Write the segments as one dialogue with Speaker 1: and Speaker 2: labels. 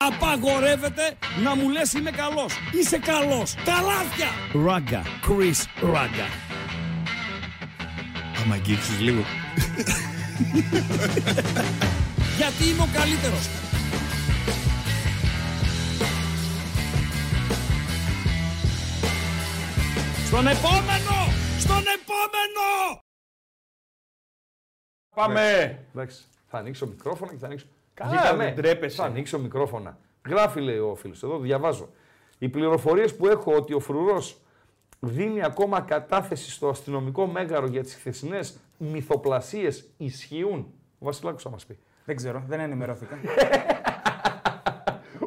Speaker 1: απαγορεύεται να μου λες είμαι καλός. Είσαι καλός. Τα λάθια. Ράγκα. Chris Ράγκα.
Speaker 2: Άμα αγγίξεις λίγο.
Speaker 1: Γιατί είμαι ο καλύτερος. Στον επόμενο! Στον επόμενο!
Speaker 3: Πάμε.
Speaker 4: Εντάξει. Θα ανοίξω μικρόφωνα και θα ανοίξω.
Speaker 3: Καλά,
Speaker 4: ναι.
Speaker 3: δεν τρέπεσαι.
Speaker 4: Θα ανοίξω μικρόφωνα. Γράφει, λέει ο φίλος. Εδώ διαβάζω. Οι πληροφορίες που έχω ότι ο φρουρός δίνει ακόμα κατάθεση στο αστυνομικό μέγαρο για τις χθεσινές μυθοπλασίες ισχύουν. Ο Βασιλάκος θα μας πει.
Speaker 3: Δεν ξέρω, δεν ενημερώθηκα.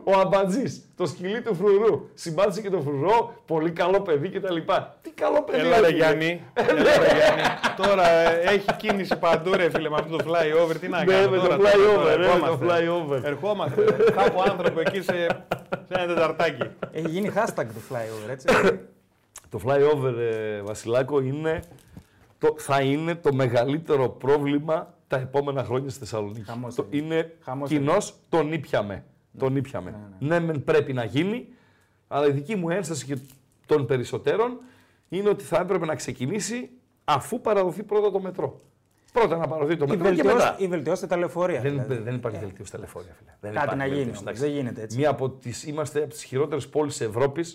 Speaker 4: Ο Αμπατζής, το σκυλί του φρουρού. Συμπάθησε και τον φρουρό, πολύ καλό παιδί κτλ. Τι καλό παιδί
Speaker 3: Έλα ρε
Speaker 4: άκουγε. Ε, ναι.
Speaker 3: Γιάννη. Έλα ρε Γιάννη. Τώρα ε, έχει κίνηση παντού ρε φίλε με αυτό το flyover. Τι να
Speaker 4: Ναι,
Speaker 3: κάνω
Speaker 4: με το
Speaker 3: τώρα.
Speaker 4: flyover,
Speaker 3: τώρα,
Speaker 4: ρε, με το
Speaker 3: ερχόμαστε.
Speaker 4: flyover.
Speaker 3: Ερχόμαστε. Κάπου άνθρωπο εκεί σε, σε ένα τεταρτάκι.
Speaker 5: Έχει γίνει hashtag του flyover, έτσι.
Speaker 4: Το flyover, ε, Βασιλάκο, είναι το, θα είναι το μεγαλύτερο πρόβλημα τα επόμενα χρόνια στη Θεσσαλονίκη.
Speaker 5: Χαμός
Speaker 4: το,
Speaker 5: έγινε.
Speaker 4: είναι
Speaker 5: Χαμός
Speaker 4: κοινός, τον ήπιαμε. Τον ήπιαμε. Ναι, μεν πρέπει να γίνει, αλλά η δική μου ένσταση και των περισσότερων είναι ότι θα έπρεπε να ξεκινήσει αφού παραδοθεί πρώτα το μετρό. Πρώτα να παραδοθεί το
Speaker 5: Ή
Speaker 4: μετρό και
Speaker 5: βελτιώστε,
Speaker 4: μετά.
Speaker 5: ή βελτιώστε τα λεωφορεία.
Speaker 4: Δεν,
Speaker 5: δηλαδή.
Speaker 4: δεν υπάρχει βελτίωση στα λεωφορεία, φίλε. Δεν
Speaker 5: Κάτι
Speaker 4: υπάρχει
Speaker 5: να γίνει.
Speaker 4: βελτίωση,
Speaker 5: όμως,
Speaker 4: εντάξει.
Speaker 5: Δεν γίνεται έτσι.
Speaker 4: Μία από τις, είμαστε από τις χειρότερες πόλεις της Ευρώπης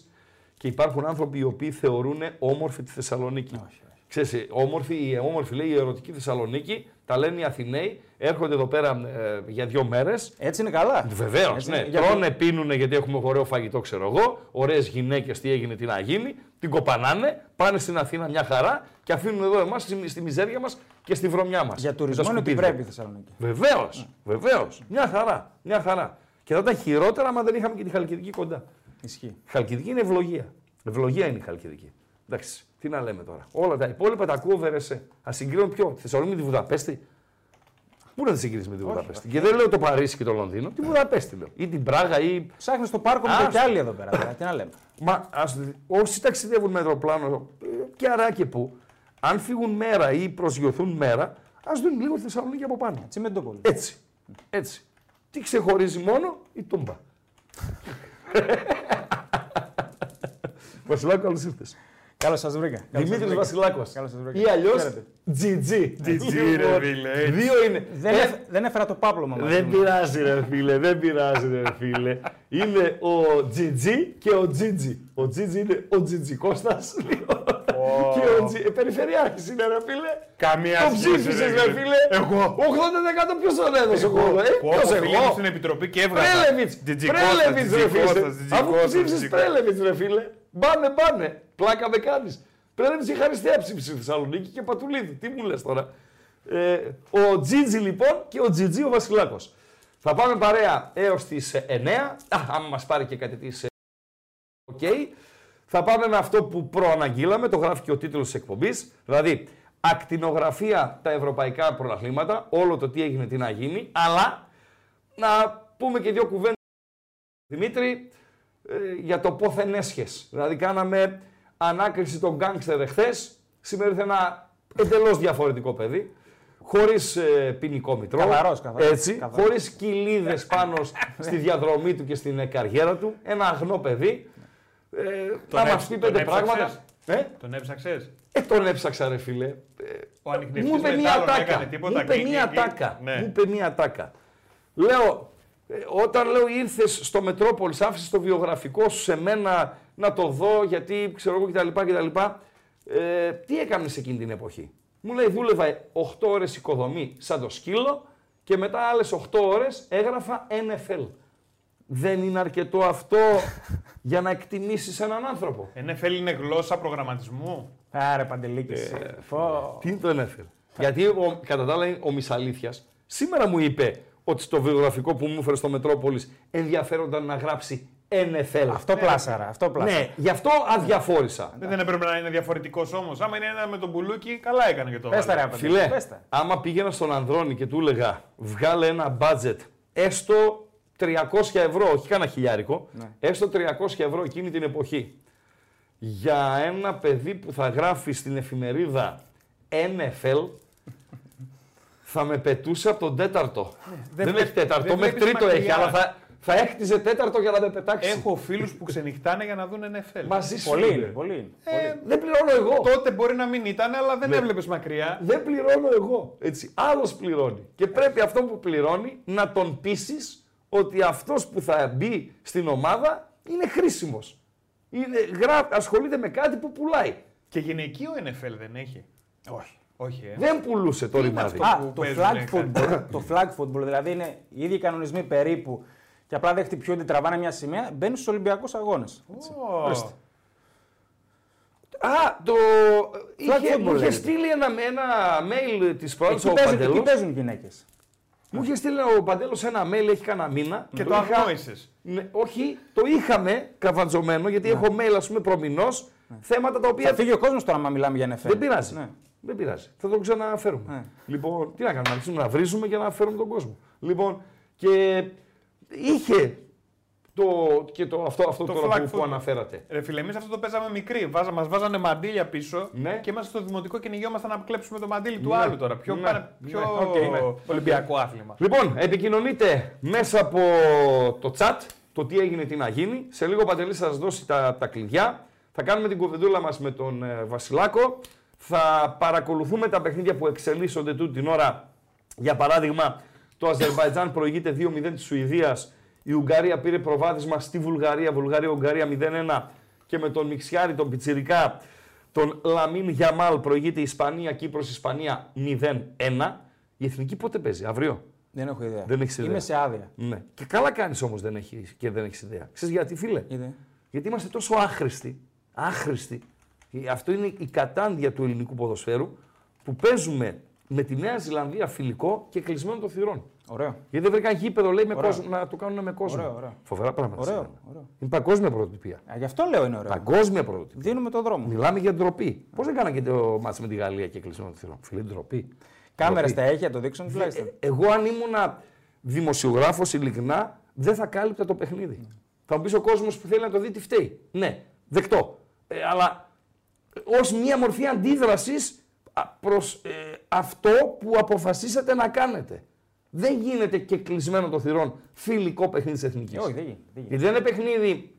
Speaker 4: και υπάρχουν άνθρωποι οι οποίοι θεωρούν όμορφη τη Θεσσαλονίκη. Ξέρεις, ε, όμορφη, η όμορφη λέει η ερωτική Θεσσαλονίκη, τα λένε οι Αθηναίοι, έρχονται εδώ πέρα ε, για δύο μέρες.
Speaker 5: Έτσι είναι καλά.
Speaker 4: Βεβαίως,
Speaker 5: Έτσι,
Speaker 4: ναι.
Speaker 5: γιατί-
Speaker 4: Τρώνε, πίνουνε γιατί έχουμε ωραίο φαγητό, ξέρω εγώ. Ωραίες γυναίκες, τι έγινε, τι να γίνει. Την κοπανάνε, πάνε στην Αθήνα μια χαρά και αφήνουν εδώ εμάς στη, στη μιζέρια μας και στη βρωμιά μας.
Speaker 5: Για τουρισμό είναι ότι πρέπει η Θεσσαλονίκη. Ναι.
Speaker 4: Βεβαίως, βεβαίω. Μια χαρά. Μια χαρά. Και θα ήταν χειρότερα άμα δεν είχαμε και τη Χαλκιδική κοντά.
Speaker 5: Ισχύει.
Speaker 4: Η Χαλκιδική είναι ευλογία. Ευλογία είναι η Χαλκιδική. Εντάξει, τι να λέμε τώρα. Όλα τα υπόλοιπα τα ακούω βερεσέ. Α συγκρίνω ποιο, τη Θεσσαλονίκη με τη Βουδαπέστη. Πού να τη συγκρίνεις με τη Βουδαπέστη. Και δεν λέω το Παρίσι και το Λονδίνο, τη Βουδαπέστη λέω. Ναι. Ή την Πράγα ή.
Speaker 5: Ψάχνεις το πάρκο μου
Speaker 4: Άστο.
Speaker 5: και κι άλλοι εδώ πέρα. τώρα, Τι να λέμε.
Speaker 4: Μα ας, όσοι ταξιδεύουν με αεροπλάνο, ε, και αρά και πού, αν φύγουν μέρα ή προσγειωθούν μέρα, ας δουν λίγο τη Θεσσαλονίκη από πάνω.
Speaker 5: Έτσι με τον πόλη.
Speaker 4: Έτσι. Έτσι. Τι ξεχωρίζει μόνο η τούμπα. Βασιλάκο, καλώς ήρθες.
Speaker 5: Καλώς σας βρήκα. Καλώς σας
Speaker 4: Δημήτρης
Speaker 5: βρήκα.
Speaker 4: Βασιλάκος.
Speaker 5: Καλώς σας βρήκα.
Speaker 4: Ή αλλιώς
Speaker 5: Χαίρετε.
Speaker 4: GG.
Speaker 3: GG, ρε
Speaker 4: Λοιπόν,
Speaker 3: φίλε, έτσι.
Speaker 4: Δύο είναι.
Speaker 5: Δεν,
Speaker 4: Ε,
Speaker 5: έφ- δεν έφερα το πάπλωμα μαζί
Speaker 4: δεν
Speaker 5: μου.
Speaker 4: πειράζει, ρε φίλε. Δεν πειράζει, ρε φίλε. Είναι ο GG και ο GG. Ο GG είναι ο GG Κώστα. Και ο G... ε, Περιφερειάρχης είναι, ρε φίλε.
Speaker 3: Καμία
Speaker 4: Το
Speaker 3: σχέση,
Speaker 4: ψήφισες, ρε φίλε.
Speaker 3: Εγώ.
Speaker 4: 80% ποιος τον έδωσε εγώ. Ε,
Speaker 3: Πω,
Speaker 4: ποιος
Speaker 3: πω,
Speaker 4: εγώ.
Speaker 3: πήγαμε στην επιτροπή και έβγαλα.
Speaker 4: Πρέλεβιτ! Πρέλεβιτ, ρε φίλε. Αφού ψήφισε Πρέλεβιτ, ρε φίλε. Μπάνε, μπάνε. Πλάκα με κάνεις. Πρέλεβιτ η Χαριστέα ψήφισε στη Θεσσαλονίκη και Πατουλίδη. Τι μου λες τώρα. Ε, ο Τζίτζι λοιπόν και ο Τζιτζί ο Βασιλάκος. Θα πάμε παρέα έως τις 9. Α, άμα μας πάρει και κάτι τη. Οκ. Θα πάμε με αυτό που προαναγγείλαμε, το γράφει και ο τίτλος της εκπομπής. Δηλαδή, ακτινογραφία τα ευρωπαϊκά πρωταθλήματα, όλο το τι έγινε, τι να γίνει, αλλά να πούμε και δύο κουβέντες, Δημήτρη, ε, για το πόθεν έσχες. Δηλαδή, κάναμε ανάκριση των γκάνγκστερ εχθές, σήμερα ήρθε ένα εντελώς διαφορετικό παιδί, χωρίς ε, ποινικό μητρό,
Speaker 5: Καθαρός, καθαρός,
Speaker 4: έτσι,
Speaker 5: καθαρός.
Speaker 4: χωρίς κοιλίδες πάνω σ- στη διαδρομή του και στην ε, καριέρα του, ένα αγνό παιδί, ε, θα
Speaker 3: έψ-
Speaker 4: μας πει
Speaker 3: τον
Speaker 4: πέντε
Speaker 3: έψαξες?
Speaker 4: πράγματα. Ε?
Speaker 3: Τον έψαξες.
Speaker 4: Ε, τον έψαξα ρε φίλε. Ε,
Speaker 3: Ο
Speaker 4: μου
Speaker 3: ανιχνευτή
Speaker 4: είπε μία
Speaker 3: μετάλλων
Speaker 4: τάκα.
Speaker 3: έκανε
Speaker 4: Μου
Speaker 3: τίποτα.
Speaker 4: είπε
Speaker 3: κλικ,
Speaker 4: μία
Speaker 3: κλικ, κλικ.
Speaker 4: τάκα.
Speaker 3: Ναι.
Speaker 4: Μου είπε μία τάκα. Λέω, ε, όταν λέω ήρθες στο Μετρόπολης, άφησες το βιογραφικό σου σε μένα να το δω γιατί ξέρω εγώ κτλ. κτλ. Ε, τι έκανες εκείνη την εποχή. Μου λέει, δούλευα 8 ώρες οικοδομή σαν το σκύλο και μετά άλλες 8 ώρες έγραφα NFL. Δεν είναι αρκετό αυτό για να εκτιμήσεις έναν άνθρωπο.
Speaker 3: NFL Ε, ναι, είναι γλώσσα προγραμματισμού.
Speaker 5: Άρε
Speaker 4: Ε,
Speaker 5: παντελίκη. Φω.
Speaker 4: Τι τον έφερε. Γιατί ο, κατά τα άλλα ο Μισαλήθεια σήμερα μου είπε ότι στο βιογραφικό που μου έφερε στο Μετρόπολης ενδιαφέρονταν να γράψει NFL.
Speaker 5: Αυτό πλάσαρα. Αυτό πλάσαρα.
Speaker 4: Ναι, γι' αυτό αδιαφόρησα.
Speaker 3: Ε, Δεν έπρεπε να είναι διαφορετικός όμως. Άμα είναι ένα με τον πουλούκι, καλά έκανε και το.
Speaker 5: Πες τα
Speaker 3: έβαλε.
Speaker 5: ρε απαντή.
Speaker 4: Φιλέ,
Speaker 5: Πες τα.
Speaker 4: άμα πήγαινα στον Ανδρώνη και του έλεγα βγάλε ένα budget έστω 300 ευρώ, όχι κανένα χιλιάρικο,
Speaker 3: Ναι.
Speaker 4: έστω 300 ευρώ εκείνη την εποχή για ένα παιδί που θα γράφει στην εφημερίδα NFL θα με πετούσε από τον τέταρτο.
Speaker 3: δεν
Speaker 4: δεν
Speaker 3: βλέ-
Speaker 4: έχει τέταρτο,
Speaker 3: Ναι, δεν
Speaker 4: μέχρι
Speaker 3: βλέπεις
Speaker 4: τρίτο έχει,
Speaker 3: μακριά.
Speaker 4: αλλά θα, Θα έκτιζε τέταρτο για να με πετάξει.
Speaker 3: Έχω φίλους που ξενυχτάνε για να δουν NFL.
Speaker 4: Μαζί σου.
Speaker 5: Πολύ είναι.
Speaker 4: είναι.
Speaker 5: Πολύ είναι.
Speaker 3: Ε,
Speaker 4: Δεν πληρώνω εγώ.
Speaker 3: τότε μπορεί να μην ήταν, αλλά
Speaker 4: Ναι.
Speaker 3: δεν έβλεπες μακριά.
Speaker 4: Δεν πληρώνω εγώ. Έτσι. Άλλος πληρώνει. Και πρέπει αυτό που πληρώνει να τον πείσεις ότι αυτός που θα μπει στην ομάδα είναι χρήσιμος. Είναι, γρα- ασχολείται με κάτι που πουλάει.
Speaker 3: Και γυναικείο NFL δεν έχει.
Speaker 5: Όχι.
Speaker 3: Όχι, ε.
Speaker 4: Δεν πουλούσε το ρημάδι.
Speaker 3: αυτό?
Speaker 5: Α,
Speaker 3: που
Speaker 5: το
Speaker 3: παίζουν
Speaker 5: flag,
Speaker 3: κάτι.
Speaker 5: football, το flag football, δηλαδή είναι οι ίδιοι κανονισμοί περίπου και απλά δεν χτυπιούνται, τραβάνε μια σημαία, μπαίνουν στους Ολυμπιακούς Αγώνες.
Speaker 4: Ε,
Speaker 3: Ω.
Speaker 4: Α, το. Είχε,
Speaker 5: football
Speaker 4: μου είχε
Speaker 5: λέγεται.
Speaker 4: στείλει ένα, ένα mail της πρώτη
Speaker 5: Εκεί,
Speaker 4: ο
Speaker 5: παίζουν- εκεί
Speaker 4: Παντελό.
Speaker 5: παίζουν γυναίκες.
Speaker 4: Μου είχε στείλει ο Παντέλος ένα mail, έχει κανένα μήνα.
Speaker 3: Και το αγνόησες.
Speaker 4: Ναι, όχι, το είχαμε καβαντζωμένο γιατί έχω mail, ας πούμε, προμηνός. Θέματα τα οποία
Speaker 5: Ναι. Θα φύγει ο κόσμος τώρα, άμα μιλάμε για NFL.
Speaker 4: Ε. Δεν πειράζει.
Speaker 5: Ναι.
Speaker 4: Δεν πειράζει. Θα το ξαναφέρουμε.
Speaker 5: Ναι.
Speaker 4: Λοιπόν, τι να κάνουμε, να αρχίσουμε να βρίζουμε και να φέρουμε τον κόσμο. Λοιπόν, και είχε το, και το, αυτό, αυτό
Speaker 3: Το
Speaker 4: τώρα
Speaker 3: flag
Speaker 4: που, που
Speaker 3: football.
Speaker 4: αναφέρατε.
Speaker 3: Ρε φίλε, εμείς αυτό το παίζαμε μικρή. Βάζα, μας βάζανε μαντίλια πίσω
Speaker 4: Ναι.
Speaker 3: και είμαστε στο δημοτικό και νιγιόμασταν να κλέψουμε το μαντίλι του
Speaker 4: Ναι.
Speaker 3: άλλου τώρα. Πιο,
Speaker 4: Ναι.
Speaker 3: παρα-
Speaker 4: Ναι.
Speaker 3: πιο
Speaker 4: Οκ, ναι.
Speaker 3: Ολυμπιακό άθλημα.
Speaker 4: Λοιπόν, επικοινωνείτε μέσα από το chat το τι έγινε, τι να γίνει. Σε λίγο ο Παντελής θα σας δώσει τα, τα κλειδιά. Θα κάνουμε την κουβεντούλα μας με τον ε, Βασιλάκο. Θα παρακολουθούμε τα παιχνίδια που εξελίσσονται τούτη την ώρα. Για παράδειγμα, το Αζερβαϊτζάν προηγείται 2-0 της Σουηδίας. Η Ουγγαρία πήρε προβάδισμα στη Βουλγαρία. Βουλγαρία-Ουγγαρία 0-1. Και με τον Μιξιάρη, τον Πιτσιρικά, τον Λαμίν Γιαμάλ προηγείται η Ισπανία, Κύπρος, Ισπανία 0-1. Η εθνική πότε παίζει, αύριο.
Speaker 5: Δεν έχω ιδέα.
Speaker 4: Δεν έχεις ιδέα.
Speaker 5: Είμαι σε άδεια.
Speaker 4: Ναι. Και καλά κάνεις όμως δεν έχεις, και δεν έχεις ιδέα. Ξέρεις γιατί, φίλε.
Speaker 5: Γιατί?
Speaker 4: Γιατί είμαστε τόσο άχρηστοι. Άχρηστοι. Ε, Αυτό είναι η κατάντια του ελληνικού ποδοσφαίρου που παίζουμε με τη Νέα Ζηλανδία φιλικό και κλεισμένο των θυρών.
Speaker 5: Ωραίο.
Speaker 4: Γιατί δεν βρήκαν γήπεδο, λέει, με κόσμο, να το κάνουν με κόσμο.
Speaker 5: Ωραίο, ωραίο.
Speaker 4: Φοβερά πράγματα.
Speaker 5: Ωραίο,
Speaker 4: συμβαίνουν.
Speaker 5: ωραίο.
Speaker 4: Είναι παγκόσμια πρωτοτυπία.
Speaker 5: Α, γι' αυτό λέω είναι ωραίο.
Speaker 4: Παγκόσμια πρωτοτυπία.
Speaker 5: Δίνουμε το δρόμο.
Speaker 4: Μιλάμε για ντροπή. Πώς δεν κάνανε και το μάτς με τη Γαλλία και κλεισμένο των θυρών. Φίλε, ντροπή.
Speaker 5: Κάμερες
Speaker 4: Ντροπή.
Speaker 5: τα έχει, να το δείξουν τουλάχιστον.
Speaker 4: Ε, εγώ αν ήμουνα δημοσιογράφος ειλικρινά, δεν θα κάλυπτα το παιχνίδι.
Speaker 5: Ναι.
Speaker 4: Θα μου πεις ο κόσμος που θέλει να το δει τι φταίει. Ναι, δεκτό. Ε, αλλά ε, ως μία μορφή αντίδρασης α, προς ε, αυτό που αποφασίσατε να κάνετε. Δεν γίνεται και κλεισμένο των θυρών φιλικό παιχνίδι της Εθνικής.
Speaker 5: Όχι, δεν γίνεται, δεν γίνεται.
Speaker 4: Γιατί δεν είναι παιχνίδι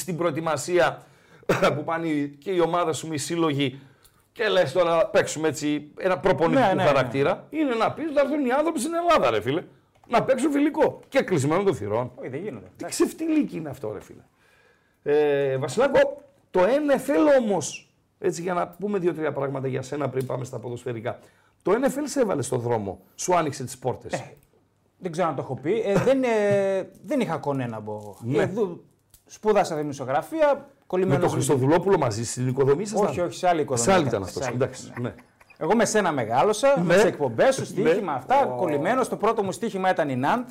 Speaker 4: στην προετοιμασία που πάνε και η ομάδα σου, οι σύλλογοι και λες τώρα να παίξουμε έτσι ένα προπονητικό
Speaker 5: Ναι, ναι, ναι.
Speaker 4: χαρακτήρα. Είναι να πεις να έρθουν οι άνθρωποι στην Ελλάδα, ρε φίλε. Να παίξουν φιλικό. Και κλεισμένο των θυρών.
Speaker 5: Όχι, δεν γίνονται.
Speaker 4: Τι ξεφτυλίκι είναι αυτό, ρε φίλε. Ε, Βασιλάκο, το NFL όμως, έτσι για να πούμε δύο-τρία πράγματα για σένα πριν πάμε στα ποδοσφαιρικά. Το NFL σε έβαλε στον δρόμο, σου άνοιξε τις
Speaker 5: Ε,
Speaker 4: πόρτε.
Speaker 5: Δεν ξέρω αν το έχω πει. Ε, δεν, ε, δεν είχα κονένα από εγώ.
Speaker 4: Ναι.
Speaker 5: Ε, δου- σπούδασα δημοσιογραφία,
Speaker 4: με
Speaker 5: κολλημένο.
Speaker 4: τον Χριστοδουλόπουλο μαζί στην οικοδομή σα.
Speaker 5: ναι, Όχι, όχι, σε άλλη οικοδομή
Speaker 4: Σε άλλη
Speaker 5: ήταν,
Speaker 4: ήταν
Speaker 5: σε
Speaker 4: αυτό.
Speaker 5: άλλη
Speaker 4: Εντάξει. Ναι.
Speaker 5: Εγώ με σένα μεγάλωσα,
Speaker 4: Ναι.
Speaker 5: με τις εκπομπές σου, στοίχημα
Speaker 4: Ναι.
Speaker 5: αυτά. Κολλημένο. Το πρώτο μου στοίχημα ήταν η Ναντ.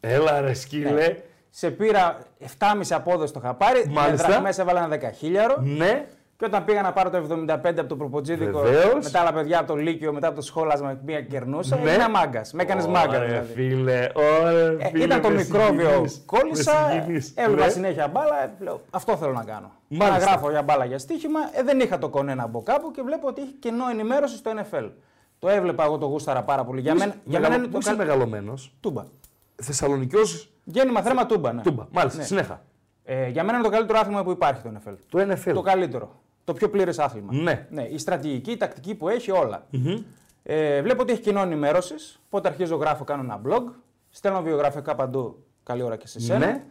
Speaker 4: Έλα ρε σκύλε.
Speaker 5: Σε πήρα 7,5 απόδοση το είχα πάρει.
Speaker 4: Ναι. Μάλιστα.
Speaker 5: Με δραχμές έβαλα ένα δεκαχίλιαρο.
Speaker 4: Ναι.
Speaker 5: Και όταν πήγα να πάρω το 75 από το προποτζίδικο
Speaker 4: Βεβαίως.
Speaker 5: με τα άλλα παιδιά από το Λύκειο, μετά από το σχόλασμα, μία κερνούσα,
Speaker 4: Ναι.
Speaker 5: έγινα μάγκας. Με έκανες μάγκα.
Speaker 4: Ωραία,
Speaker 5: Δηλαδή.
Speaker 4: φίλε, ωραία,
Speaker 5: Ε,
Speaker 4: φίλε,
Speaker 5: ήταν το
Speaker 4: με
Speaker 5: μικρόβιο.
Speaker 4: συγκινείς,
Speaker 5: Κόλλησα,
Speaker 4: με συγκινείς.
Speaker 5: έβλεπα
Speaker 4: Ναι.
Speaker 5: συνέχεια μπάλα. ε, Λέω, αυτό θέλω να κάνω.
Speaker 4: Μάλιστα.
Speaker 5: Να γράφω για μπάλα για στοίχημα. Ε, δεν είχα το κονένα από κάπου και βλέπω ότι είχε κενό ενημέρωση στο NFL. Το έβλεπα εγώ το γούσταρα πάρα πολύ. Για
Speaker 4: Πού
Speaker 5: μένα,
Speaker 4: είσαι-
Speaker 5: για
Speaker 4: μεγαλο-
Speaker 5: μένα είναι
Speaker 4: πού
Speaker 5: το
Speaker 4: είσαι
Speaker 5: καλύτερο.
Speaker 4: μεγαλωμένος,
Speaker 5: Τούμπα.
Speaker 4: Θεσσαλονικιός,
Speaker 5: Γέννημα θέμα τούμπα. Ναι.
Speaker 4: Τούμπα. Μάλιστα,
Speaker 5: Ναι.
Speaker 4: συνέχα.
Speaker 5: Ε, για μένα είναι το καλύτερο άθλημα που υπάρχει το NFL.
Speaker 4: Το NFL.
Speaker 5: Το καλύτερο. Το πιο πλήρες άθλημα.
Speaker 4: Ναι.
Speaker 5: Η στρατηγική, η τακτική που έχει, όλα. Ε, βλέπω ότι έχει κοινό ενημέρωσης. Πότε αρχίζω, γράφω, κάνω ένα blog. Στέλνω βιογραφικά παντού. Καλή ώρα και σε σένα.
Speaker 4: Ναι.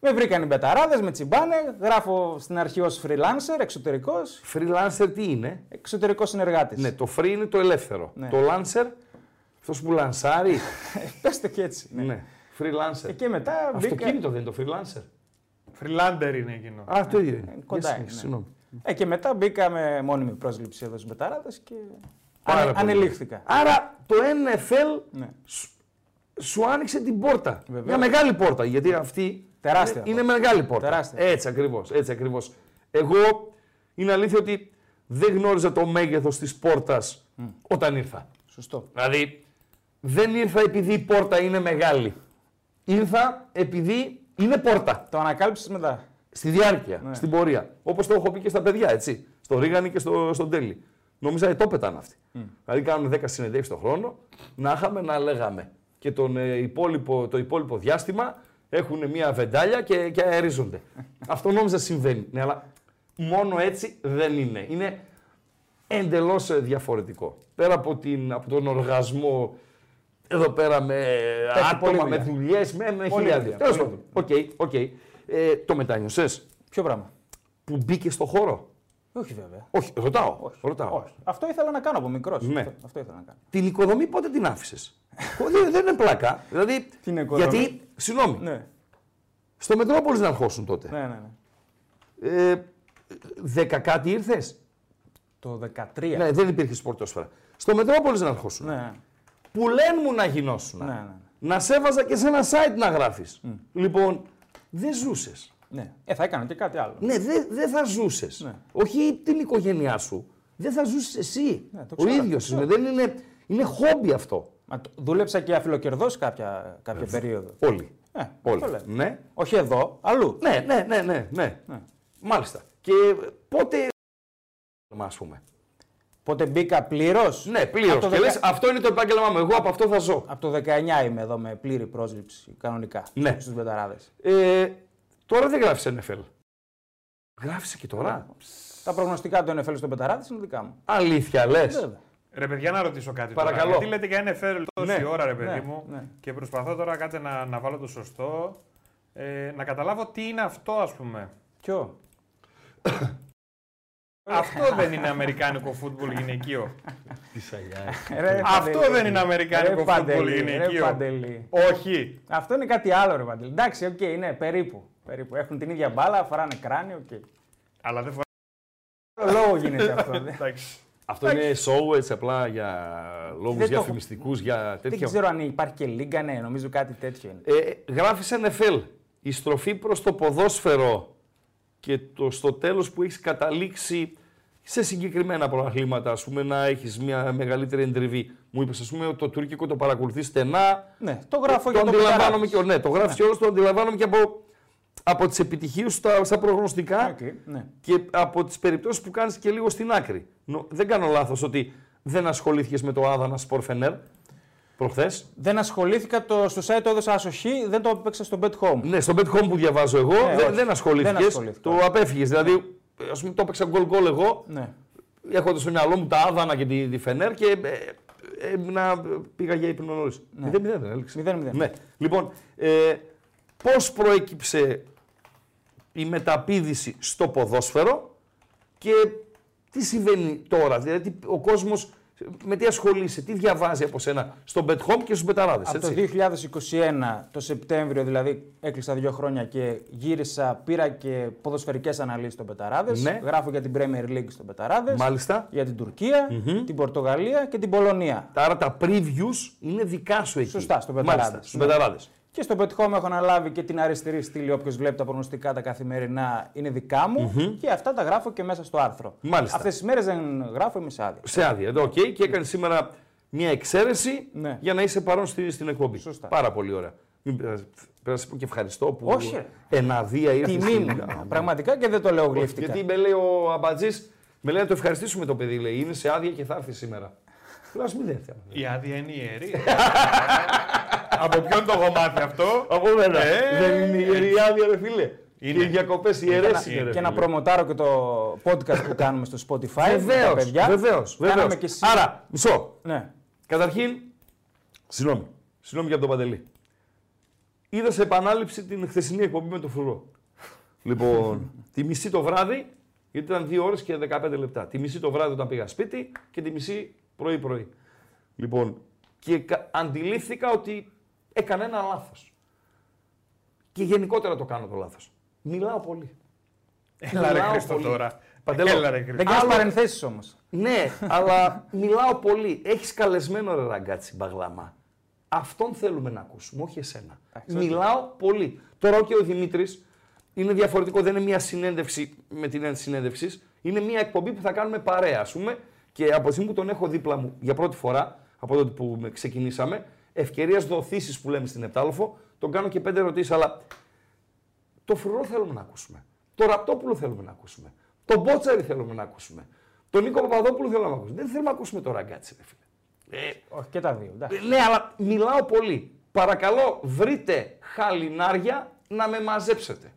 Speaker 5: Με βρήκαν οι μπεταράδες, με τσιμπάνε. Γράφω στην αρχή ως freelancer, εξωτερικός.
Speaker 4: Freelancer τι είναι.
Speaker 5: Εξωτερικός συνεργάτης.
Speaker 4: Ναι, το free είναι το ελεύθερο.
Speaker 5: Ναι.
Speaker 4: Το lancer, αυτός που λανσάρει.
Speaker 5: Πέστε και έτσι. Ναι.
Speaker 4: ναι, freelancer.
Speaker 5: Ε, Και μετά μπήκα.
Speaker 4: Αυτοκίνητο δεν είναι το freelancer.
Speaker 3: Φριλάντερ είναι εκείνο.
Speaker 4: Α, το ίδιο είναι.
Speaker 5: Ε, Κοντά
Speaker 4: Για
Speaker 5: είναι.
Speaker 4: συνέχεια,
Speaker 5: ναι.
Speaker 4: Συγγνώμη.
Speaker 5: Ε, και μετά μπήκα με μόνιμη πρόσληψη εδώ στους μπεταράδες και.
Speaker 4: Πάρα
Speaker 5: ανε-
Speaker 4: πολύ.
Speaker 5: Ανελήφθηκα.
Speaker 4: Άρα το NFL
Speaker 5: Ναι.
Speaker 4: σου άνοιξε την πόρτα.
Speaker 5: Βεβαίως.
Speaker 4: Μια μεγάλη πόρτα. Γιατί αυτή
Speaker 5: Τεράστια
Speaker 4: είναι, είναι μεγάλη πόρτα.
Speaker 5: Τεράστια.
Speaker 4: Έτσι ακριβώς. Έτσι ακριβώς. Εγώ είναι αλήθεια ότι δεν γνώριζα το μέγεθος της πόρτας όταν ήρθα.
Speaker 5: Σωστό.
Speaker 4: Δηλαδή δεν ήρθα επειδή η πόρτα είναι μεγάλη. Ήρθα επειδή είναι πόρτα.
Speaker 5: Το ανακάλυψες μετά.
Speaker 4: Στη διάρκεια, στην πορεία. Όπως το έχω πει και στα παιδιά, έτσι. Στο Ρίγανη και στο, στον Τέλη. Νόμιζα ότι το πετάνε αυτοί. Δηλαδή κάνουν 10 συνεντεύξεις το χρόνο, να είχαμε να λέγαμε. Και τον, ε, υπόλοιπο, το υπόλοιπο διάστημα έχουν μια βεντάλια και, και αερίζονται. Αυτό νόμιζα συμβαίνει. Ναι, αλλά μόνο έτσι δεν είναι. Είναι εντελώς διαφορετικό. Πέρα από, την, από τον οργασμό εδώ πέρα με
Speaker 5: Έχει πολλή
Speaker 4: άτομα, με
Speaker 5: δουλειά.
Speaker 4: δουλειές, με, με
Speaker 5: Πολλή
Speaker 4: χιλιάδες.
Speaker 5: δουλειά,
Speaker 4: Τέλος
Speaker 5: πολλή
Speaker 4: πάντων. Οκ, οκ. Ε, το μετάνιωσες
Speaker 5: Ποιο πράγμα.
Speaker 4: που μπήκε στο χώρο.
Speaker 5: Όχι βέβαια.
Speaker 4: Όχι, ρωτάω. ρωτάω.
Speaker 5: Όχι. Αυτό ήθελα να κάνω από μικρός.
Speaker 4: Ναι.
Speaker 5: Αυτό, αυτό ήθελα να κάνω.
Speaker 4: Την οικοδομή πότε την άφησες. δεν, δεν είναι πλάκα. Δηλαδή,
Speaker 5: Την οικοδομή.
Speaker 4: γιατί, συγγνώμη,
Speaker 5: Ναι,
Speaker 4: στο Μετρόπολης να αρχώσουν τότε.
Speaker 5: ναι, ναι. ναι.
Speaker 4: Ε, δέκα κάτι ήρθες.
Speaker 5: Το 13.
Speaker 4: Ναι, δεν υπήρχε σπορτόσφαιρα. Στο Μετρόπολης να αρχώσουν.
Speaker 5: ναι, ναι.
Speaker 4: Που λένε μου να γινώσουν.
Speaker 5: Ναι, ναι, ναι.
Speaker 4: Να σε έβαζα και σε ένα site να γράφεις. Λοιπόν, δεν ζούσες.
Speaker 5: ναι. Ε, θα έκανα και κάτι άλλο.
Speaker 4: Ναι, δεν δεν θα ζούσες.
Speaker 5: Ναι.
Speaker 4: Όχι την οικογένειά σου. Δεν θα ζούσες εσύ.
Speaker 5: Ναι, το
Speaker 4: Ο
Speaker 5: ξέρω,
Speaker 4: ίδιος
Speaker 5: το
Speaker 4: είναι.
Speaker 5: ξέρω.
Speaker 4: Δεν είναι. Είναι χόμπι αυτό.
Speaker 5: Μα, το- δούλεψα και αφιλοκερδός κάποια, κάποια περίοδο.
Speaker 4: Όλοι.
Speaker 5: Ε,
Speaker 4: Όλοι.
Speaker 5: το λέω.
Speaker 4: Ναι.
Speaker 5: Όχι εδώ, αλλού.
Speaker 4: Ναι, ναι, ναι, ναι, ναι. Μάλιστα. Και πότε. Ας πούμε.
Speaker 5: Πότε μπήκα πλήρως.
Speaker 4: Ναι, πλήρως. Και
Speaker 5: το
Speaker 4: λες,
Speaker 5: δεκα-
Speaker 4: αυτό είναι το επάγγελμά μου. Εγώ από αυτό θα ζω.
Speaker 5: Από το 19 είμαι εδώ με πλήρη πρόσληψη κανονικά
Speaker 4: Ναι.
Speaker 5: στους Μπεταράδες.
Speaker 4: Ε, τώρα δεν γράφεις NFL. Γράφεις και τώρα.
Speaker 5: Ναι. Τα προγνωστικά του NFL στον Μπεταράδες είναι δικά μου.
Speaker 4: Αλήθεια λες.
Speaker 5: Βέβαια.
Speaker 3: Ρε παιδιά, να ρωτήσω κάτι.
Speaker 4: Παρακαλώ.
Speaker 3: Τώρα. Γιατί λέτε για NFL τόση
Speaker 4: Ναι.
Speaker 3: ώρα, ρε παιδί
Speaker 5: Ναι,
Speaker 3: μου,
Speaker 5: ναι.
Speaker 3: και προσπαθώ τώρα κάτι να, να βάλω το σωστό. Ε, να καταλάβω τι είναι αυτό, ας πούμε.
Speaker 5: Ποιο.
Speaker 3: αυτό δεν είναι Αμερικάνικο φούτμπολ γυναικείο.
Speaker 5: Ρε,
Speaker 3: Ε, αυτό
Speaker 5: Παντελή.
Speaker 3: δεν είναι αμερικάνικο
Speaker 5: Ρε,
Speaker 3: φούτμπολ
Speaker 5: Παντελή, Ρε,
Speaker 3: γυναικείο.
Speaker 5: Παντελή.
Speaker 3: Όχι.
Speaker 5: Αυτό είναι κάτι άλλο, ρε Παντελή. Εντάξει, οκ, ναι, περίπου. περίπου. Έχουν την ίδια μπάλα, φοράνε κράνιο, οκ.
Speaker 3: Αλλά δεν φοράει.
Speaker 5: Άλλο λόγο γίνεται αυτό. δε.
Speaker 3: Εντάξει.
Speaker 4: Αυτό είναι show έτσι απλά για λόγους
Speaker 5: Δεν το έχω.
Speaker 4: διαφημιστικούς, για
Speaker 5: Δεν
Speaker 4: τέτοια.
Speaker 5: ξέρω αν υπάρχει και λίγκα, ναι, νομίζω κάτι τέτοιο είναι.
Speaker 4: Ε, γράφει NFL. Η στροφή προς το ποδόσφαιρο και το, στο τέλος που έχεις καταλήξει σε συγκεκριμένα προαθλήματα, ας πούμε, να έχεις μια μεγαλύτερη εντριβή. Μου είπες, ας πούμε, ότι το τουρκικό το παρακολουθείς στενά.
Speaker 5: Ναι, το γράφω για
Speaker 4: το
Speaker 5: τον
Speaker 4: αντιλαμβάνομαι
Speaker 5: Πεταράδη.
Speaker 4: και, ναι, το γράφεις κιόλας, το αντιλαμβάνομαι και από, από τις επιτυχίες σου στα, στα προγνωστικά
Speaker 5: Οκ, ναι.
Speaker 4: και από τις περιπτώσεις που κάνεις και λίγο στην άκρη. Νο- δεν κάνω λάθος ότι δεν ασχολήθηκες με το Άδανα Σπορφενέρ προχθές.
Speaker 5: Δεν ασχολήθηκα το, στο site, το έδωσα ασοχή, δεν το έπαιξα στο bet home.
Speaker 4: Ναι, στο Bet Home που διαβάζω εγώ δεν,
Speaker 5: Ναι, όχι.
Speaker 4: δεν ασχολήθηκε.
Speaker 5: Δεν ασχολήθηκα.
Speaker 4: Το απέφυγες. Δηλαδή, ας πούμε, το έπαιξα γκολ γκολ εγώ.
Speaker 5: Ναι.
Speaker 4: Έχοντας στο μυαλό μου τα Άδανα και τη, τη Φενέρ και ε, ε, ε, να πήγα για ύπνο νωρίς.
Speaker 5: Ναι.
Speaker 4: Δεν δεν έλειξε.
Speaker 5: 0-0.
Speaker 4: Ναι. Λοιπόν, ε, πώς προέκυψε η μεταπίδηση στο ποδόσφαιρο και τι συμβαίνει τώρα, δηλαδή τι- ο κόσμος με τι ασχολείσαι, τι διαβάζει από σένα στο Bet Home και στους Μπεταράδες,
Speaker 5: Από το
Speaker 4: έτσι.
Speaker 5: 2021, το Σεπτέμβριο δηλαδή, έκλεισα δύο χρόνια και γύρισα, πήρα και ποδοσφαιρικές αναλύσεις στον Πεταράδες.
Speaker 4: Ναι.
Speaker 5: Γράφω για την Premier League στον Πεταράδες.
Speaker 4: Μάλιστα.
Speaker 5: Για την τουρκια την Πορτογαλία και την Πολωνία.
Speaker 4: Άρα τα previews είναι δικά σου εκεί.
Speaker 5: Σωστά, στον
Speaker 4: Μάλιστα,
Speaker 5: Μπεταράδες,
Speaker 4: στους
Speaker 5: ναι.
Speaker 4: Μπεταράδες.
Speaker 5: Και στο Πετχόμ έχω αναλάβει και την αριστερή στήλη. Όποιος βλέπει τα προγνωστικά τα καθημερινά είναι δικά μου και αυτά τα γράφω και μέσα στο άρθρο.
Speaker 4: Μάλιστα.
Speaker 5: Αυτές τις μέρες δεν γράφω, είμαι σε άδεια.
Speaker 4: Σε άδεια, εδώ, οκ, και έκανε σήμερα μια εξαίρεση
Speaker 5: Ναι.
Speaker 4: για να είσαι παρόν στη, στην εκπομπή.
Speaker 5: Σωστά.
Speaker 4: Πάρα πολύ ωραία. Μην- Πρέπει να σε πω και ευχαριστώ που
Speaker 5: Όχι, ρε.
Speaker 4: εναδία ήρθες.
Speaker 5: Τιμή
Speaker 4: στην-
Speaker 5: μου. Πραγματικά και δεν το λέω γλύφτηκα.
Speaker 4: Γιατί με λέει ο Αμπατζής, με λέει να το ευχαριστήσουμε το παιδί, λέει. Είναι σε άδεια και θα έρθει σήμερα. Λέω, ας μην έρθει. άμα δεν
Speaker 3: Η άδεια είναι ιερή. Από ποιον το έχω μάθει αυτό.
Speaker 4: Από μένα.
Speaker 3: Ε,
Speaker 4: Δεν είναι ιερή άδεια, ρε φίλε.
Speaker 3: Είναι.
Speaker 4: Και οι διακοπέ ιερέ είναι. ρε
Speaker 5: και
Speaker 4: φίλε.
Speaker 5: να προμοτάρω και το podcast που κάνουμε στο Spotify. με τα
Speaker 4: Βεβαίως,
Speaker 5: παιδιά.
Speaker 4: βεβαίως, βεβαίως.
Speaker 5: Κάναμε και εσύ.
Speaker 4: Άρα, μισό.
Speaker 5: Ναι.
Speaker 4: Καταρχήν, συγγνώμη. Συγγνώμη για τον Παντελή. Είδα σε επανάληψη την χθεσινή εκπομπή με τον Φρουρό. Λοιπόν, τη μισή το βράδυ, γιατί ήταν 2 ώρες και 15 λεπτά. Τη μισή το βράδυ όταν πήγα σπίτι και τη μισή πρωί-πρωί. Λοιπόν, και κα- αντιλήφθηκα ότι έκανα ένα λάθος. Και γενικότερα το κάνω το λάθος. Μιλάω πολύ.
Speaker 3: Έλα ρε
Speaker 4: Μιλάω
Speaker 3: Χριστό
Speaker 4: πολύ.
Speaker 3: τώρα.
Speaker 4: Παντελό.
Speaker 3: Έλα ρε Χριστό.
Speaker 5: Δεν κάνεις παρενθέσεις όμως.
Speaker 4: Ναι, αλλά μιλάω πολύ. Έχεις καλεσμένο ρε ραγκάτσι μπαγλαμά. Αυτόν θέλουμε να ακούσουμε, όχι εσένα. μιλάω πολύ. Τώρα και ο Δημήτρης είναι διαφορετικό, δεν είναι μια συνέντευξη με την έννοια της συνέντευξης. Είναι μια εκπομπή που θα κάνουμε παρέα, ας πούμε. Και από τη στιγμή που τον έχω δίπλα μου για πρώτη φορά, από τότε που με ξεκινήσαμε, ευκαιρίας δοθήσεις που λέμε στην Επτάλοφο, τον κάνω και πέντε ερωτήσεις. Αλλά το Φρουρό θέλουμε να ακούσουμε. Το Ραπτόπουλο θέλουμε να ακούσουμε. Τον Μπότσαρη θέλουμε να ακούσουμε. Τον Νίκο Παπαδόπουλο θέλουμε να ακούσουμε. Δεν θέλουμε να ακούσουμε το ραγκάτσι, ρε φίλε.
Speaker 5: Όχι και τα δύο. εντάξει.
Speaker 4: Ε, Ναι, αλλά μιλάω πολύ. Παρακαλώ, βρείτε χαλινάρια να με μαζέψετε.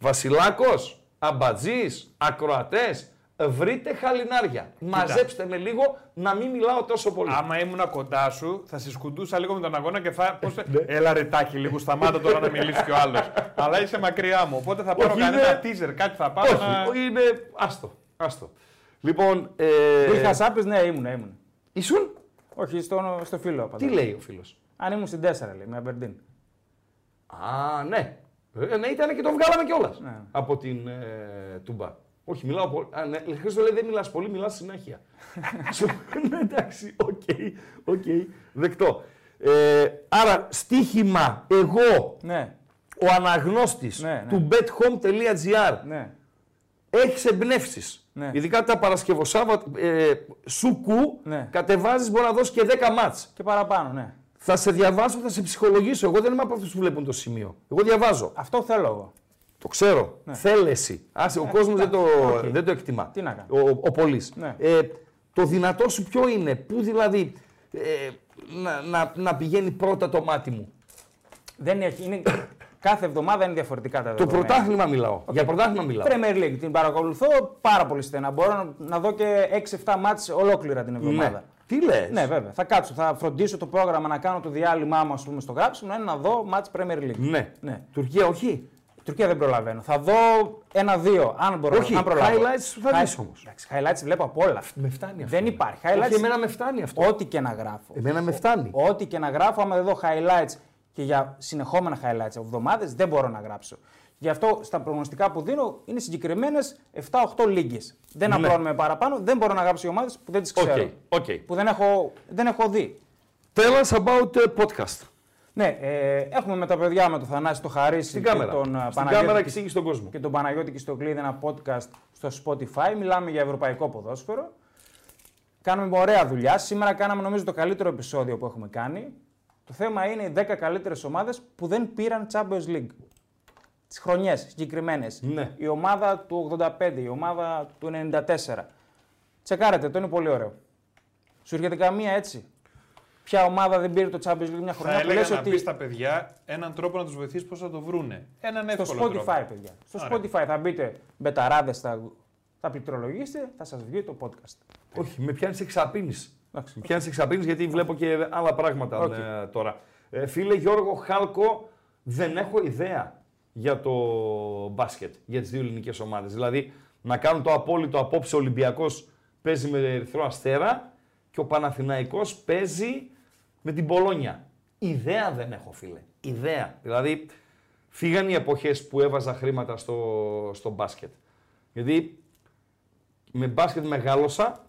Speaker 4: Βασιλάκος, αμπατζής, ακροατές, βρείτε χαλινάρια. Μαζέψτε με λίγο να μην μιλάω τόσο πολύ.
Speaker 3: Άμα ήμουν κοντά σου, θα σε σκουντούσα λίγο με τον αγώνα και θα. Πώς...
Speaker 5: Ναι.
Speaker 3: Έλα ρετάκι, λίγο σταμάτα τώρα να μιλήσει κι ο άλλος. Αλλά είσαι μακριά μου, οπότε θα πάρω
Speaker 4: Όχι,
Speaker 3: κανένα
Speaker 4: είναι-
Speaker 3: teaser, κάτι θα πάρω. να-
Speaker 4: Όχι, είναι άστο, άστο. Λοιπόν, ε,
Speaker 5: Είχα σάπες, ναι, ήμουν, ήμουν.
Speaker 4: ήσουν,
Speaker 5: Όχι, στο, στο φίλο. απαντάω.
Speaker 4: τι λέει ο φίλος.
Speaker 5: Αν ήμουν στην 4, λέει, με Αμπερντίν.
Speaker 4: Α, ναι. Ε, ναι, ήταν και τον βγάλαμε κιόλας.
Speaker 5: Ναι.
Speaker 4: Από την ε, Τούμπα. Όχι, μιλάω πολύ. Α, ναι. Χρήστο λέει δεν μιλάς πολύ, μιλάς συνέχεια. Σου- ναι, εντάξει, οκ, οκ, δεκτό. Ε, άρα, στοίχημα, εγώ,
Speaker 5: Ναι,
Speaker 4: ο αναγνώστης
Speaker 5: Ναι, ναι.
Speaker 4: του bethome.gr,
Speaker 5: ναι.
Speaker 4: έχεις εμπνεύσεις.
Speaker 5: Ναι.
Speaker 4: Ειδικά τα Παρασκευοσάββατα, ε, σου κου,
Speaker 5: Ναι.
Speaker 4: κατεβάζεις, μπορείς να δώσεις και 10 μάτς.
Speaker 5: Και παραπάνω, ναι.
Speaker 4: Θα σε διαβάσω, θα σε ψυχολογήσω. Εγώ δεν είμαι από αυτούς που βλέπουν το σημείο. Εγώ διαβάζω.
Speaker 5: Αυτό θέλω εγώ.
Speaker 4: Το ξέρω. Θέλεση. Άσε, ο κόσμος δεν, το,
Speaker 5: Ναι. οκ.
Speaker 4: δεν το εκτιμά.
Speaker 5: Τι να κάνω.
Speaker 4: Ο, ο, ο πολίς.
Speaker 5: Ναι.
Speaker 4: Ε, το δυνατό σου ποιο είναι, πού δηλαδή ε, να, να, να πηγαίνει πρώτα το μάτι μου.
Speaker 5: Δεν έχει, είναι, κάθε εβδομάδα είναι διαφορετικά τα
Speaker 4: Το
Speaker 5: δεδομένα.
Speaker 4: πρωτάθλημα μιλάω. Για πρωτάθλημα μιλάω.
Speaker 5: Premier League την παρακολουθώ πάρα πολύ στενά. Μπορώ να, να δω και 6-7 μάτς ολόκληρα την εβδομάδα.
Speaker 4: Ναι. Τι λες.
Speaker 5: Ναι, βέβαια. Θα κάτσω, θα φροντίσω το πρόγραμμα να κάνω το διάλειμμά μου, ας πούμε, στο γράψιμο, είναι να δω μάτς Premier League.
Speaker 4: ναι.
Speaker 5: ναι.
Speaker 4: Τουρκία, όχι.
Speaker 5: Η Τουρκία δεν προλαβαίνω. Θα δω ένα-δύο, αν μπορώ.
Speaker 4: Όχι,
Speaker 5: αν προλάβω.
Speaker 4: highlights θα
Speaker 5: Hi-
Speaker 4: δεις όμως.
Speaker 5: Εντάξει, highlights βλέπω από όλα.
Speaker 4: Με φτάνει αυτό.
Speaker 5: Δεν υπάρχει.
Speaker 4: Όχι,
Speaker 5: Highlights,
Speaker 4: εμένα με φτάνει αυτό.
Speaker 5: ό,τι και να γράφω.
Speaker 4: Εμένα με φτάνει.
Speaker 5: Ό,τι και να γράφω, άμα δεν δω highlights και για συνεχόμενα highlights από εβδομάδες, δεν μπορώ να γράψω. Γι' αυτό στα προγνωστικά που δίνω είναι συγκεκριμένες 7-8 λίγε. Δεν
Speaker 4: Ναι.
Speaker 5: απλώνουμε παραπάνω, δεν μπορώ να γράψω ομάδες που δεν τις
Speaker 4: Οκ,
Speaker 5: ξέρω.
Speaker 4: οκ.
Speaker 5: Που δεν έχω, δεν έχω δει.
Speaker 4: Tell us about uh, podcast.
Speaker 5: Ναι, ε, έχουμε με τα παιδιά με τον Θανάση, τον Χαρίση
Speaker 4: Στην
Speaker 5: και
Speaker 4: κάμερα.
Speaker 5: τον ε,
Speaker 4: Στην
Speaker 5: Παναγιώτη
Speaker 4: κάμερα
Speaker 5: Κισ-
Speaker 4: εξήγησε τον κόσμο.
Speaker 5: και τον Παναγιώτη Κιστοκλίδη ένα podcast στο Spotify. Μιλάμε για ευρωπαϊκό ποδόσφαιρο. Κάνουμε ωραία δουλειά. Σήμερα κάναμε νομίζω το καλύτερο επεισόδιο που έχουμε κάνει. Το θέμα είναι οι 10 καλύτερες ομάδες που δεν πήραν Champions League. Τις χρονιές συγκεκριμένες.
Speaker 4: Ναι.
Speaker 5: Η ομάδα του 85, η ομάδα του 94. Τσεκάρετε, το είναι πολύ ωραίο. Σου έρχεται καμία έτσι. Ποια ομάδα δεν πήρε το Champions League μια
Speaker 3: Θα
Speaker 5: χρονιά που λες
Speaker 3: έλεγα να
Speaker 5: ότι
Speaker 3: πει στα παιδιά έναν τρόπο να τους βοηθήσεις πώς θα το βρούνε. Έναν
Speaker 5: στο
Speaker 3: εύκολο
Speaker 5: Spotify,
Speaker 3: τρόπο.
Speaker 5: παιδιά. Στο
Speaker 3: Ωραία.
Speaker 5: Spotify θα μπείτε μπεταράδες, θα, θα πληκτρολογήσετε, θα σας βγει το podcast.
Speaker 4: Όχι, με πιάνεις εξαπίνηση.
Speaker 5: Εντάξει.
Speaker 4: Με πιάνεις εξαπίνηση γιατί βλέπω και άλλα πράγματα
Speaker 5: Οκ.
Speaker 4: ε, τώρα. Ε, φίλε Γιώργο Χάλκο, δεν έχω ιδέα για το μπάσκετ, για τις δύο ελληνικές ομάδες. Δηλαδή, να κάνουν το απόλυτο απόψε ο Ολυμπιακός παίζει με Ερυθρό Αστέρα και ο Παναθηναϊκός παίζει με την Πολόνια. Ιδέα δεν έχω, φίλε. Ιδέα. Δηλαδή, φύγαν οι εποχές που έβαζα χρήματα στο, στο μπάσκετ. Γιατί με μπάσκετ μεγάλωσα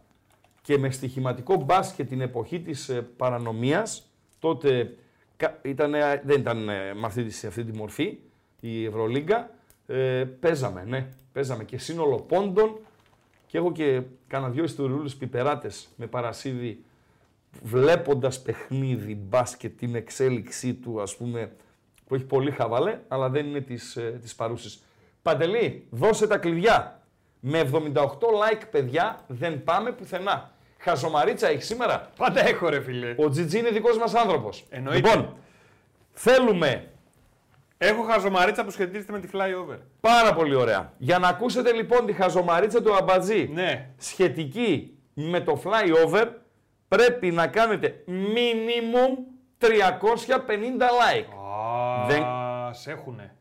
Speaker 4: και με στοιχηματικό μπάσκετ την εποχή της ε, παρανομίας, τότε κα- ήταν, ε, δεν ήταν ε, με αυτή, τη- σε αυτή τη μορφή η Ευρωλίγκα, ε, παίζαμε, ναι, παίζαμε και σύνολο πόντων και έχω και κάνα δυο ιστοριούλες πιπεράτες με παρασίδι βλέποντας παιχνίδι μπάσκετ την εξέλιξή του ας πούμε που έχει πολύ χαβαλέ αλλά δεν είναι της, ε, της παρούσης. Παντελή, δώσε τα κλειδιά. Με 78 like παιδιά δεν πάμε πουθενά. Χαζομαρίτσα έχει σήμερα.
Speaker 3: Πάντα έχω ρε φίλε.
Speaker 4: Ο Τζιτζί είναι δικός μας άνθρωπος.
Speaker 3: Εννοείται.
Speaker 4: Λοιπόν, θέλουμε
Speaker 3: Έχω χαζομαρίτσα που σχετίζεται με τη flyover.
Speaker 4: πάρα πολύ ωραία. Για να ακούσετε λοιπόν τη χαζομαρίτσα του Αμπατζή.
Speaker 3: Ναι.
Speaker 4: σχετική με το flyover πρέπει να κάνετε minimum 350 like.
Speaker 3: Α,
Speaker 4: Δεν-
Speaker 3: σε έχουνε.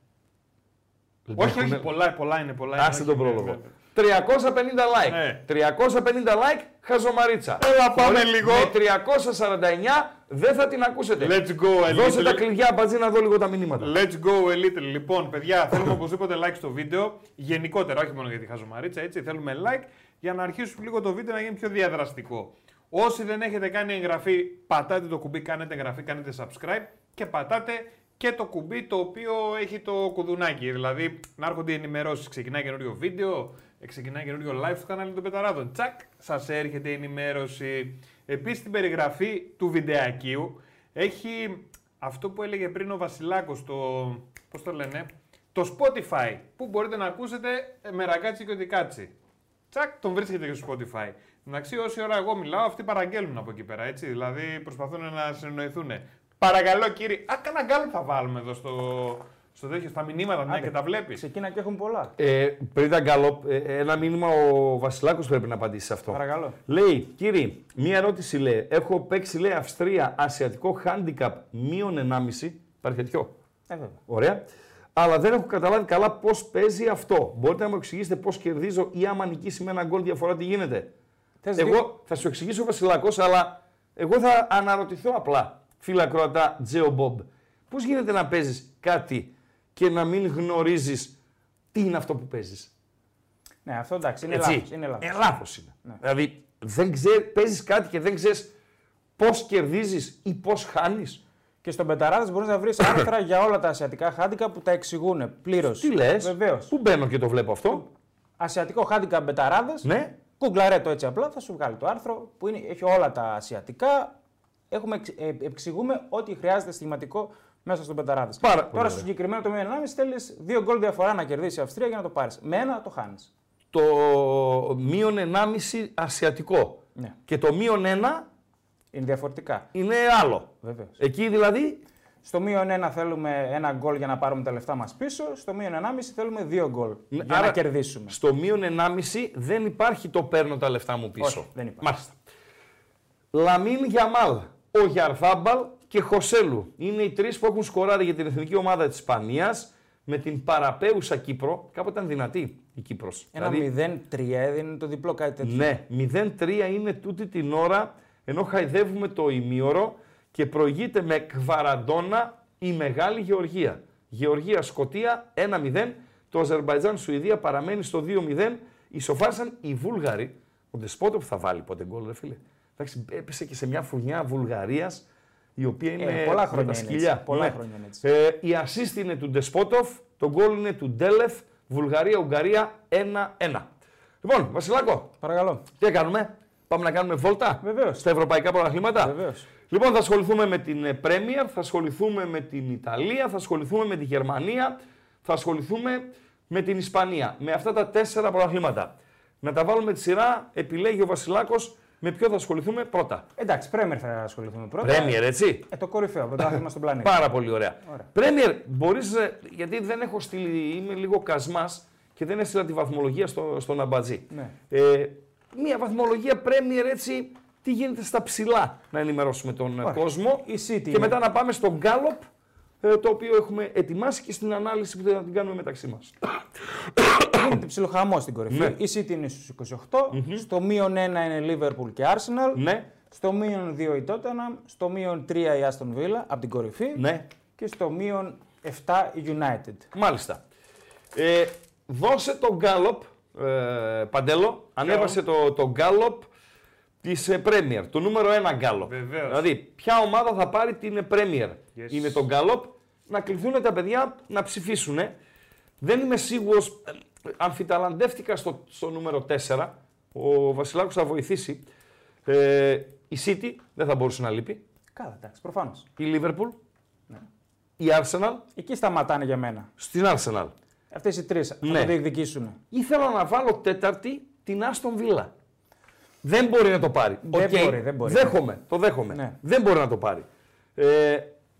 Speaker 3: Όχι, όχι, πολλά, πολλά είναι, πολλά είναι.
Speaker 4: Άσε
Speaker 3: όχι,
Speaker 4: τον
Speaker 3: ναι,
Speaker 4: πρόλογο.
Speaker 3: ναι.
Speaker 4: 350 like.
Speaker 3: Ναι.
Speaker 4: 350 like, χαζομαρίτσα.
Speaker 3: Έλα, πάμε
Speaker 4: Χωρίς-
Speaker 3: λίγο.
Speaker 4: Με 349 δεν θα την ακούσετε.
Speaker 3: ναι. Let's go,
Speaker 4: Δώσε τα
Speaker 3: Elite.
Speaker 4: κλειδιά, μπατζή, να δω λίγο τα μηνύματα.
Speaker 3: Let's go, Elite. Λοιπόν, παιδιά, θέλουμε οπωσδήποτε like στο βίντεο. Γενικότερα, όχι μόνο για τη χαζομαρίτσα, έτσι. Θέλουμε like για να αρχίσουμε λίγο το βίντεο να γίνει πιο διαδραστικό. Όσοι δεν έχετε κάνει εγγραφή, πατάτε το κουμπί, κάνετε εγγραφή, κάνετε subscribe και πατάτε και το κουμπί το οποίο έχει το κουδουνάκι. Δηλαδή, να έρχονται οι ενημερώσεις. Ξεκινάει καινούριο βίντεο, ε, ξεκινάει καινούριο live στο κανάλι των Πεταράδων. Τσακ, σας έρχεται η ενημέρωση. Επίσης, στην περιγραφή του βιντεακίου έχει αυτό που έλεγε πριν ο Βασιλάκος, το, πώς το λένε, το Spotify, που μπορείτε να ακούσετε ε, με ραγκάτσι και οτικάτσι. Τσακ, τον βρίσκεται και στο Spotify. Εντάξει, όση ώρα εγώ μιλάω, αυτοί παραγγέλνουν από εκεί πέρα, έτσι. Δηλαδή προσπαθούν να συνεννοηθούν. Παρακαλώ κύριε. Α, κανένα γκάλ θα βάλουμε εδώ στο, στο τέτοιο, στα μηνύματα, μια
Speaker 5: Άντε,
Speaker 3: και τα βλέπεις.
Speaker 5: Ξεκίνα και έχουν πολλά.
Speaker 4: Ε, πριν τα γκάλοπ, ε, ένα μήνυμα ο Βασιλάκος πρέπει να απαντήσει σε αυτό.
Speaker 5: Παρακαλώ.
Speaker 4: Λέει, κύριε, μία ερώτηση λέει. Έχω παίξει λέει Αυστρία ασιατικό χάντικαπ μείον 1,5. Υπάρχει τέτοιο.
Speaker 5: Ε, βέβαια.
Speaker 4: Ωραία. Αλλά δεν έχω καταλάβει καλά πώς παίζει αυτό. Μπορείτε να μου εξηγήσετε πώς κερδίζω ή άμα νικήσει με ένα γκολ διαφορά τι γίνεται.
Speaker 5: Θες δύο-
Speaker 4: Εγώ θα σου εξηγήσω ο Βασιλάκο, αλλά εγώ θα αναρωτηθώ απλά, φίλα Κροατά, Τζέο Μπομπ. Πώς γίνεται να παίζεις κάτι και να μην γνωρίζεις τι είναι αυτό που παίζεις.
Speaker 5: Ναι, αυτό εντάξει, είναι
Speaker 4: Έτσι.
Speaker 5: λάθος. Είναι λάθος. Ναι.
Speaker 4: Ε, λάθος είναι. Δηλαδή, δεν ξέρει, παίζεις κάτι και δεν ξέρεις πώς κερδίζεις ή πώς χάνεις.
Speaker 5: Και στον Πεταράδες μπορείς να βρεις άρθρα για όλα τα ασιατικά χάντικα που τα εξηγούν πλήρως.
Speaker 4: Τι λες,
Speaker 5: Βεβαίως.
Speaker 4: Πού μπαίνω και το βλέπω αυτό.
Speaker 5: Ασιατικό χάντικα Μπεταράδε.
Speaker 4: Ναι.
Speaker 5: Κουγκλαρέ το έτσι απλά, θα σου βγάλει το άρθρο που είναι, έχει όλα τα ασιατικά. Έχουμε, εξ- ε, εξηγούμε ό,τι χρειάζεται στιγματικό μέσα στον Πεταράδε.
Speaker 4: Πάρα πολύ
Speaker 5: Τώρα
Speaker 4: ωραία.
Speaker 5: στο συγκεκριμένο το 1,5 θέλεις δύο γκολ διαφορά να κερδίσει η Αυστρία για να το πάρεις. Με ένα το χάνεις.
Speaker 4: Το μείον 1,5 ασιατικό.
Speaker 5: Ναι.
Speaker 4: Και το μείον 1
Speaker 5: Είναι διαφορετικά.
Speaker 4: είναι άλλο.
Speaker 5: Βεβαίως.
Speaker 4: Εκεί δηλαδή
Speaker 5: Στο μείον 1 θέλουμε ένα γκολ για να πάρουμε τα λεφτά μας πίσω. Στο μείον 1,5 θέλουμε δύο γκολ
Speaker 4: Ναι,
Speaker 5: για να
Speaker 4: άρα
Speaker 5: κερδίσουμε.
Speaker 4: Στο μείον 1,5 δεν υπάρχει το παίρνω τα λεφτά μου πίσω.
Speaker 5: Όχι, δεν υπάρχει.
Speaker 4: Μάλιστα. Λαμίν Γιαμάλ, ο Γιαρθάμπαλ και Χωσέλου. Είναι οι τρεις που έχουν σκοράρει για την εθνική ομάδα της Ισπανίας με την παραπέουσα Κύπρο. Κάποτε ήταν δυνατή η Δηλαδή, Κύπρο.
Speaker 5: Ένα 0-3 έδινε το διπλό κάτι τέτοιο.
Speaker 4: ναι, 0-3 είναι τούτη την ώρα ενώ χαϊδεύουμε το ημίωρο και προηγείται με κβαραντόνα η μεγάλη Γεωργία. Γεωργία Σκοτία 1-0. Το Αζερμπαϊτζάν Σουηδία παραμένει στο 2-0. Ισοφάρισαν οι Βούλγαροι. Ο Ντεσπότο που θα βάλει ποτέ γκολ, ρε φίλε. Εντάξει, έπεσε και σε μια φουρνιά Βουλγαρίας η οποία είναι
Speaker 5: Ε, πολλά
Speaker 4: με
Speaker 5: χρόνια
Speaker 4: τα
Speaker 5: είναι
Speaker 4: σκυλιά.
Speaker 5: έτσι. Πολλά χρόνια είναι έτσι.
Speaker 4: Ε, η assist είναι του Ντεσπότοφ, το γκολ είναι του Ντέλεφ. Βουλγαρία-Ουγγαρία 1-1. Λοιπόν, Βασιλάκο,
Speaker 5: Παρακαλώ.
Speaker 4: τι κάνουμε, πάμε να κάνουμε βόλτα
Speaker 5: Βεβαίως.
Speaker 4: στα ευρωπαϊκά πρωταθλήματα.
Speaker 5: Βεβαίως.
Speaker 4: Λοιπόν, θα ασχοληθούμε με την ε, Premier, θα ασχοληθούμε με την Ιταλία, θα ασχοληθούμε με τη Γερμανία, θα ασχοληθούμε με την Ισπανία. Με αυτά τα τέσσερα πρωταθλήματα. Να τα βάλουμε τη σειρά, επιλέγει ο Βασιλάκος με ποιο θα ασχοληθούμε πρώτα.
Speaker 5: Εντάξει, Πρέμερ θα ασχοληθούμε πρώτα.
Speaker 4: Πρέμιερ, έτσι.
Speaker 5: Ε, το κορυφαίο πρωτάθλημα στον πλανήτη.
Speaker 4: Πάρα πολύ ωραία.
Speaker 5: Ωραία.
Speaker 4: Πρέμιερ, μπορείς. Γιατί δεν έχω στείλει. Είμαι λίγο κασμάς και δεν έστειλα τη βαθμολογία στο, στον Αμπατζή.
Speaker 5: Ναι.
Speaker 4: Ε, μία βαθμολογία Πρέμιερ έτσι. Τι γίνεται στα ψηλά να ενημερώσουμε τον ε,
Speaker 5: Ωραία.
Speaker 4: κόσμο.
Speaker 5: Η City
Speaker 4: και
Speaker 5: είναι.
Speaker 4: μετά να πάμε στον Γκάλοπ ε, το οποίο έχουμε ετοιμάσει και στην ανάλυση που θα την κάνουμε μεταξύ μας.
Speaker 5: Γίνεται ψιλοχαμό στην κορυφή.
Speaker 4: Ναι.
Speaker 5: Η City είναι στους 28. Στο μείον 1 είναι Liverpool και Arsenal.
Speaker 4: ναι,
Speaker 5: Στο μείον 2 η Tottenham. Στο μείον 3 η Aston Villa από την κορυφή.
Speaker 4: ναι,
Speaker 5: Και στο μείον 7 η United.
Speaker 4: μάλιστα. Ε, δώσε τον Γκάλοπ, ε, Παντέλο, ανέβασε το, το Γκάλοπ τη Premier, το νούμερο 1 Γκάλοπ.
Speaker 3: Βεβαίως.
Speaker 4: Δηλαδή, ποια ομάδα θα πάρει την ε, Premier.
Speaker 3: Yes.
Speaker 4: Είναι το Γκάλοπ, να κληθούν τα παιδιά να ψηφίσουν. Δεν είμαι σίγουρος, αμφιταλαντεύτηκα στο, στο νούμερο 4. Ο Βασιλάκος θα βοηθήσει. Ε, η City δεν θα μπορούσε να λείπει.
Speaker 5: Καλά, εντάξει, προφανώς.
Speaker 4: Η Liverpool.
Speaker 3: Ναι.
Speaker 4: Η Arsenal
Speaker 5: Εκεί σταματάνε για μένα.
Speaker 4: στην Arsenal.
Speaker 5: Αυτές οι τρεις θα
Speaker 4: Ναι.
Speaker 5: το διεκδικήσουν.
Speaker 4: ήθελα να βάλω τέταρτη την Άστον Βίλα. Δεν μπορεί να το πάρει.
Speaker 5: Δεν
Speaker 4: Οκ.
Speaker 5: μπορεί, δεν μπορεί.
Speaker 4: Δέχομαι, το δέχομαι.
Speaker 5: Ναι.
Speaker 4: Δεν μπορεί να το πάρει. Ε,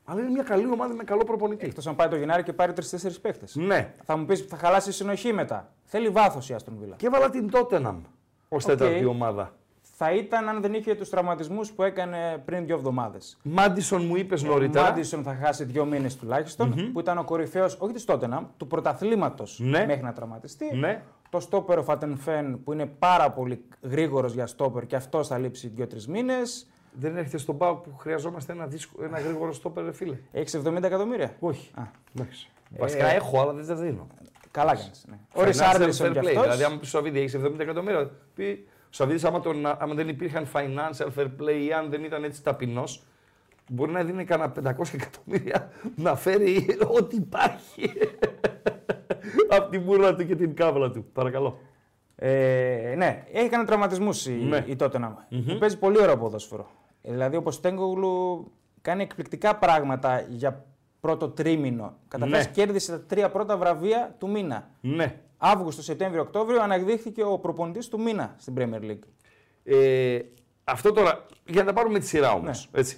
Speaker 4: αλλά είναι μια καλή ομάδα με καλό προπονητή.
Speaker 5: Εκτός αν πάει το Γενάρη και πάρει 3-4 παίχτε.
Speaker 4: Ναι.
Speaker 5: Θα μου πεις θα χαλάσει η συνοχή μετά. Θέλει βάθος η Aston Villa.
Speaker 4: Και έβαλα την Τότεναμ ω τέταρτη ομάδα.
Speaker 5: Θα ήταν αν δεν είχε τους τραυματισμούς που έκανε πριν δύο εβδομάδες.
Speaker 4: Μάντισον μου είπες
Speaker 5: Ο
Speaker 4: νωρίτερα.
Speaker 5: Ε, Μάντισον θα χάσει δύο μήνες που ήταν ο κορυφαίος όχι της Τότεναμ, του πρωταθλήματος
Speaker 4: Ναι.
Speaker 5: μέχρι να τραυματιστεί.
Speaker 4: Ναι.
Speaker 5: Το στόπερ ο Φατενφέν που είναι πάρα πολύ γρήγορος για στόπερ και αυτό θα λείψει δύο-τρει μήνες.
Speaker 4: Δεν έρχεται στον Πάο που χρειαζόμαστε ένα, δύσκολο, ένα γρήγορο στόπερ, ρε φίλε.
Speaker 5: Έχεις 70 εκατομμύρια.
Speaker 4: Όχι.
Speaker 5: Α,
Speaker 4: Εντάξει. Βασικά
Speaker 5: Ε.
Speaker 4: έχω, αλλά δεν τα δίνω.
Speaker 5: καλά κάνεις. Ναι. Ο
Speaker 4: Financial
Speaker 5: Ρισάρντισον
Speaker 4: fair
Speaker 5: κι
Speaker 4: play.
Speaker 5: αυτός.
Speaker 4: Δηλαδή, άμα πεις ο Σαββίδη έχει 70 εκατομμύρια, πει ο Σαββίδη, άμα, τον- άμα δεν υπήρχαν financial fair play ή αν δεν ήταν έτσι ταπεινός, μπορεί να δίνει κανένα 500 εκατομμύρια να φέρει ό,τι υπάρχει από την μπουρά του και την κάβλα του. Παρακαλώ.
Speaker 5: Ε, ναι, έκανε τραυματισμούς η,
Speaker 4: Ναι.
Speaker 5: η Tottenham. Παίζει πολύ ωραίο ποδόσφαιρο. Ε, Δηλαδή, όπως Τέγκογλου κάνει εκπληκτικά πράγματα για πρώτο τρίμηνο. Καταρχάς,
Speaker 4: Ναι.
Speaker 5: κέρδισε τα τρία πρώτα βραβεία του μήνα.
Speaker 4: Ναι.
Speaker 5: Αύγουστο, Σεπτέμβριο, Οκτώβριο αναδείχθηκε ο προπονητής του μήνα στην Premier League.
Speaker 4: Ε, Αυτό τώρα, για να τα πάρουμε τη σειρά όμως.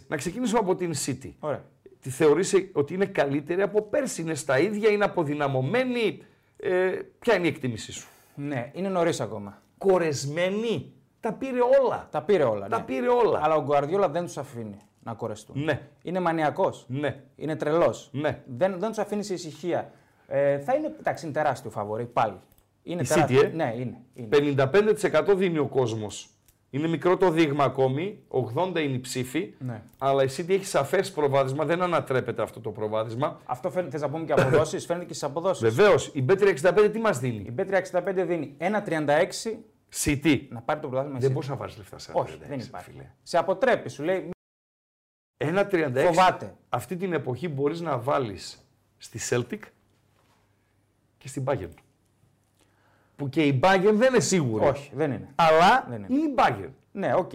Speaker 4: Να ξεκινήσουμε από την City.
Speaker 5: Ωραία.
Speaker 4: Τη θεωρείς ότι είναι καλύτερη από πέρσι, είναι στα ίδια, είναι αποδυναμωμένη. Ε, ποια είναι η εκτίμησή σου.
Speaker 5: Ναι, είναι νωρίς ακόμα.
Speaker 4: Κορεσμένη. Τα πήρε όλα.
Speaker 5: Τα πήρε όλα.
Speaker 4: Τα
Speaker 5: ναι.
Speaker 4: πήρε όλα.
Speaker 5: Αλλά ο Γκουαρδιόλα δεν τους αφήνει να κορεστούν.
Speaker 4: Ναι.
Speaker 5: Είναι μανιακός.
Speaker 4: Ναι.
Speaker 5: Είναι τρελός.
Speaker 4: Ναι.
Speaker 5: Δεν, δεν τους αφήνει σε ησυχία. Ε, θα είναι, εντάξει, είναι τεράστιο φαβορή πάλι. Είναι
Speaker 4: Η
Speaker 5: τεράστιο.
Speaker 4: City, ε.
Speaker 5: Ναι, είναι. είναι.
Speaker 4: 55% δίνει ο κόσμος. Είναι μικρό το δείγμα ακόμη, 80 είναι οι ψήφοι,
Speaker 5: Ναι.
Speaker 4: αλλά η City έχεις σαφές προβάδισμα, δεν ανατρέπεται αυτό το προβάδισμα.
Speaker 5: Αυτό φαίνεται, θες να πούμε και αποδόσεις. φαίνεται και στις αποδόσεις.
Speaker 4: Βεβαίως, η B365 τι μας δίνει,
Speaker 5: Η Μπέτρια 65 δίνει 1,36
Speaker 4: City.
Speaker 5: να πάρει το πρωτάθλημα.
Speaker 4: Δεν
Speaker 5: η City.
Speaker 4: μπορείς να βάζει λεφτά σε ένα
Speaker 5: Όχι,
Speaker 4: 36,
Speaker 5: δεν υπάρχει.
Speaker 4: φίλε.
Speaker 5: Σε αποτρέπει, σου λέει.
Speaker 4: Ένα 36.
Speaker 5: Φοβάται.
Speaker 4: Αυτή την εποχή μπορείς να βάλεις στη Celtic και στην Bayern. Που και η Bayern δεν είναι σίγουρη.
Speaker 5: Όχι, δεν είναι.
Speaker 4: Αλλά
Speaker 5: Δεν είναι.
Speaker 4: είναι. η Bayern.
Speaker 5: Ναι, οκ.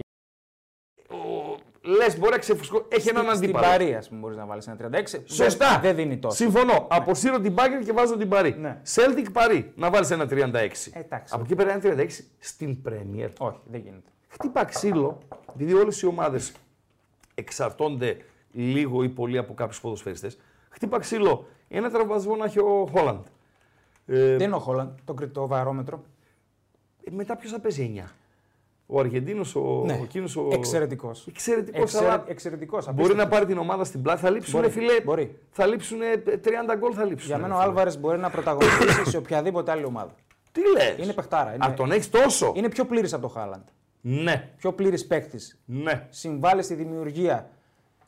Speaker 4: Λες, μπορεί να ξεφουσκώσει. Έχει έναν
Speaker 5: Στην
Speaker 4: αντίπαλο.
Speaker 5: Παρή, ας πούμε, μπορείς να βάλεις ένα 36.
Speaker 4: Σωστά.
Speaker 5: Δεν, δεν δίνει τόσο.
Speaker 4: Συμφωνώ. Αποσύρω την Bayern και βάζω την Παρή.
Speaker 5: Ναι. Ε,
Speaker 4: Celtic Παρή. Να βάλεις ένα 36.
Speaker 5: Εντάξει.
Speaker 4: Από εκεί πέρα ένα 36 στην Premier.
Speaker 5: Όχι, δεν γίνεται.
Speaker 4: Χτύπα ξύλο, επειδή όλες οι ομάδες εξαρτώνται λίγο ή πολύ από κάποιους ποδοσφαιριστές. Χτύπα ξύλο. Ένα τραυματισμό να έχει ο Χόλαντ. Ε,
Speaker 5: Δεν είναι ο Χόλαντ, το κρυπτό βαρόμετρο.
Speaker 4: Μετά ποιος θα παίζει 9. Ο Αργεντίνος, ο,
Speaker 5: Ναι.
Speaker 4: ο Κίνος, ο...
Speaker 5: Εξαιρετικός.
Speaker 4: Εξαιρετικός.
Speaker 5: Εξαιρετικός.
Speaker 4: Μπορεί να πάρει την ομάδα στην πλάτη. Θα λείψουν,
Speaker 5: Μπορεί.
Speaker 4: φίλε.
Speaker 5: Μπορεί.
Speaker 4: Θα λείψουν 30 γκολ. Θα λείψουν.
Speaker 5: Για μένα ο
Speaker 4: ρε, φίλε.
Speaker 5: Άλβαρες μπορεί να πρωταγωνιστήσει σε οποιαδήποτε άλλη ομάδα.
Speaker 4: Τι λες.
Speaker 5: Είναι παιχτάρα. Είναι,
Speaker 4: Α, τον έχεις τόσο.
Speaker 5: είναι πιο πλήρης από τον Χάλαντ.
Speaker 4: Ναι,
Speaker 5: Πιο πλήρης παίκτης.
Speaker 4: ναι.
Speaker 5: Συμβάλλει στη δημιουργία.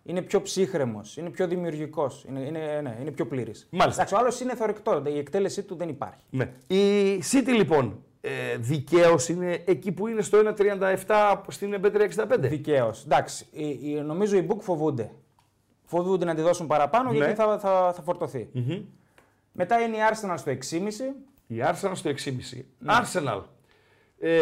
Speaker 5: Είναι πιο ψύχρεμος. Είναι πιο δημιουργικός. Είναι, είναι, ναι, είναι πιο πλήρης.
Speaker 4: Μάλιστα.
Speaker 5: ο άλλος είναι θορυκτό. Η εκτέλεσή του δεν υπάρχει.
Speaker 4: ναι. Η City λοιπόν ε, δικαίως είναι εκεί που είναι στο 1,37 στην B365.
Speaker 5: Δικαίως. Εντάξει. οι- οι- Νομίζω οι Μπουκ φοβούνται. Φοβούνται να τη δώσουν παραπάνω
Speaker 4: Ναι.
Speaker 5: γιατί θα, θα, θα φορτωθει Μετά είναι η Arsenal στο 6,5.
Speaker 4: Η Arsenal στο 6,5.
Speaker 5: Ναι.
Speaker 4: Arsenal. Ε,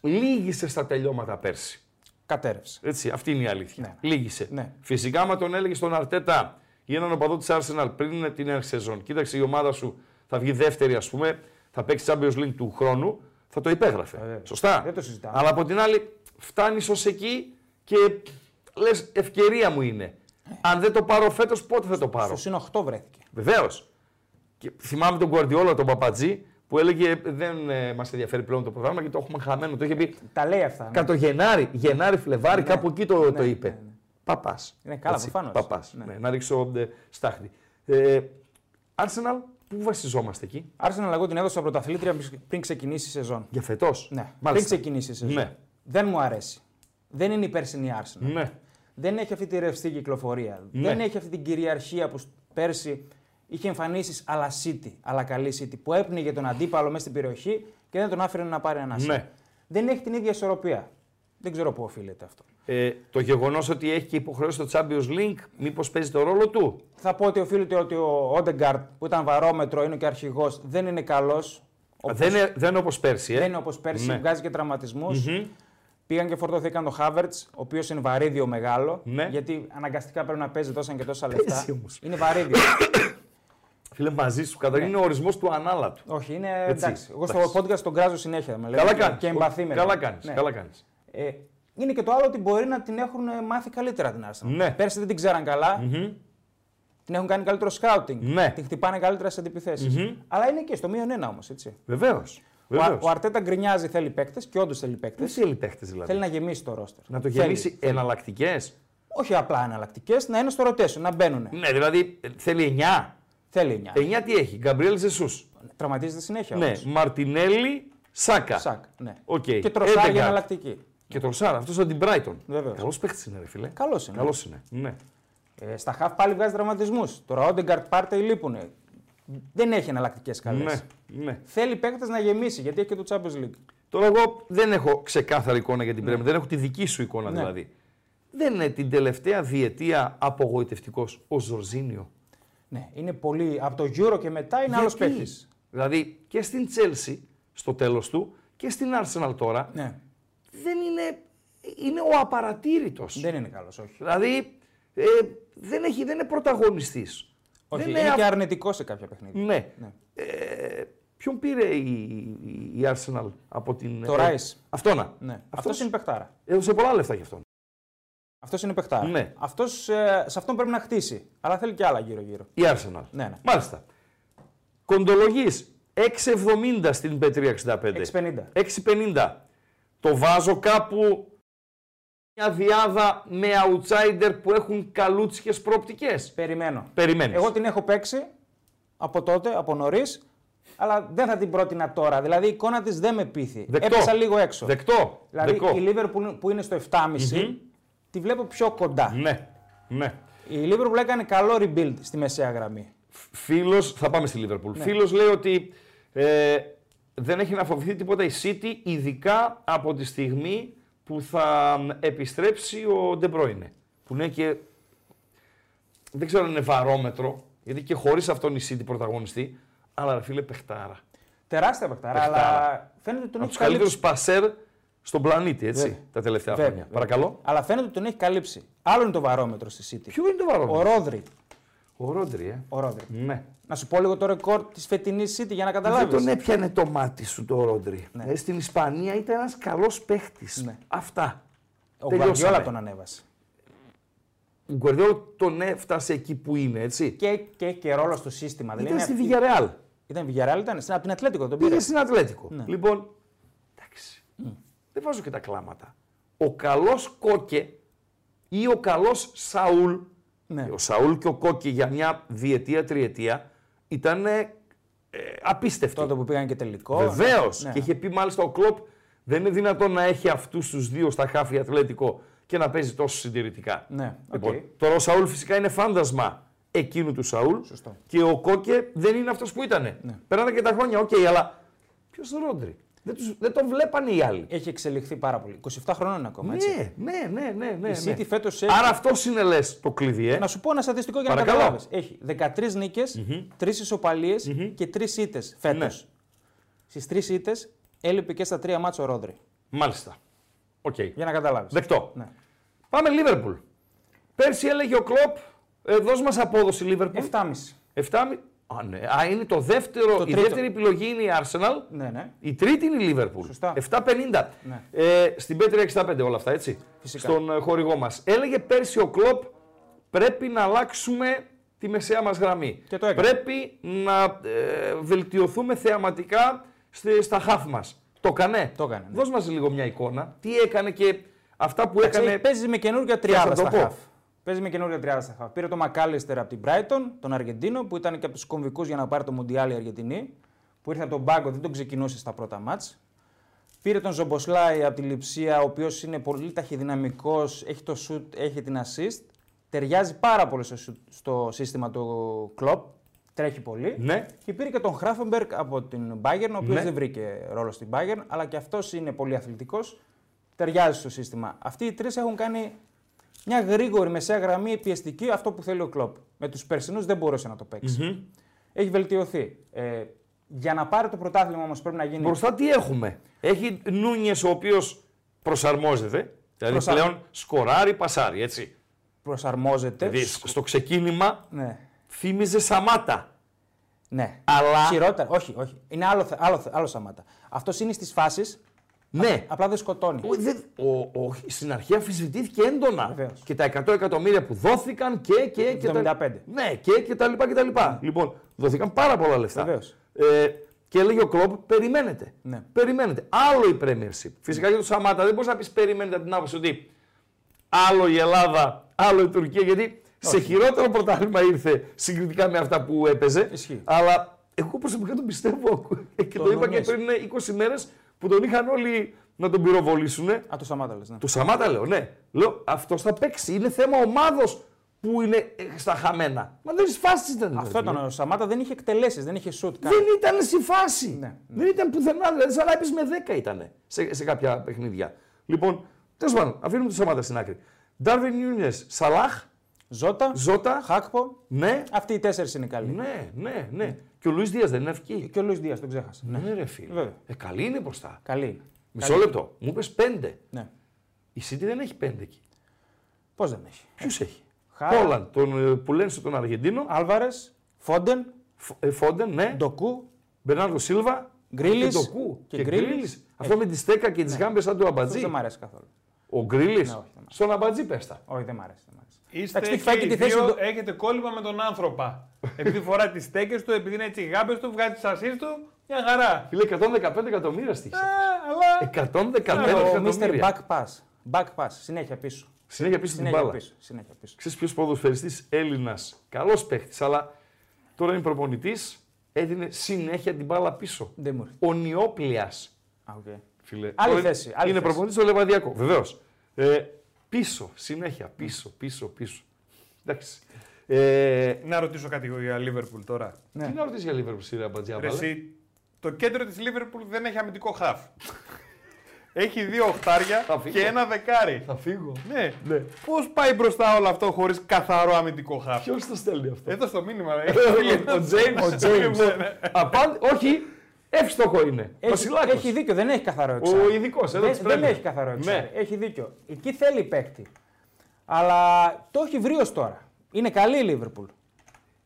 Speaker 4: λίγησε στα τελειώματα πέρσι.
Speaker 5: Κατέρευσε.
Speaker 4: Έτσι, αυτή είναι η αλήθεια.
Speaker 5: Ναι.
Speaker 4: Λίγησε.
Speaker 5: Ναι.
Speaker 4: Φυσικά, άμα τον έλεγε στον Αρτέτα ή έναν οπαδό της Arsenal πριν την έναρξη σεζόν, κοίταξε η ομάδα σου θα βγει δεύτερη, ας πούμε, θα παίξει Champions League του χρόνου, θα το υπέγραφε.
Speaker 5: Ε, Βέβαια.
Speaker 4: Σωστά.
Speaker 5: Δεν το συζητάμε.
Speaker 4: Αλλά από την άλλη, φτάνεις ως εκεί και λες, ευκαιρία μου είναι. Αν δεν το πάρω φέτος, πότε θα το πάρω.
Speaker 5: Ε. Στο συν 8 βρέθηκε.
Speaker 4: Βεβαίως. Και θυμάμαι τον Guardiola, τον Παπατζή, που έλεγε Δεν ε, μας ενδιαφέρει πλέον το πρόγραμμα γιατί το έχουμε χαμένο. Το είχε πει
Speaker 5: Τα λέει αυτά. ναι.
Speaker 4: Κατά το Γενάρη, Γενάρη, Φλεβάρη, κάπου εκεί το, το είπε. Ναι, Παπά.
Speaker 5: Ναι, καλά, προφανώς.
Speaker 4: Παπάς.
Speaker 5: Ναι.
Speaker 4: Ναι. να ρίξω ε, στάχτη. Ε, Arsenal, πού βασιζόμαστε εκεί,
Speaker 5: Άρχισε να εγώ την έδωσα πρωταθλήτρια πριν ξεκινήσει η σεζόν.
Speaker 4: για φετός.
Speaker 5: Ναι, πριν
Speaker 4: Μάλιστα.
Speaker 5: ξεκινήσει η σεζόν.
Speaker 4: Ναι.
Speaker 5: Δεν μου αρέσει. Δεν είναι η περσινή Arsenal.
Speaker 4: Ναι.
Speaker 5: Δεν έχει αυτή τη ρευστή κυκλοφορία. Δεν έχει αυτή την κυριαρχία που σ- πέρσι είχε εμφανίσεις αλλά City, αλλά καλή City, που έπνιγε τον αντίπαλο μέσα στην περιοχή και δεν τον άφηνε να πάρει ένα σετ.
Speaker 4: Ναι.
Speaker 5: Δεν έχει την ίδια ισορροπία. Δεν ξέρω πού οφείλεται αυτό.
Speaker 4: Ε, το γεγονός ότι έχει και υποχρέωση στο Champions League, μήπως παίζει το ρόλο του.
Speaker 5: Θα πω ότι οφείλεται ότι ο Όντεγκαρτ που ήταν βαρόμετρο, είναι και αρχηγός, δεν είναι καλός.
Speaker 4: Δεν είναι, δεν είναι όπως πέρσι. Ε.
Speaker 5: Δεν είναι όπως πέρσι,
Speaker 4: Ναι.
Speaker 5: βγάζει και τραυματισμούς. Πήγαν και φορτώθηκαν το Χάβερτ, ο οποίος είναι βαρύδιο μεγάλο.
Speaker 4: Ναι.
Speaker 5: Γιατί αναγκαστικά πρέπει να παίζει τόσα και τόσα λεφτά.
Speaker 4: Παίζει όμως.
Speaker 5: Είναι βαρύδιο.
Speaker 4: Φίλε, μαζί σου.
Speaker 5: Ναι.
Speaker 4: Καταρχήν είναι ο ορισμός του ανάλατου.
Speaker 5: Όχι, είναι
Speaker 4: Έτσι,
Speaker 5: εντάξει. Εγώ στο
Speaker 4: εντάξει.
Speaker 5: podcast τον κράζω συνέχεια. Με λένε
Speaker 4: Καλά
Speaker 5: και-
Speaker 4: κάνεις.
Speaker 5: Και εμπαθεί με.
Speaker 4: Καλά
Speaker 5: λένε.
Speaker 4: κάνεις.
Speaker 5: Ναι.
Speaker 4: Καλά κάνεις.
Speaker 5: Ε, είναι και το άλλο ότι μπορεί να την έχουν ε, μάθει καλύτερα την Arsenal.
Speaker 4: Ναι.
Speaker 5: Πέρσι δεν την ξέραν καλά. Την έχουν κάνει καλύτερο σκάουτινγκ.
Speaker 4: Ναι.
Speaker 5: Την χτυπάνε καλύτερα σε αντιπιθεσεις Αλλά είναι και στο μείον ένα όμως.
Speaker 4: Βεβαίως.
Speaker 5: Ο, Α- ο Αρτέτα γκρινιάζει, θέλει παίκτες και όντως θέλει παίκτες.
Speaker 4: Δεν θέλει παίχτε δηλαδή.
Speaker 5: Θέλει να γεμίσει το ρόστερ.
Speaker 4: Να το γεμίσει εναλλακτικές.
Speaker 5: Όχι απλά εναλλακτικές, να είναι στο rotation, να μπαίνουν.
Speaker 4: Ναι, δηλαδή ε, θέλει 9.
Speaker 5: Θέλει 9.
Speaker 4: 9 τι έχει, Γκαμπριέλ Ζεσούς.
Speaker 5: Τραυματίζεται συνέχεια.
Speaker 4: Ε. Ναι,
Speaker 5: όμως.
Speaker 4: Μαρτινέλη, Σάκα.
Speaker 5: Σακ. Ναι.
Speaker 4: Οκ. Ε,
Speaker 5: Και τροσάρει
Speaker 4: 11.
Speaker 5: εναλλακτική.
Speaker 4: Και τον Σάρα, αυτό από την Brighton.
Speaker 5: Βεβαίως.
Speaker 4: Καλός παίχτη είναι, ρε φιλέ.
Speaker 5: Καλός είναι.
Speaker 4: Καλός είναι. Ναι.
Speaker 5: Ε, στα χαφ πάλι βγάζει τραυματισμούς. Τώρα Όντεγκαρτ πάρτε λείπουν. Δεν έχει εναλλακτικές καλές.
Speaker 4: ναι. ναι.
Speaker 5: Θέλει παίκτες να γεμίσει γιατί έχει και το Champions League.
Speaker 4: Τώρα εγώ δεν έχω ξεκάθαρη εικόνα για την Πρέμερ. Δεν έχω τη δική σου εικόνα
Speaker 5: Ναι.
Speaker 4: δηλαδή. Δεν είναι την τελευταία διετία απογοητευτικός ο Ζορζίνιο.
Speaker 5: Ναι, είναι πολύ. Από το Euro και μετά είναι
Speaker 4: Γιατί?
Speaker 5: άλλο παίκτης.
Speaker 4: Δηλαδή και στην Τσέλσι στο τέλος του και στην Arsenal τώρα
Speaker 5: Ναι.
Speaker 4: δεν είναι. ε, Είναι ο απαρατήρητος.
Speaker 5: Δεν είναι καλός, όχι.
Speaker 4: Δηλαδή ε, δεν, έχει, δεν είναι Ναι. πρωταγωνιστής.
Speaker 5: όχι
Speaker 4: δεν
Speaker 5: είναι,
Speaker 4: α-
Speaker 5: και αρνητικός σε κάποια παιχνίδια.
Speaker 4: Ναι.
Speaker 5: Ναι.
Speaker 4: Ε, Ποιον πήρε η, η- η Arsenal από την.
Speaker 5: Το
Speaker 4: ε,
Speaker 5: Rice.
Speaker 4: Αυτόνα.
Speaker 5: Ναι. Αυτός
Speaker 4: Αυτός-
Speaker 5: είναι παιχτάρα.
Speaker 4: Έδωσε πολλά λεφτά γι' αυτόν.
Speaker 5: Αυτός είναι παιχτάρα.
Speaker 4: Ναι.
Speaker 5: Αυτός, ε, σε αυτόν πρέπει να χτίσει. Αλλά θέλει και άλλα γύρω-γύρω.
Speaker 4: Η Arsenal.
Speaker 5: Ναι, ναι.
Speaker 4: Μάλιστα. Κοντολογής 6,70 στην Π365.
Speaker 5: 6,50.
Speaker 4: 6,50. Το βάζω κάπου μια διάδα με outsider που έχουν καλούτσικες προοπτικές.
Speaker 5: Περιμένω.
Speaker 4: Περιμένεις.
Speaker 5: Εγώ την έχω παίξει από τότε, από νωρίς, αλλά δεν θα την πρότεινα τώρα. Δηλαδή η εικόνα της δεν με πείθει.
Speaker 4: Δεκτό.
Speaker 5: Έπεσα λίγο έξω.
Speaker 4: Δεκτό.
Speaker 5: Δηλαδή
Speaker 4: Δεκτό.
Speaker 5: η Liverpool που είναι στο 7,5 τη βλέπω πιο κοντά.
Speaker 4: Ναι. Ναι.
Speaker 5: Η Liverpool έκανε καλό rebuild στη μεσαία γραμμή.
Speaker 4: Φίλος, θα πάμε στη Λίβερπουλ. Φίλος λέει ότι ε, δεν έχει να φοβηθεί τίποτα η City, ειδικά από τη στιγμή που θα επιστρέψει ο Ντεμπρόινε. Που είναι και... Δεν ξέρω αν είναι βαρόμετρο, γιατί και χωρίς αυτόν η City πρωταγωνιστή, αλλά ρε φίλε παιχτάρα.
Speaker 5: Τεράστια παιχτάρα,
Speaker 4: Παιχτάρα.
Speaker 5: αλλά φαίνεται ότι τον
Speaker 4: Από τους
Speaker 5: έχει καλύψει.
Speaker 4: καλύτερους πασέρ στον πλανήτη, έτσι,
Speaker 5: Βέβαια.
Speaker 4: τα τελευταία
Speaker 5: Βέβαια.
Speaker 4: χρόνια. Παρακαλώ.
Speaker 5: Αλλά φαίνεται ότι τον έχει καλύψει. Άλλο είναι το βαρόμετρο στη City.
Speaker 4: Ποιο είναι το
Speaker 5: Ο
Speaker 4: βαρόμετρο.
Speaker 5: Ρόδρυ.
Speaker 4: Ο Ρόντρι, ε.
Speaker 5: Ο Ρόδρυ.
Speaker 4: Ναι.
Speaker 5: Να σου πω λίγο το ρεκόρ της φετινής City για να
Speaker 4: Δεν
Speaker 5: καταλάβεις.
Speaker 4: τον έπιανε το μάτι σου το Ρόντρι. Ε, στην Ισπανία ήταν ένας καλός παίχτης.
Speaker 5: Ναι.
Speaker 4: Αυτά.
Speaker 5: Ο
Speaker 4: Τελειώσαμε.
Speaker 5: Γκουαρδιόλα τον ανέβασε.
Speaker 4: Ο Γκουαρδιόλ τον έφτασε εκεί που είναι, έτσι.
Speaker 5: Και, Ναι. και έχει και ρόλο στο σύστημα. δεν
Speaker 4: ήταν
Speaker 5: είναι
Speaker 4: στη
Speaker 5: αυτή-
Speaker 4: Villarreal.
Speaker 5: Ήταν Villarreal, ήταν στην, από την Ατλέτικο τον πήρε.
Speaker 4: Πήγε στην Ατλέτικο.
Speaker 5: Ναι.
Speaker 4: Λοιπόν, εντάξει. Δεν βάζω και τα κλάματα. Ο καλός Κόκε ή ο καλός Σαούλ.
Speaker 5: Ναι.
Speaker 4: Ο Σαούλ και ο Κόκε για μια διετία, τριετία ήταν ε, ε, απίστευτοι.
Speaker 5: Τότε που πήγαν και τελικό.
Speaker 4: Βεβαίως.
Speaker 5: Ναι.
Speaker 4: Και είχε πει μάλιστα ο Κλοπ, δεν είναι δυνατόν να έχει αυτούς τους δύο στα χάφη Ατλέτικο και να παίζει τόσο συντηρητικά.
Speaker 5: Ναι,
Speaker 4: Λοιπόν,
Speaker 5: οκ.
Speaker 4: Τώρα ο Σαούλ φυσικά είναι φάντασμα εκείνου του Σαούλ.
Speaker 5: Σωστό. Ναι.
Speaker 4: Και ο Κόκε δεν είναι αυτός που ήταν. Πέρανε και τα χρόνια, οκ, αλλά ποιος ο Ρόντρι. Δεν, τους, δεν τον βλέπανε οι άλλοι.
Speaker 5: Έχει εξελιχθεί πάρα πολύ. 27 χρόνων είναι ακόμα. Έτσι.
Speaker 4: Ναι, ναι, ναι, ναι. ναι,
Speaker 5: Η City
Speaker 4: ναι.
Speaker 5: φέτος έχει-
Speaker 4: Άρα αυτός είναι λες το κλειδί, ε.
Speaker 5: Να σου πω ένα στατιστικό για
Speaker 4: Παρακαλώ.
Speaker 5: να καταλάβεις. Έχει 13 νικε 3 ισοπαλίες και 3 ήττες φέτος.
Speaker 4: Ναι.
Speaker 5: Στις 3 ήττες έλειπε και στα 3 μάτσο ο Ρόδρυ.
Speaker 4: Μάλιστα. Οκ.
Speaker 5: Για να καταλάβεις.
Speaker 4: Δεκτό.
Speaker 5: Ναι.
Speaker 4: Πάμε Λίβερπουλ. Πέρσι έλεγε ο Κλοπ, ε, δώσ' μας απόδοση Λίβερπουλ.
Speaker 5: 7,5.
Speaker 4: 7. Α, ναι. Α, είναι το δεύτερο.
Speaker 5: Το
Speaker 4: η
Speaker 5: τρίτο.
Speaker 4: δεύτερη επιλογή είναι η Arsenal.
Speaker 5: Ναι, ναι.
Speaker 4: Η τρίτη είναι η Liverpool.
Speaker 5: Σωστά.
Speaker 4: 7.50.
Speaker 5: Ναι.
Speaker 4: Ε, στην B365 όλα αυτά, έτσι.
Speaker 5: Φυσικά.
Speaker 4: Στον ε, χορηγό μας. Έλεγε πέρσι ο Κλοπ πρέπει να αλλάξουμε τη μεσαία μας γραμμή.
Speaker 5: Και το έκανε.
Speaker 4: Πρέπει να ε, βελτιωθούμε θεαματικά στη, στα χάφ μας. Το έκανε.
Speaker 5: Το έκανε, ναι.
Speaker 4: Δώσ' μας λίγο μια εικόνα. Τι έκανε και αυτά που
Speaker 5: Έκανε...
Speaker 4: έκανε.
Speaker 5: Παίζει με καινούργια
Speaker 4: θα
Speaker 5: τριάδα
Speaker 4: το
Speaker 5: στα
Speaker 4: πω.
Speaker 5: χαφ. Παίζει με καινούργια τριάδα στα χαφ. Πήρε τον Μακάλιστερ από την Brighton, τον Αργεντίνο, που ήταν και από τους κομβικούς για να πάρει το Μουντιάλ η Αργεντινή, που ήρθε από τον πάγκο, δεν τον ξεκινούσε στα πρώτα μάτς. Πήρε τον Ζομποσλάι από τη Λιψία, ο οποίος είναι πολύ ταχυδυναμικός, έχει το σουτ, έχει την assist. Ταιριάζει πάρα πολύ στο, σουτ- στο σύστημα του κλοπ. Τρέχει πολύ.
Speaker 4: Ναι.
Speaker 5: Και πήρε και τον Χράφενμπεργκ από την Bayern, ο οποίος
Speaker 4: Ναι.
Speaker 5: δεν βρήκε ρόλο στην Bayern, αλλά και αυτός είναι πολύ αθλητικός. Ταιριάζει στο σύστημα. Αυτοί οι τρεις έχουν κάνει μια γρήγορη μεσαία γραμμή πιεστική, αυτό που θέλει ο Κλοπ. Με τους περσινούς δεν μπορούσε να το παιξει Έχει βελτιωθεί. Ε, για να πάρει το πρωτάθλημα όμως πρέπει να γίνει.
Speaker 4: Μπροστά τι έχουμε. Έχει Νούνιες ο οποίος προσαρμόζεται. Δηλαδή
Speaker 5: Προσα-
Speaker 4: πλέον σκοράρει, πασάρει, έτσι.
Speaker 5: Προσαρμόζεται.
Speaker 4: Δηλαδή στο ξεκίνημα
Speaker 5: Ναι.
Speaker 4: θύμιζε Σαμάτα.
Speaker 5: Ναι.
Speaker 4: Αλλά-
Speaker 5: Χειρότερα. Όχι, όχι. Είναι άλλο, θε- άλλο, θε- άλλο σαμάτα. Αυτός είναι στις φάσεις,
Speaker 4: Ναι.
Speaker 5: απλά δεν σκοτώνει.
Speaker 4: Ο, δεν- ο, ο, στην αρχή αμφισβητήθηκε έντονα.
Speaker 5: Βεβαίως.
Speaker 4: Και τα 100 εκατομμύρια που δόθηκαν και. και, και τα,
Speaker 5: 75.
Speaker 4: ναι, και, και τα λοιπά και τα λοιπά. Λοιπόν, δόθηκαν πάρα πολλά λεφτά.
Speaker 5: Ναι. Βεβαίως.
Speaker 4: Ε, και έλεγε ο Κλοπ, περιμένετε.
Speaker 5: Ναι.
Speaker 4: Περιμένετε. Άλλο η Premiership. Φυσικά για το Σαμάτα δεν μπορείς να πεις περιμένετε από την άποψη ότι άλλο η Ελλάδα, άλλο η Τουρκία. Γιατί σε χειρότερο πρωτάθλημα ήρθε συγκριτικά με αυτά που έπαιζε.
Speaker 5: Ισχύει.
Speaker 4: Αλλά εγώ προσωπικά τον πιστεύω και το,
Speaker 5: Τον
Speaker 4: είπα και
Speaker 5: νομίζεις.
Speaker 4: πριν 20 μέρες που τον είχαν όλοι να τον πυροβολήσουν.
Speaker 5: Α, το σαμάτα λες, ναι.
Speaker 4: Το Σαμάτα λέω, ναι. Λέω αυτός θα παίξει. Είναι θέμα ομάδος που είναι ε, στα χαμένα. Μα δεν σφάσει ήταν.
Speaker 5: Αυτό ήταν ο Σαμάτα, δεν είχε εκτελέσεις, δεν είχε σουτ. καν.
Speaker 4: Δεν ήταν στη φάση.
Speaker 5: ναι.
Speaker 4: Δεν ήταν πουθενά. Δηλαδή, σαν να έπαιζε με 10 ήταν σε, σε κάποια παιχνίδια. Λοιπόν, τέλος πάντων, αφήνουμε το Σαμάτα στην άκρη. Ντάρβιν Νιούνιε, Σαλάχ,
Speaker 5: Ζώτα,
Speaker 4: Ζώτα,
Speaker 5: Χάκπο.
Speaker 4: ναι,
Speaker 5: Αυτοί οι τέσσερις είναι καλοί.
Speaker 4: ναι, ναι, ναι. Και ο Λουίς Δίας δεν είναι αυκή.
Speaker 5: Και ο Λουίς Δίας, τον ξέχασα.
Speaker 4: Ναι, ρε φίλε.
Speaker 5: Βέβαια.
Speaker 4: Ε, καλή είναι μπροστά.
Speaker 5: Καλή είναι.
Speaker 4: Μισό λεπτό. Μου είπε πέντε.
Speaker 5: Ναι.
Speaker 4: Η City δεν έχει πέντε εκεί.
Speaker 5: Πώς δεν έχει.
Speaker 4: Ποιους έχει. ε,
Speaker 5: Χάλα.
Speaker 4: Πόλαν, τον ε, που λένε στον Αργεντίνο.
Speaker 5: Άλβαρες, Φόντεν,
Speaker 4: Φ- ε, Φόντεν, ναι.
Speaker 5: Ντοκού,
Speaker 4: Μπερνάρδο Σίλβα,
Speaker 5: Γκρίλης
Speaker 4: και Ντοκού.
Speaker 5: και Γκρίλης.
Speaker 4: Γκρίλης. Αυτό με τη στέκα και τις γάμπες σαν του
Speaker 5: Αυτό
Speaker 4: αμπατζή.
Speaker 5: δεν μ' αρέσει καθόλου.
Speaker 4: Ο Γκρίλη.
Speaker 5: Ναι, όχι, δεν μ' αρέσει.
Speaker 4: Στον αμπατζή πέστα.
Speaker 5: Όχι, δεν μ' αρέσει. Δεν μ αρέσει.
Speaker 4: Ε,
Speaker 3: Είστε
Speaker 5: Εντάξει,
Speaker 3: και
Speaker 5: τι φάει και
Speaker 3: οι
Speaker 5: τη θέση
Speaker 3: δύο
Speaker 5: του-
Speaker 3: έχετε κόλλημα με τον άνθρωπα. επειδή φορά τις στέκες του, επειδή είναι έτσι γάμπες του, βγάζει τις ασεί του, μια χαρά.
Speaker 4: Φίλε, 115 εκατομμύρια στήχησε.
Speaker 3: Ε, αλλά.
Speaker 4: 115
Speaker 5: Ο Mr.
Speaker 4: εκατομμύρια.
Speaker 5: Back Pass. Back pass. Συνέχεια πίσω.
Speaker 4: Συνέχεια πίσω την
Speaker 5: Συνέχεια
Speaker 4: μπάλα.
Speaker 5: πίσω. Συνέχεια πίσω.
Speaker 4: Ξέρεις ποιος ποδοσφαιριστής Έλληνας, καλός παίχτης, αλλά τώρα είναι προπονητής, έδινε συνέχεια την μπάλα πίσω.
Speaker 5: Δεν μου έρχεται.
Speaker 4: Ο Νιόπλιας,
Speaker 5: Α, οκ.
Speaker 4: φίλε.
Speaker 5: Άλλη
Speaker 4: Τώρα
Speaker 5: θέση, άλλη
Speaker 4: είναι
Speaker 5: θέση.
Speaker 4: προπονητής στο Λεβαδιακό, βεβαίως. Ε, πίσω, συνέχεια, πίσω, πίσω, πίσω. Εντάξει. Ε,
Speaker 3: Να ρωτήσω κάτι εγώ για Λίβερπουλ τώρα.
Speaker 5: Ναι.
Speaker 4: Τι να ρωτήσεις για Λίβερπουλ, Σύρια Αμπατζιά,
Speaker 3: Ρε,
Speaker 4: βάλε.
Speaker 3: εσύ, το κέντρο της Λίβερπουλ δεν έχει αμυντικό χαφ. έχει δύο οχτάρια
Speaker 4: Θα φύγω.
Speaker 3: και ένα δεκάρι.
Speaker 4: Θα φύγω.
Speaker 3: ναι.
Speaker 4: Ναι.
Speaker 3: Πώς πάει μπροστά όλο αυτό χωρίς καθαρό αμυντικό χαφ.
Speaker 4: Ποιος το στέλνει αυτό.
Speaker 3: Εδώ στο μήνυμα, ρε.
Speaker 4: ο Τζέιμς.
Speaker 5: Ο James.
Speaker 3: Ναι, ναι.
Speaker 4: Απάντη, όχι, εύστοχο είναι. Ο
Speaker 5: Έχει,
Speaker 4: Σιλάκος.
Speaker 5: έχει δίκιο, δεν έχει καθαρό εξάρι.
Speaker 4: Ο ειδικός, εδώ
Speaker 5: δεν,
Speaker 4: της
Speaker 5: δεν
Speaker 4: Premier.
Speaker 5: έχει καθαρό εξάρι.
Speaker 4: Ναι.
Speaker 5: Έχει δίκιο. Εκεί θέλει παίκτη. Αλλά το έχει βρει ως τώρα. Είναι καλή η Λίβερπουλ.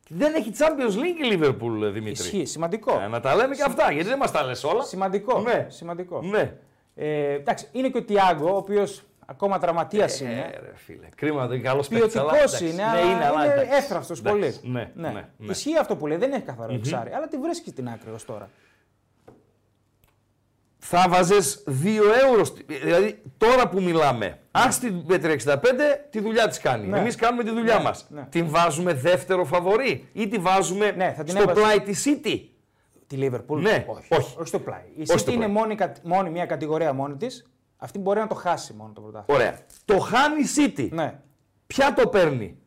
Speaker 4: Δεν έχει Champions League η Λίβερπουλ, ε, Δημήτρη.
Speaker 5: Ισχύει. Σημαντικό.
Speaker 4: Ε, Να τα λέμε και αυτά, γιατί δεν μας τα λες όλα.
Speaker 5: Σημαντικό.
Speaker 4: Ναι.
Speaker 5: Σημαντικό.
Speaker 4: Ναι.
Speaker 5: Ε, εντάξει, είναι και ο Τιάγκο, ο οποίος ακόμα τραυματίας είναι.
Speaker 4: Ε, ρε, φίλε. Κρίμα, δεν είναι καλός
Speaker 5: Ποιοτικός
Speaker 4: εντάξει.
Speaker 5: είναι,
Speaker 4: Ναι,
Speaker 5: αλλά είναι,
Speaker 4: αλλά εντάξει.
Speaker 5: έφραυστο
Speaker 4: Εντάξει,
Speaker 5: πολύ.
Speaker 4: Ναι, ναι, ναι.
Speaker 5: Ισχύει αυτό που λέει, δεν έχει καθαρό εξάρι, αλλά τη βρίσκει στην άκρη ως τώρα.
Speaker 4: Θα βάζε 2 ευρώ. στη- Δηλαδή τώρα που μιλάμε, α την Πέτρη 65 τη δουλειά της κάνει.
Speaker 5: Ναι.
Speaker 4: Εμείς Εμεί κάνουμε τη δουλειά
Speaker 5: Ναι,
Speaker 4: μας. μα.
Speaker 5: ναι.
Speaker 4: Την βάζουμε δεύτερο φαβορή ή τη βάζουμε
Speaker 5: Ναι, θα την
Speaker 4: στο
Speaker 5: έβαζα.
Speaker 4: πλάι της City.
Speaker 5: Τη Λίβερπουλ.
Speaker 4: Ναι,
Speaker 5: όχι.
Speaker 4: όχι.
Speaker 5: στο πλάι. Η
Speaker 4: στο
Speaker 5: City είναι
Speaker 4: πλάι.
Speaker 5: μόνη, κα- μόνη μια κατηγορία μόνη της. Αυτή μπορεί να το χάσει μόνο το πρωτάθλημα.
Speaker 4: Ωραία. Το χάνει η City.
Speaker 5: Ναι.
Speaker 4: Ποια το παίρνει.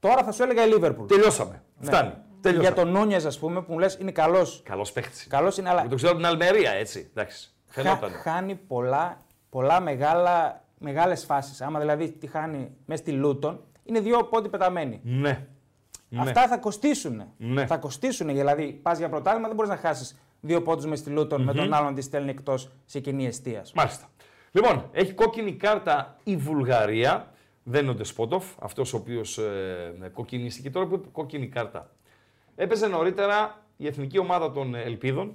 Speaker 5: Τώρα θα σου έλεγα η Λίβερπουλ.
Speaker 4: Τελειώσαμε. Φτάνει. Τελειώσαμε.
Speaker 5: Ναι. Για τον Νούνιες, ας πούμε, που μου λες είναι καλός.
Speaker 4: Καλός παίχτη.
Speaker 5: Καλός είναι, αλλά
Speaker 4: Το ξέρω από την Αλμερία, έτσι. Εντάξει.
Speaker 5: χα,
Speaker 4: Φαινόταν.
Speaker 5: χάνει πολλά, πολλά μεγάλα, μεγάλες φάσεις. Άμα δηλαδή τη χάνει μέσα στη Λούτον, είναι δύο πόντι πεταμένοι.
Speaker 4: Ναι. Ναι.
Speaker 5: Αυτά θα κοστίσουν.
Speaker 4: Ναι.
Speaker 5: Θα κοστίσουν. Δηλαδή, πας για πρωτάθλημα, δεν μπορείς να χάσεις δύο πόντους μες στη Λούτον με τον άλλον να τη στέλνει εκτός σε κοινή αιστεία. ας πούμε.
Speaker 4: Μάλιστα. Λοιπόν, έχει κόκκινη κάρτα η Βουλγαρία. Δεν είναι ο Ντεσπότοφ, αυτός ο οποίος ε, κοκκινίστηκε. Τώρα που είπε κόκκινη κάρτα. Έπαιζε νωρίτερα η εθνική ομάδα των Ελπίδων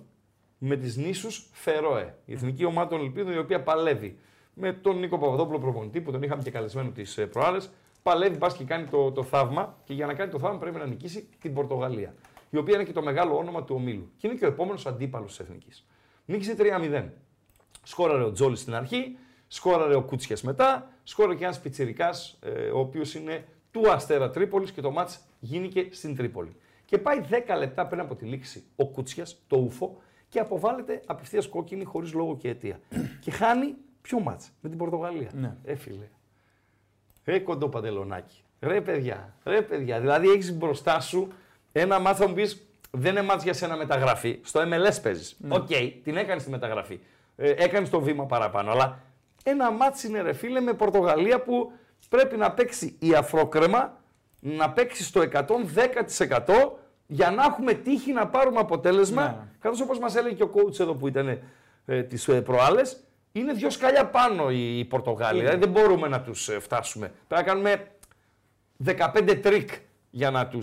Speaker 4: με τις νήσους Φερόε. Η εθνική ομάδα των Ελπίδων η οποία παλεύει με τον Νίκο Παπαδόπουλο προπονητή που τον είχαμε και καλεσμένο τις προάλλες. Παλεύει, πας και κάνει το, το θαύμα και για να κάνει το θαύμα πρέπει να νικήσει την Πορτογαλία. Η οποία είναι και το μεγάλο όνομα του ομίλου. Και είναι και ο επόμενος αντίπαλος της εθνικής. Νίκησε 3-0. Σκόραρε ο Τζόλι στην αρχή, σκόραρε ο Κούτσιας μετά, σκόραρε και ένας πιτσυρικά, ο οποίος είναι του Αστέρα Τρίπολης και το μάτ γίνηκε στην Τρίπολη. Και πάει 10 λεπτά πριν από τη λήξη ο Κούτσια, το ούφο, και αποβάλλεται απευθείας κόκκινη χωρίς λόγο και αιτία. και χάνει ποιο μάτ, με την Πορτογαλία.
Speaker 5: Ναι.
Speaker 4: Ε, φίλε. Ρε κοντό παντελονάκι. Ρε παιδιά, ρε παιδιά. Δηλαδή έχεις μπροστά σου ένα μάτς θα μου πεις δεν είναι μάτς για σένα μεταγραφή. Στο MLS παίζεις.
Speaker 5: Ναι.
Speaker 4: Οκ, την έκανες τη μεταγραφή. Ε, έκανες το βήμα παραπάνω. Αλλά ένα μάτς είναι ρε φίλε με Πορτογαλία που πρέπει να παίξει η αφρόκρεμα, να παίξει στο 110% για να έχουμε τύχη να πάρουμε αποτέλεσμα.
Speaker 5: Ναι.
Speaker 4: Καθώς όπως μας έλεγε και ο coach εδώ που ήταν ε, τις ε, προάλλες, είναι δύο σκαλιά πάνω οι, οι Πορτογάλοι. Δηλαδή δεν μπορούμε να τους φτάσουμε. Πρέπει να κάνουμε 15 τρίκ για να τους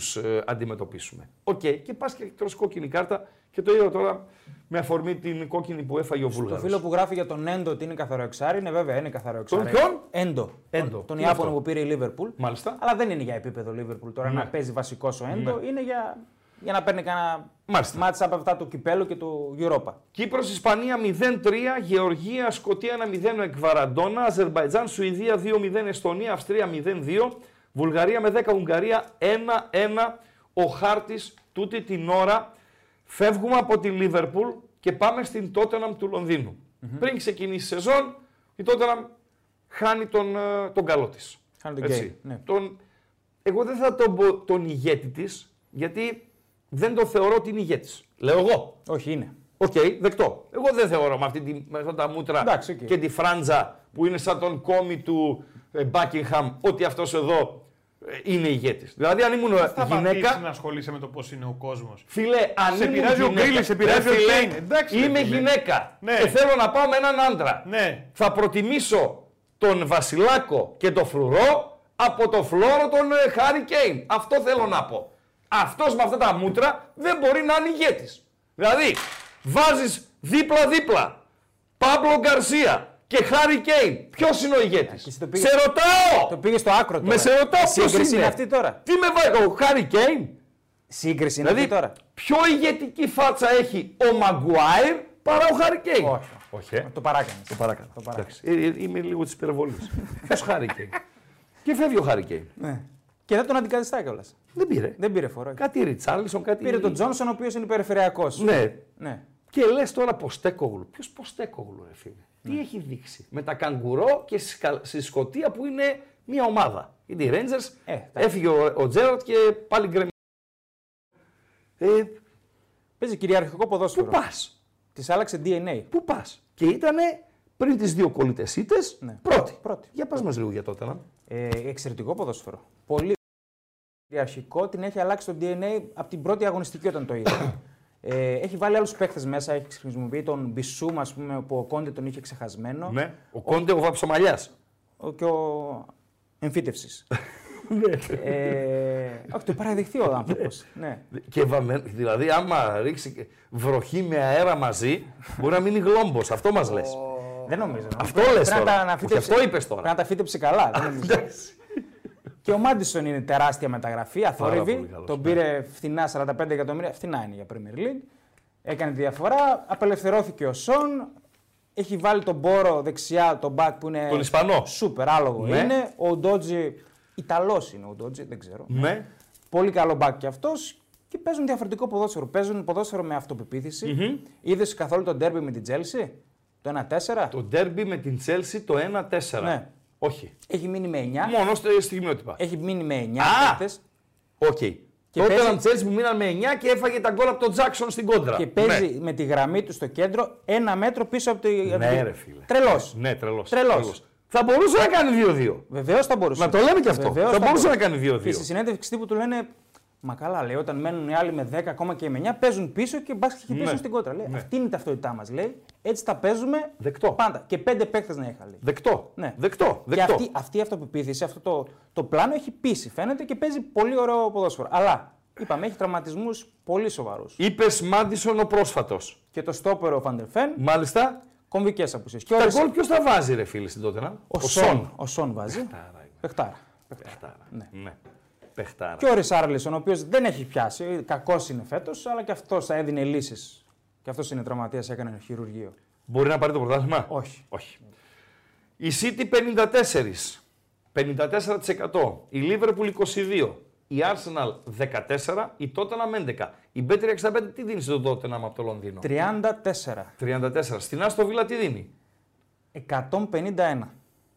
Speaker 4: αντιμετωπίσουμε. Οκ, και πας και τρως κόκκινη κάρτα και το είδα τώρα με αφορμή την κόκκινη που έφαγε ο
Speaker 5: Το
Speaker 4: Βούλγαρος.
Speaker 5: φίλο που γράφει για τον Έντο ότι είναι καθαρό εξάρι, είναι βέβαια, είναι καθαρό εξάρι.
Speaker 4: ποιον?
Speaker 5: Έντο.
Speaker 4: Έντο.
Speaker 5: Τον,
Speaker 4: Τι
Speaker 5: τον
Speaker 4: είναι
Speaker 5: Ιάπωνα
Speaker 4: αυτό?
Speaker 5: που πήρε η Λίβερπουλ.
Speaker 4: Μάλιστα.
Speaker 5: Αλλά δεν είναι για επίπεδο Λίβερπουλ τώρα
Speaker 4: Ναι.
Speaker 5: να παίζει βασικός ο Έντο, είναι για, για να παίρνει κανένα
Speaker 4: Μάλιστα.
Speaker 5: μάτσα από αυτά του κυπέλου και του Europa.
Speaker 4: Κύπρος, Ισπανία 0-3, Γεωργία, Σκοτία 1-0 ο Εκβαραντόνα, Αζερβαϊτζάν, Σουηδία 2-0, Εστονία, Αυστρία 0-2, Βουλγαρία με 10, Ουγγαρία 1-1. Ο χάρτης τούτη την ώρα φεύγουμε από τη Λίβερπουλ και πάμε στην Τότεναμ του λονδινου Πριν ξεκινήσει η σεζόν, η Τότεναμ χάνει τον, ε, τον καλό της.
Speaker 5: Χάνει τον Κέιν, ναι.
Speaker 4: τον, εγώ δεν θα τον πω τον ηγέτη της, γιατί δεν το θεωρώ ότι είναι ηγέτης. Λέω εγώ.
Speaker 5: Όχι, είναι.
Speaker 4: Οκ, δεκτό. Εγώ δεν θεωρώ με, αυτή τη, με αυτά τα μούτρα
Speaker 5: Εντάξει, οκ.
Speaker 4: και τη φράντζα που είναι σαν τον κόμι του ε, Buckingham ότι αυτός εδώ ε, είναι ηγέτης. Δηλαδή, αν ήμουν
Speaker 3: Θα
Speaker 4: γυναίκα.
Speaker 3: πατήσεις να ασχολείσαι με το πώς είναι ο κόσμος.
Speaker 4: Φίλε, αν
Speaker 3: Σε
Speaker 4: ήμουν
Speaker 3: πειράζει ο
Speaker 4: γυναίκα-
Speaker 3: Γκρίλης, σε πειράζει
Speaker 4: Ρε,
Speaker 3: ο
Speaker 4: φίλε,
Speaker 3: Κέιν. Εντάξει, ρε,
Speaker 4: Είμαι
Speaker 3: φίλε.
Speaker 4: γυναίκα
Speaker 3: Ναι.
Speaker 4: και θέλω να πάω με έναν άντρα.
Speaker 3: Ναι.
Speaker 4: Θα προτιμήσω τον Βασιλάκο και τον Φρουρό από τον Φλόρο τον ε, Χάρη Κέιν. Αυτό θέλω να πω. Αυτός με αυτά τα μούτρα δεν μπορεί να είναι ηγέτης. Δηλαδή, βάζεις δίπλα-δίπλα Παύλο Γκαρσία και Χάρη Κέιν. Ποιος είναι ο ηγέτης.
Speaker 5: Εσύ το πήγες-
Speaker 4: Σε ρωτάω!
Speaker 5: Το πήγες στο άκρο τώρα.
Speaker 4: Με σε ρωτάω
Speaker 5: Η
Speaker 4: ποιος
Speaker 5: Σύγκριση
Speaker 4: είναι.
Speaker 5: είναι αυτή τώρα.
Speaker 4: Τι με βάζει, ο Χάρη Κέιν.
Speaker 5: Σύγκριση είναι
Speaker 4: Δηλαδή,
Speaker 5: αυτή τώρα.
Speaker 4: πιο ηγετική φάτσα έχει ο Μαγκουάιρ παρά ο Χάρη Κέιν.
Speaker 5: Όχι.
Speaker 4: Όχι. ε.
Speaker 5: Το παράκανε.
Speaker 4: Το παράκανα.
Speaker 5: Το παράκανα.
Speaker 4: Εντάξει, ε, ε, Είμαι λίγο της υπερβολής. Ποιος Χάρη Κέιν. Και φεύγει ο Χάρη Κέιν.
Speaker 5: Ναι. Και δεν τον αντικαθιστά κιόλας.
Speaker 4: Δεν πήρε.
Speaker 5: Δεν πήρε φορό.
Speaker 4: Κάτι Ριτσάλισον, κάτι.
Speaker 5: Πήρε τον Τζόνσον, ο οποίος είναι περιφερειακό.
Speaker 4: Ναι.
Speaker 5: ναι.
Speaker 4: Και λες τώρα Ποστέκογλου. Ποιος Ποστέκογλου, ρε φίλε.
Speaker 5: Ναι.
Speaker 4: Τι έχει δείξει. Με τα καγκουρό και στη Σκα- στη Σκωτία που είναι μια ομάδα. Είναι οι Rangers.
Speaker 5: Ε, τα-
Speaker 4: Έφυγε ο, ο Τζέραρτ και πάλι γκρεμ. Ε,
Speaker 5: Παίζει κυριαρχικό
Speaker 4: πού
Speaker 5: ποδόσφαιρο.
Speaker 4: πας.
Speaker 5: Της άλλαξε DNA.
Speaker 4: Πού πας. Και ήταν πριν τις δύο κολλητές ήττες
Speaker 5: Ναι.
Speaker 4: πρώτη.
Speaker 5: Πρώτη.
Speaker 4: Για πα μας λίγο για τότε. Να.
Speaker 5: Ε, εξαιρετικό ποδόσφαιρο. Πολύ κυριαρχικό. Την έχει αλλάξει το DNA από την πρώτη αγωνιστική όταν το είδα. ε, έχει βάλει άλλους παίχτε μέσα. Έχει χρησιμοποιεί τον Μπισούμα, ας πούμε, που ο Κόντε τον είχε ξεχασμένο.
Speaker 4: Ναι. Ο Κόντε ο Βαψομαλιάς.
Speaker 5: Ο, και ο εμφύτευσης.
Speaker 4: Ναι.
Speaker 5: ε, όχι, το παραδεχθεί ο άνθρωπος. ναι.
Speaker 4: Και βαμμένο- δηλαδή, άμα ρίξει βροχή με αέρα μαζί, μπορεί να μείνει γλόμπος. Αυτό μας λες.
Speaker 5: Δεν νομίζω.
Speaker 4: Αυτό
Speaker 5: Πρέπει
Speaker 4: λες
Speaker 5: να
Speaker 4: τώρα.
Speaker 5: τα αναφύτεψε-
Speaker 4: Όχι, αυτό είπες τώρα.
Speaker 5: Πρέπει να τα φύτεψε καλά. δεν νομίζω. και ο Μάντισον είναι τεράστια μεταγραφή,
Speaker 4: πολύ
Speaker 5: αθόρυβη.
Speaker 4: καλός,
Speaker 5: Τον
Speaker 4: ναι.
Speaker 5: πήρε φθηνά 45 εκατομμύρια. Φθηνά είναι για Premier League. Έκανε τη διαφορά. Απελευθερώθηκε ο Σον. Έχει βάλει τον Μπόρο δεξιά, τον Μπακ που είναι.
Speaker 4: Τον Ισπανό.
Speaker 5: Σούπερ άλογο
Speaker 4: Ναι.
Speaker 5: είναι. Ο Ντότζι. Ιταλός είναι ο Ντότζι, δεν ξέρω.
Speaker 4: Ναι.
Speaker 5: Πολύ καλό μπακ κι αυτός. Και παίζουν διαφορετικό ποδόσφαιρο. Παίζουν ποδόσφαιρο με αυτοπεποίθηση. Είδες καθόλου το ντέρμπι με την Τζέλση, το 1-4.
Speaker 4: Το ντέρμπι με την Τσέλσι το 1-4.
Speaker 5: Ναι.
Speaker 4: Όχι.
Speaker 5: Έχει μείνει με 9.
Speaker 4: Μόνο στο στιγμιότυπα.
Speaker 5: Έχει μείνει με 9
Speaker 4: Ναι. Α!
Speaker 5: παίκτες
Speaker 4: Οκ.
Speaker 5: Και
Speaker 4: Τότε
Speaker 5: παίζει-
Speaker 4: ήταν Τσέλσι που μείναν με 9 και έφαγε τα γκολ από τον Τζάξον στην κόντρα.
Speaker 5: και παίζει με τη γραμμή του στο κέντρο ένα μέτρο πίσω από το.
Speaker 4: Ναι, ρε φίλε.
Speaker 5: Τρελός.
Speaker 4: Ναι, τρελός.
Speaker 5: Τρελός.
Speaker 4: Θα μπορούσε να κάνει 2-2.
Speaker 5: Βεβαίως θα μπορούσε.
Speaker 4: Να το λέμε κι αυτό.
Speaker 5: Βεβαίως
Speaker 4: Θα μπορούσε να κάνει 2-2.
Speaker 5: Και στη συνέντευξη τύπου του λένε. Μα καλά, λέει, όταν μένουν οι άλλοι με 10 ακόμα και με 9, παίζουν πίσω και μπα και χτυπήσουν
Speaker 4: Ναι.
Speaker 5: στην κότρα. Λέει. Αυτή είναι η ταυτότητά μας, λέει. Έτσι τα παίζουμε
Speaker 4: Δεκτό.
Speaker 5: πάντα. Και 5 παίχτε να είχα, λέει.
Speaker 4: Δεκτό.
Speaker 5: Ναι.
Speaker 4: Δεκτό.
Speaker 5: Και
Speaker 4: Δεκτό.
Speaker 5: αυτή, αυτή η αυτοπεποίθηση, αυτό το, το πλάνο έχει πείσει, φαίνεται και παίζει πολύ ωραίο ποδόσφαιρο. Αλλά είπαμε, έχει τραυματισμούς πολύ σοβαρούς.
Speaker 4: Είπες Μάντισον ο πρόσφατος.
Speaker 5: Και το στόπερο ο Φαντεφέν,
Speaker 4: Μάλιστα.
Speaker 5: κομβικές απουσίες. Και
Speaker 4: Ναι. Τα
Speaker 5: όλες-
Speaker 4: γκολ ποιος τα βάζει, ρε φίλε στην τότε. να?
Speaker 5: ο, Σον. Ο Σον βάζει. Πεχτάρα.
Speaker 4: Πεχτάρα. Ναι. Πεχτάρα.
Speaker 5: Και ο Ρισάρλισον, ο οποίος δεν έχει πιάσει, κακός είναι φέτος, αλλά και αυτός θα έδινε λύσεις. Και αυτός είναι τραυματίας, έκανε χειρουργείο.
Speaker 4: Μπορεί να πάρει το πρωτάθλημα.
Speaker 5: Όχι.
Speaker 4: Όχι. Η City 54. 54%. Η Liverpool 22. Η Arsenal 14. Η Tottenham 11. Η B365 τι δίνεις στον Tottenham από το Λονδίνο.
Speaker 5: 34.
Speaker 4: 34. Στην Άστο Βίλα τι δίνει.
Speaker 5: 151.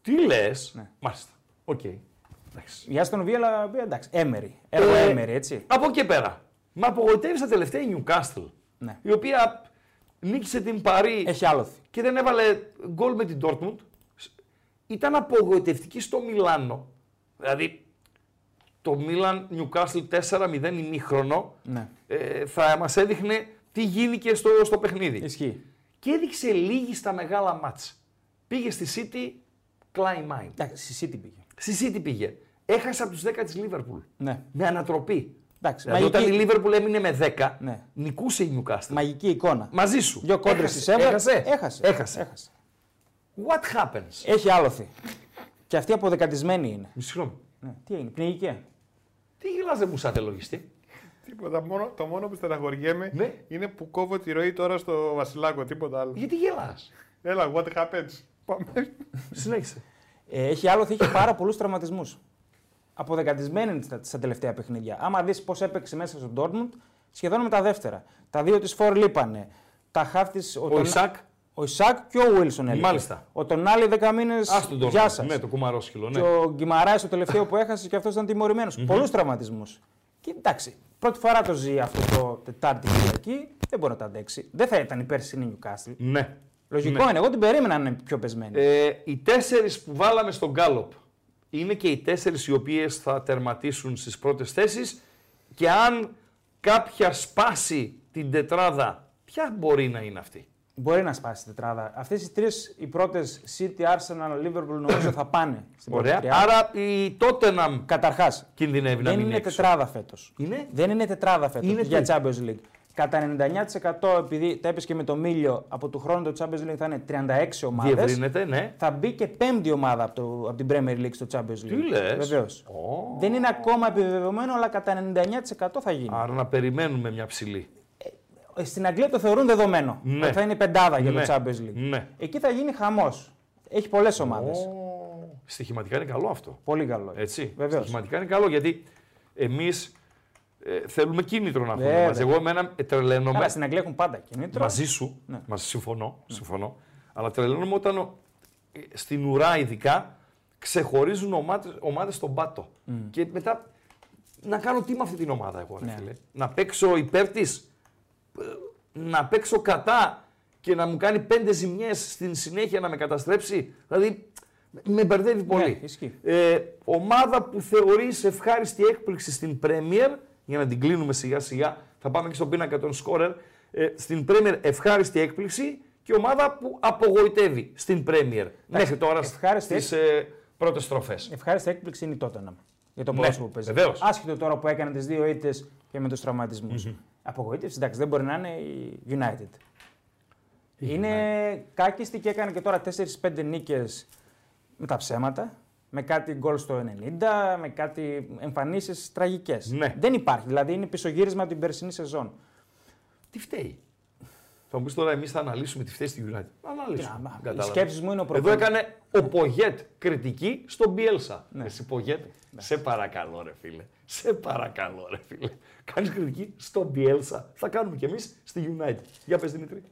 Speaker 4: Τι λες.
Speaker 5: Ναι.
Speaker 4: Μάλιστα. Οκ. Εντάξει.
Speaker 5: Η Άστον Βίελα, εντάξει, έμερη. Έργο
Speaker 4: Ε,
Speaker 5: έμερη, έτσι.
Speaker 4: Από εκεί και πέρα. Μα απογοητεύει τα τελευταία η Newcastle.
Speaker 5: Ναι.
Speaker 4: Η οποία νίκησε την Παρή.
Speaker 5: Έχει άλοθη.
Speaker 4: και δεν έβαλε γκολ με την Dortmund. Ήταν απογοητευτική στο Μιλάνο. Δηλαδή, το Μίλαν Newcastle 4-0 ημίχρονο
Speaker 5: Ναι.
Speaker 4: ε, θα μας έδειχνε τι γίνηκε στο, στο παιχνίδι.
Speaker 5: Ισχύει.
Speaker 4: Και έδειξε λίγη στα μεγάλα μάτς. Πήγε στη City, climb mind.
Speaker 5: Εντάξει, η City πήγε.
Speaker 4: Στη City πήγε. Έχασε από τους 10 της Liverpool.
Speaker 5: Ναι.
Speaker 4: Με ανατροπή.
Speaker 5: Εντάξει,
Speaker 4: Δηλαδή,
Speaker 5: μαγική,
Speaker 4: όταν η Liverpool έμεινε με 10,
Speaker 5: Ναι.
Speaker 4: νικούσε η Newcastle.
Speaker 5: μαγική εικόνα.
Speaker 4: Μαζί σου.
Speaker 5: Δύο κόντρες
Speaker 4: Έχασε,
Speaker 5: της έβαλε.
Speaker 4: Έχασε.
Speaker 5: Έχασε.
Speaker 4: Έχασε. Ε-
Speaker 5: Έχασε.
Speaker 4: What happens.
Speaker 5: Έχει άλοθη. Και αυτή αποδεκατισμένη είναι.
Speaker 4: Συγγνώμη.
Speaker 5: Ναι. Τι έγινε, πνιγική.
Speaker 4: Τι γελάς δεν μου σαν λογιστή.
Speaker 3: Τίποτα. Μόνο, το μόνο που στεναχωριέμαι
Speaker 4: Ναι.
Speaker 3: είναι που κόβω τη ροή τώρα στο Βασιλάκο. Τίποτα άλλο.
Speaker 4: Γιατί γελάς.
Speaker 3: Έλα, what happens. Πάμε.
Speaker 4: Συνέχισε.
Speaker 5: Ε, έχει άλλοθι, έχει πάρα πολλούς τραυματισμούς. Αποδεκατισμένη είναι στα, στα τελευταία παιχνίδια. Άμα δεις πώς έπαιξε μέσα στον Dortmund, σχεδόν με τα δεύτερα. Τα δύο της Φόρ λείπανε. Τα χάφ της,
Speaker 4: Ο Ισακ.
Speaker 5: Ο Ισακ και ο Βίλσον έλειπε.
Speaker 4: Μάλιστα.
Speaker 5: Ο Τονάλι 10 μήνες.
Speaker 4: Ας τον
Speaker 5: Γεια σας.
Speaker 4: Ναι, το κουμαρό σκυλο, ναι.
Speaker 5: Και ο Γκυμαράη το τελευταίο που έχασε και αυτός ήταν τιμωρημένος. Πολλούς τραυματισμούς. Και εντάξει, πρώτη φορά το ζει αυτό το Τετάρτη Κυριακή, δεν μπορεί να τα αντέξει. Δεν θα ήταν η περσινή Νιουκάστλ.
Speaker 4: Ναι.
Speaker 5: Λογικό είναι, εγώ την περίμενα να είναι πιο πεσμένη.
Speaker 4: Ε, οι τέσσερις που βάλαμε στον Γκάλοπ είναι και οι τέσσερις οι οποίες θα τερματίσουν στις πρώτες θέσεις και αν κάποια σπάσει την τετράδα, ποια μπορεί να είναι αυτή.
Speaker 5: Μπορεί να σπάσει η τετράδα. Αυτές οι τρεις, οι πρώτες City, Arsenal, Liverpool νομίζω θα πάνε στην
Speaker 4: Ωραία.
Speaker 5: πρώτη
Speaker 4: Άρα η Tottenham
Speaker 5: Καταρχάς,
Speaker 4: κινδυνεύει να
Speaker 5: δεν
Speaker 4: μείνει
Speaker 5: είναι
Speaker 4: έξω.
Speaker 5: τετράδα φέτος.
Speaker 4: Είναι.
Speaker 5: Δεν είναι τετράδα φέτος
Speaker 4: Είναι
Speaker 5: για
Speaker 4: τι?
Speaker 5: Champions League. Κατά 99% επειδή τα έπεσε και με το μίλιο, από του χρόνου το Champions League θα είναι 36 ομάδες.
Speaker 4: Διευρύνεται, ναι.
Speaker 5: Θα μπει και πέμπτη ομάδα από, το, από την Premier League στο Champions League.
Speaker 4: Τι λες?
Speaker 5: Βεβαίως.
Speaker 4: Ω.
Speaker 5: Δεν είναι ακόμα επιβεβαιωμένο, αλλά κατά 99% θα γίνει.
Speaker 4: Άρα να περιμένουμε μια ψηλή.
Speaker 5: Ε, Στην Αγγλία το θεωρούν δεδομένο.
Speaker 4: Ναι.
Speaker 5: Ότι θα είναι πεντάδα για
Speaker 4: Ναι.
Speaker 5: το Champions League.
Speaker 4: Ναι.
Speaker 5: Εκεί θα γίνει χαμός. Έχει πολλές ομάδες.
Speaker 4: Στοιχηματικά είναι καλό αυτό.
Speaker 5: Πολύ καλό.
Speaker 4: Έτσι.
Speaker 5: Βεβαίως.
Speaker 4: Στοιχηματικά είναι καλό γιατί εμείς ε, θέλουμε κίνητρο να έχουμε
Speaker 5: Βέβαια.
Speaker 4: μαζί. Εγώ εμένα ε, τρελαίνομαι.
Speaker 5: Αλλά Ναι, στην Ναι. Αγγλία έχουν πάντα κινήτρο.
Speaker 4: Μαζί σου, μαζί συμφωνώ, συμφωνώ. Αλλά τρελαίνομαι όταν ο- ε, στην ουρά ειδικά ξεχωρίζουν ομάδες, ομάδες στον πάτο. Και μετά να κάνω τι με αυτή την ομάδα εγώ, ρε
Speaker 5: Ναι.
Speaker 4: φίλε. Να παίξω υπέρ της, ε, να παίξω κατά και να μου κάνει πέντε ζημιές στην συνέχεια να με καταστρέψει. Δηλαδή, με μπερδεύει πολύ.
Speaker 5: Ναι, ισχύει.
Speaker 4: ε, ομάδα που θεωρείς ευχάριστη έκπληξη στην Premier, για να την κλείνουμε σιγά σιγά, θα πάμε και στον πίνακα των σκόρερ, ε, στην Premier ευχάριστη έκπληξη και ομάδα που απογοητεύει στην Premier μέχρι τώρα
Speaker 5: ευχάριστη
Speaker 4: στις ε, πρώτες τροφές.
Speaker 5: Ευχάριστη έκπληξη είναι η Tottenham για τον πρόσωπο που παίζει.
Speaker 4: Ναι, βεβαίως.
Speaker 5: Άσχετο τώρα που έκανε τις δύο ήττες και με τους τραυματισμου Απογοήτευση, εντάξει, δεν μπορεί να είναι η United. Είναι κάκιστη και έκανε και τώρα 4-5 νίκες με τα ψέματα. Με κάτι γκολ στο 90, με κάτι εμφανίσεις τραγικές.
Speaker 4: Ναι.
Speaker 5: Δεν υπάρχει. Δηλαδή είναι πισωγύρισμα από την περσινή σεζόν.
Speaker 4: Τι φταίει. Θα μου πεις τώρα, εμείς θα αναλύσουμε τη φταίει στη United. Θα Αναλύσουμε.
Speaker 5: Τι να-
Speaker 4: Κατάλαβες.
Speaker 5: οι σκέψεις μου είναι ο
Speaker 4: Εδώ
Speaker 5: προπονητής. Ναι.
Speaker 4: έκανε ο Πογέτ κριτική στον Μπιέλσα. Εσύ Πογέτ, σε παρακαλώ, ρε φίλε. Σε παρακαλώ, ρε φίλε. Κάνεις κριτική στον Μπιέλσα. Θα κάνουμε κι εμείς στη United. Για πες Δημήτρη.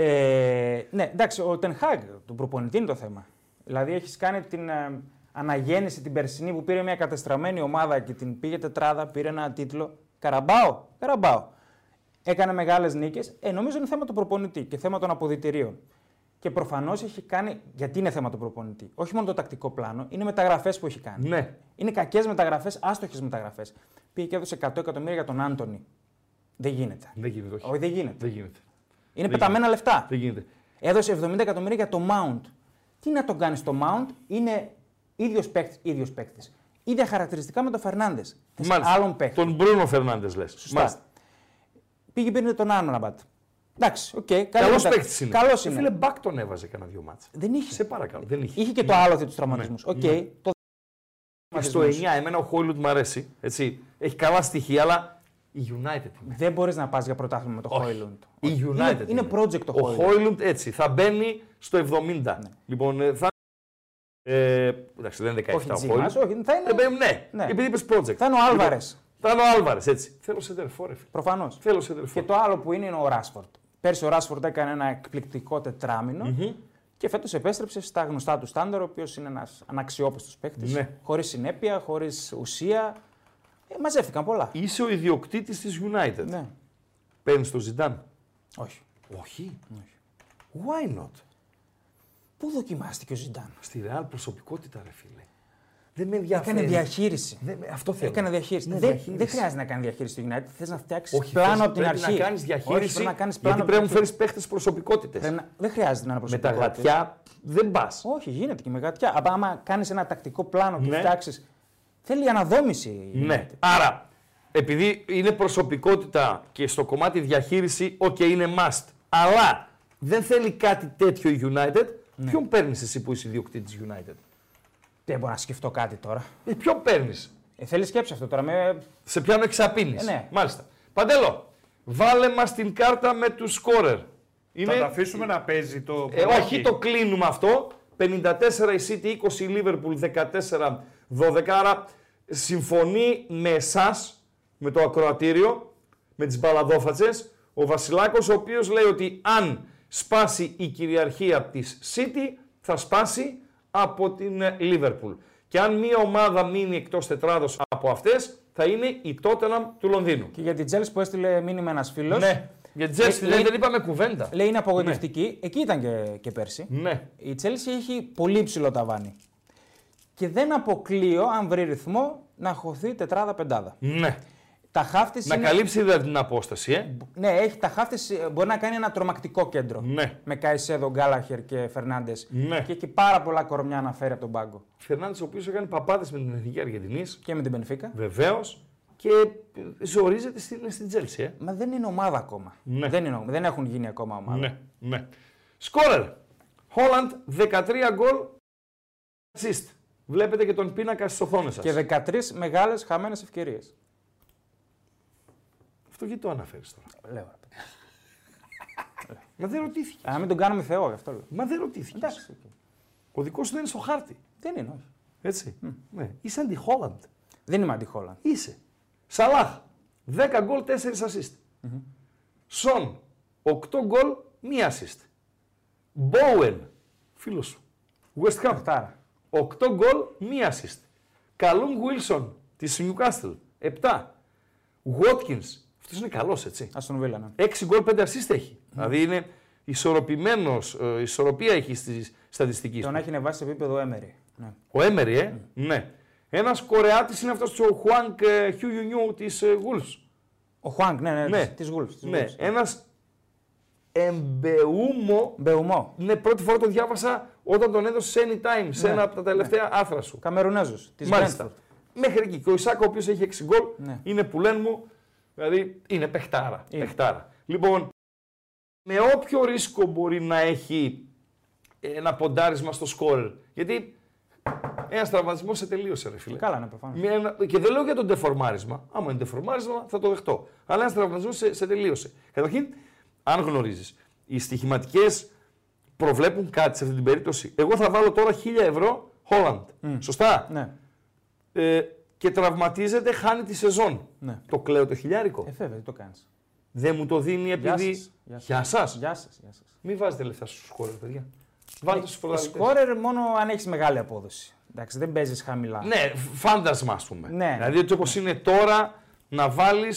Speaker 5: Ε, ναι, εντάξει, ο Ten Hag, του προπονητή είναι το θέμα. Δηλαδή, έχεις κάνει την ε, αναγέννηση την περσινή που πήρε μια κατεστραμμένη ομάδα και την πήγε τετράδα, πήρε ένα τίτλο. Καραμπάο, καραμπάο. Έκανε μεγάλες νίκες. Ε, νομίζω είναι θέμα του προπονητή και θέμα των αποδητηρίων. Και προφανώς έχει κάνει. Γιατί είναι θέμα του προπονητή. Όχι μόνο το τακτικό πλάνο, είναι μεταγραφές που έχει κάνει.
Speaker 4: Ναι.
Speaker 5: Είναι κακές μεταγραφές, άστοχες μεταγραφές. Πήγε και έδωσε 100 εκατομμύρια για τον Άντωνη. Δεν γίνεται.
Speaker 4: Δεν γίνεται, όχι.
Speaker 5: Όχι, δεν γίνεται.
Speaker 4: Δεν γίνεται.
Speaker 5: Είναι πεταμένα λεφτά.
Speaker 4: Δεν γίνεται.
Speaker 5: Έδωσε 70 εκατομμύρια για το Mount. Τι να τον κάνεις το Mount, είναι ίδιος παίκτης. Ίδιος παίκτης. Ίδια χαρακτηριστικά με τον Φερνάντες.
Speaker 4: Μάλιστα.
Speaker 5: Άλλον παίκτη.
Speaker 4: Τον Μπρούνο Φερνάντες λες.
Speaker 5: Σωστά. Πήγε πήρε τον Άνραμπατ. Εντάξει, οκ. Okay,
Speaker 4: Καλό παίκτης είναι.
Speaker 5: Καλός
Speaker 4: Ε,
Speaker 5: είναι.
Speaker 4: Φίλε, μπακ τον έβαζε κανένα δυο μάτσα.
Speaker 5: Δεν είχε.
Speaker 4: Σε Ναι. παρακαλώ. Δεν είχε.
Speaker 5: Είχε και το άλλο τους τραυματισμούς. Οκ. Το...
Speaker 4: Και στο 9, εμένα ο Χόιλουντ μου αρέσει. Έτσι. Έχει καλά στοιχεία, αλλά η United. είναι.
Speaker 5: Δεν μπορείς να πας για πρωτάθλημα με τον
Speaker 4: Όχι.
Speaker 5: Χόιλουντ.
Speaker 4: Η United.
Speaker 5: Είναι, είναι project
Speaker 4: Ο
Speaker 5: ο Χόιλουντ. Ναι.
Speaker 4: Χόιλουντ έτσι. Θα μπαίνει στο 70. Λοιπόν, ε, θα. Ε, εντάξει, δεν είναι 17
Speaker 5: Όχι,
Speaker 4: ο
Speaker 5: Τζίμα.
Speaker 4: Χόιλουντ.
Speaker 5: Όχι, θα είναι.
Speaker 4: Ε, μπαίνει, ναι,
Speaker 5: Ναι.
Speaker 4: επειδή είπες project. Λοιπόν,
Speaker 5: Θα είναι ο Άλβαρες.
Speaker 4: θα είναι ο Άλβαρες, έτσι. Θέλω σε τερφόρ, ρε φίλε.
Speaker 5: Προφανώς.
Speaker 4: Θέλω σε τερφόρ.
Speaker 5: Και το άλλο που είναι είναι ο Ράσφορντ. Πέρσι ο Ράσφορντ έκανε ένα εκπληκτικό τετράμινο και φέτος επέστρεψε στα γνωστά του στάνταρ, ο οποίος είναι ένας αναξιόπιστος παίκτης.
Speaker 4: Ναι.
Speaker 5: Χωρίς συνέπεια, χωρίς ουσία. Ε, μαζεύτηκαν πολλά.
Speaker 4: Είσαι ο ιδιοκτήτης της United.
Speaker 5: Ναι.
Speaker 4: Παίρνεις τον Ζιντάν.
Speaker 5: Όχι.
Speaker 4: Όχι. Why not.
Speaker 5: Πού δοκιμάστηκε ο Ζιντάν.
Speaker 4: Στη Ρεάλ προσωπικότητα, ρε φίλε. Δεν με ενδιαφέρει.
Speaker 5: Έκανε διαχείριση.
Speaker 4: Δεν με- αυτό θέλω.
Speaker 5: Έκανε διαχείριση.
Speaker 4: Ναι,
Speaker 5: δεν,
Speaker 4: διαχείριση.
Speaker 5: δεν χρειάζεται να κάνει διαχείριση στο United. Θες να φτιάξεις
Speaker 4: Όχι,
Speaker 5: πλάνο
Speaker 4: θες-
Speaker 5: από την
Speaker 4: πρέπει
Speaker 5: αρχή.
Speaker 4: Να κάνει διαχείριση.
Speaker 5: Όχι, πρέπει να κάνεις πλάνο.
Speaker 4: γιατί
Speaker 5: απ'
Speaker 4: πρέπει να
Speaker 5: την
Speaker 4: φέρει
Speaker 5: αρχή.
Speaker 4: παίχτες προσωπικότητες.
Speaker 5: Πρέπει να- Δεν χρειάζεται να είναι
Speaker 4: Με τα
Speaker 5: προσωπικό.
Speaker 4: γατιά δεν πας.
Speaker 5: Όχι, γίνεται και με γατιά. Αλλά άμα κάνεις ένα τακτικό πλάνο και
Speaker 4: Ναι.
Speaker 5: φτιάξεις. Θέλει αναδόμηση. η
Speaker 4: Ναι.
Speaker 5: United.
Speaker 4: Άρα, επειδή είναι προσωπικότητα και στο κομμάτι διαχείριση, οκ, είναι must. Αλλά δεν θέλει κάτι τέτοιο η United.
Speaker 5: Ναι.
Speaker 4: Ποιον παίρνεις εσύ που είσαι ιδιοκτήτης United.
Speaker 5: Δεν μπορώ να σκεφτώ κάτι τώρα.
Speaker 4: Ε, ποιον παίρνεις.
Speaker 5: Ε, θέλεις σκέψη αυτό τώρα. Με...
Speaker 4: Σε πιάνω εξαπίνεις.
Speaker 5: Ε, ναι.
Speaker 4: Μάλιστα. Παντέλο, βάλε μας την κάρτα με τους σκόρερ. Είναι...
Speaker 3: Θα τα αφήσουμε να παίζει το.
Speaker 4: Ε, όχι, το κλείνουμε αυτό. 54 η City, 20 η Liverpool, 14 12. Άρα συμφωνεί με εσάς, με το ακροατήριο, με τις μπαλαδόφατσες, ο Βασιλάκος, ο οποίος λέει ότι αν σπάσει η κυριαρχία της City, θα σπάσει από την ε, Liverpool. Και αν μία ομάδα μείνει εκτός τετράδος από αυτές, θα είναι η Tottenham του Λονδίνου.
Speaker 5: Και για την Τζέλση που έστειλε μήνυμα ένας φίλος.
Speaker 4: Ναι, για Τζέσι
Speaker 5: Λέει-
Speaker 4: δεν είπαμε κουβέντα.
Speaker 5: Λέει είναι απογοητευτική. Εκεί ήταν και, και πέρσι.
Speaker 4: Ναι.
Speaker 5: Η Τσέλση έχει πολύ ψηλό ταβάνι. Και δεν αποκλείω, αν βρει ρυθμό, να χωθεί τετράδα-πεντάδα.
Speaker 4: Ναι.
Speaker 5: Τα χάφ της
Speaker 4: Να
Speaker 5: είναι...
Speaker 4: καλύψει δηλαδή την απόσταση, ε.
Speaker 5: Ναι, έχει τα χάφ της, ε, Μπορεί να κάνει ένα τρομακτικό κέντρο.
Speaker 4: Ναι.
Speaker 5: Με Καϊσέδο, Γκάλαχερ και Φερνάντες.
Speaker 4: Ναι.
Speaker 5: Και έχει πάρα πολλά κορμιά να φέρει από τον πάγκο.
Speaker 4: Φερνάνδη, ο οποίος έκανε παπάδες με την εθνική Αργεντινής.
Speaker 5: Και με την Πενφύκα.
Speaker 4: Βεβαίως. και ζορίζεται στην, στην Τζέλση. Ε.
Speaker 5: Μα δεν είναι ομάδα ακόμα.
Speaker 4: Ναι.
Speaker 5: Δεν, είναι, δεν έχουν γίνει ακόμα ομάδα.
Speaker 4: Ναι, ναι. Σκόρερ. Χόλαντ 13 γκολ. Assist. Βλέπετε και τον πίνακα στις οθόνες σας.
Speaker 5: Και 13 μεγάλες χαμένες ευκαιρίες.
Speaker 4: Αυτό γιατί το αναφέρεις τώρα.
Speaker 5: Λέω. ρε παιδί.
Speaker 4: Μα δεν ρωτήθηκε.
Speaker 5: Α, Να μην τον κάνουμε Θεό, γι' αυτό λέω.
Speaker 4: Μα δεν ρωτήθηκε.
Speaker 5: Εντάξει. οκ.
Speaker 4: Ο δικός σου δεν είναι στο χάρτη.
Speaker 5: Δεν είναι, όχι.
Speaker 4: Έτσι. Ναι. Είσαι αντι Χόλαντ.
Speaker 5: Δεν είμαι αντιχόλα.
Speaker 4: Είσαι. Σαλάχ. 10 γκολ, 4 assist. Σον. 8 γκολ, 1 assist. Μπόουεν. Φίλος σου. West Ham. 8 γκολ, 1 assist. Καλούμ Γουίλσον τη Νιουκάστελ. 7. Watkins. Αυτός είναι καλός, έτσι.
Speaker 5: Α τον βίλανε.
Speaker 4: 6 γκολ, 5 assist έχει. Δηλαδή είναι ισορροπημένος, ισορροπία έχει στη στατιστικής.
Speaker 5: Τον
Speaker 4: του.
Speaker 5: έχει ανεβάσει σε επίπεδο έμερη. Ναι.
Speaker 4: Ο Έμερι, ε. Ναι. Ένας Κορεάτης είναι αυτός ο Χουάνκ ε, Χιουγιουνιού τη Γούλφ.
Speaker 5: Ο Χουάνκ, ναι, ναι,
Speaker 4: Ναι.
Speaker 5: ναι. τη Γούλφ.
Speaker 4: Ναι. Ένας Εμπεούμο.
Speaker 5: Μπεουμό.
Speaker 4: Ναι, πρώτη φορά το διάβασα όταν τον έδωσε σε Anytime, σε
Speaker 5: Ναι.
Speaker 4: ένα από τα τελευταία άθρα σου.
Speaker 5: Καμερουνέζος. Της
Speaker 4: Μάλιστα.
Speaker 5: Μπρέντφορντ.
Speaker 4: Μέχρι εκεί. Και ο Ισάκ, ο οποίος έχει 6 γκολ,
Speaker 5: Ναι.
Speaker 4: είναι που λένε μου. Δηλαδή είναι παιχτάρα.
Speaker 5: Είναι.
Speaker 4: παιχτάρα. Λοιπόν, με όποιο ρίσκο μπορεί να έχει ένα ποντάρισμα στο σκόρ. Γιατί ένας τραυματισμός σε τελείωσε, ρε φίλε.
Speaker 5: Καλά, ναι, προφανώς.
Speaker 4: Μια- ένα- και δεν λέω για το ντεφορμάρισμα. Άμα είναι ντεφορμάρισμα, θα το δεχτώ. Αλλά ένας τραυματισμός σε, σε τελείωσε. Καταρχήν, αν γνωρίζεις, οι στοιχηματικές προβλέπουν κάτι σε αυτή την περίπτωση. Εγώ θα βάλω τώρα 1000 ευρώ Holland. Σωστά.
Speaker 5: Ναι.
Speaker 4: Ε, και τραυματίζεται, χάνει τη σεζόν.
Speaker 5: Ναι.
Speaker 4: Το κλαίω το χιλιάρικο.
Speaker 5: Ε, βέβαια, τι το κάνεις.
Speaker 4: Δεν μου το δίνει επειδή.
Speaker 5: σας. Γεια σας.
Speaker 4: σας.
Speaker 5: Γεια σας. Γεια σας.
Speaker 4: Μην βάζετε λεφτά στου σκόρε, παιδιά. Βάλτε στους
Speaker 5: Ο
Speaker 4: πρωταθλητέ.
Speaker 5: σκόρερ μόνο αν έχεις μεγάλη απόδοση. Εντάξει, δεν παίζεις χαμηλά.
Speaker 4: Ναι, φάντασμα, ας πούμε.
Speaker 5: Ναι.
Speaker 4: Δηλαδή, έτσι όπω είναι τώρα, να βάλεις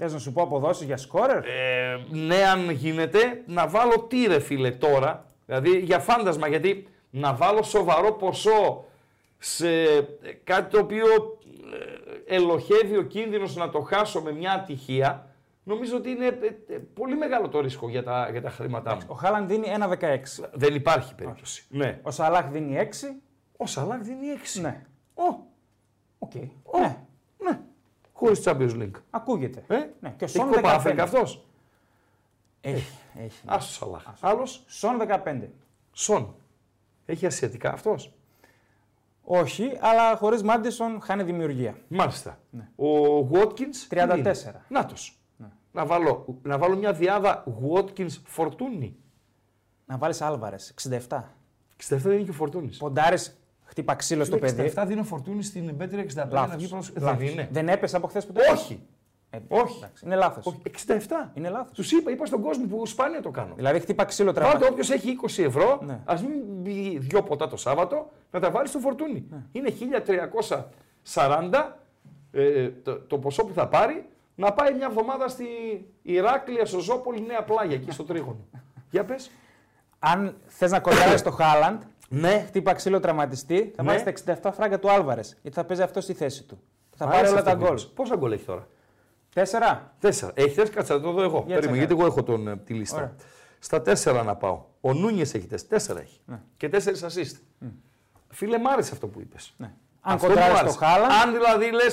Speaker 5: Θες να σου πω αποδόσεις για σκόρερ.
Speaker 4: ε, ναι, αν γίνεται, να βάλω τι ρε φίλε τώρα. Δηλαδή για φάντασμα, γιατί να βάλω σοβαρό ποσό σε ε, κάτι το οποίο ε, ελοχεύει ο κίνδυνος να το χάσω με μια ατυχία, νομίζω ότι είναι ε, ε, πολύ μεγάλο το ρίσκο για τα, για τα χρήματά μου.
Speaker 5: Ο Χάλαντ δίνει 1,16.
Speaker 4: Δεν υπάρχει περίπτωση. Ναι.
Speaker 5: Ο Σαλάχ δίνει 6.
Speaker 4: Ο Σαλάκ δίνει 6.
Speaker 5: Ναι.
Speaker 4: Ω,
Speaker 5: Οκ.
Speaker 4: Ω.
Speaker 5: Ναι.
Speaker 4: ναι. Χωρίς Champions League.
Speaker 5: Ακούγεται.
Speaker 4: Ε,
Speaker 5: Ναι. Και ο
Speaker 4: Έχει
Speaker 5: Σον
Speaker 4: Κόπα
Speaker 5: 15.
Speaker 4: Αφρικα αυτός.
Speaker 5: Έχει. έχει.
Speaker 4: Ας το Σαλάχ. Άλλος,
Speaker 5: Σον 15.
Speaker 4: Σον. Έχει ασιατικά αυτός.
Speaker 5: Όχι, αλλά χωρίς Μάντισον χάνει δημιουργία.
Speaker 4: Μάλιστα.
Speaker 5: Ναι.
Speaker 4: Ο Watkins.
Speaker 5: 34.
Speaker 4: Νάτος.
Speaker 5: Ναι.
Speaker 4: Να, βάλω, να βάλω μια διάδα Watkins Φορτούνη.
Speaker 5: Να βάλεις Άλβαρες 67.
Speaker 4: 67 δεν είναι και ο Φορτούνης.
Speaker 5: Ποντάρε χτύπα ξύλο στο παιδί.
Speaker 4: 67 δίνει ο Φορτούνης στην Μπέτρια 65.
Speaker 5: Λάθος.
Speaker 4: να βγει προς-
Speaker 5: Λάθος.
Speaker 4: Δεν είναι.
Speaker 5: Δεν έπεσε από χθες που το
Speaker 4: Όχι.
Speaker 5: Ε,
Speaker 4: Όχι.
Speaker 5: εντάξει, Είναι λάθος.
Speaker 4: Όχι. 67.
Speaker 5: Είναι λάθος.
Speaker 4: Τους είπα, είπα στον κόσμο που σπάνια το κάνω.
Speaker 5: Δηλαδή χτύπα ξύλο
Speaker 4: Βάλτε
Speaker 5: τραυματισμό.
Speaker 4: όποιος έχει 20 ευρώ,
Speaker 5: Ναι.
Speaker 4: ας μην μπει δυο ποτά το Σάββατο, να τα βάλει στο φορτούνι.
Speaker 5: Ναι.
Speaker 4: Είναι 1340 ε, το, το ποσό που θα πάρει να πάει μια εβδομάδα στη Ηράκλεια, Σοζόπολη, Νέα Πλάγια, εκεί στο τρίγωνο. Για πες.
Speaker 5: Αν θες να κοντάρεις το Χάλαντ,
Speaker 4: Ναι.
Speaker 5: χτύπα ξύλο τραυματιστή, θα
Speaker 4: Ναι.
Speaker 5: βάλει τα 67 φράγκα του Άλβαρες. Γιατί θα παίζει αυτό στη θέση του. Θα πάρει όλα τα γκολ.
Speaker 4: Πόσα γκολ έχει τώρα.
Speaker 5: Τέσσερα.
Speaker 4: Τέσσερα. Έχει τέσσερα, κάτσε να το δω εγώ. Περίμενε,
Speaker 5: τσεκάρε.
Speaker 4: γιατί εγώ έχω τον, ε, τη λίστα.
Speaker 5: Ωραία.
Speaker 4: Στα τέσσερα να πάω. Ο Νούνιες έχει τέσσερα. Τέσσερα έχει.
Speaker 5: Ναι.
Speaker 4: Και τέσσερις assist. Φίλε, μ' άρεσε αυτό που είπες.
Speaker 5: Ναι. Αν
Speaker 4: Αυτό μου
Speaker 5: κοντράρει το
Speaker 4: άρεσε.
Speaker 5: Χάλαντ,
Speaker 4: Αν δηλαδή λες,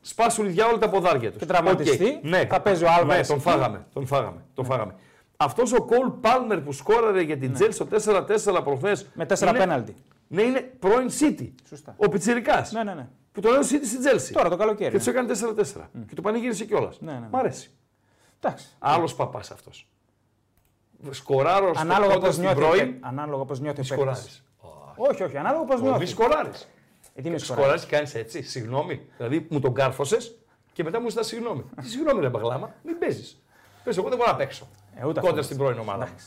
Speaker 4: σπάσουν οι διάολοι τα ποδάρια τους.
Speaker 5: Και τραυματιστεί, θα παίζει ο Άλβαρες
Speaker 4: Ναι, τον
Speaker 5: εκεί. Ναι.
Speaker 4: φάγαμε. Τον φάγαμε. Τον φάγαμε. Αυτός ο Κόλ Πάλμερ που σκόραρε για την Τζέλ στο 4-4 προχθές.
Speaker 5: με τέσσερα πέναλτι.
Speaker 4: Ναι, είναι πρώην City.
Speaker 5: Σωστά.
Speaker 4: Ο Πιτσυρικά.
Speaker 5: Ναι, ναι, ναι.
Speaker 4: Που τον έδωσε City στην Τζέλση.
Speaker 5: Τώρα το καλοκαίρι.
Speaker 4: Και τους
Speaker 5: ναι.
Speaker 4: έκανε 4-4. Και του πανηγύρισε κιόλας.
Speaker 5: Ναι, ναι, ναι.
Speaker 4: Μ' αρέσει.
Speaker 5: Εντάξει.
Speaker 4: Άλλος παπάς αυτός. Σκοράρω στο
Speaker 5: Ανάλογα
Speaker 4: πρώτο
Speaker 5: πώς
Speaker 4: στην
Speaker 5: νιώθει. ο παίκ-
Speaker 4: πρώην.
Speaker 5: Ανάλογα πώς νιώθει. ο
Speaker 4: Σκοράρει.
Speaker 5: παίκτης. Όχι, όχι, ανάλογα πώς
Speaker 4: Μη
Speaker 5: νιώθει.
Speaker 4: σκοράρεις.
Speaker 5: Ε, τι είναι σκοράρι.
Speaker 4: Σκοράρεις και κάνεις έτσι. Συγγνώμη. Δηλαδή μου τον κάρφωσες και μετά μου ζητάς συγγνώμη. Τι συγγνώμη, ρε Μπαγλάμα, μην παίζεις. Πες, εγώ δεν μπορώ να παίξω.
Speaker 5: Ε, ούτε
Speaker 4: Κόντρα
Speaker 5: αυτό.
Speaker 4: στην πρώην ομάδα. μου.
Speaker 5: Εντάξει.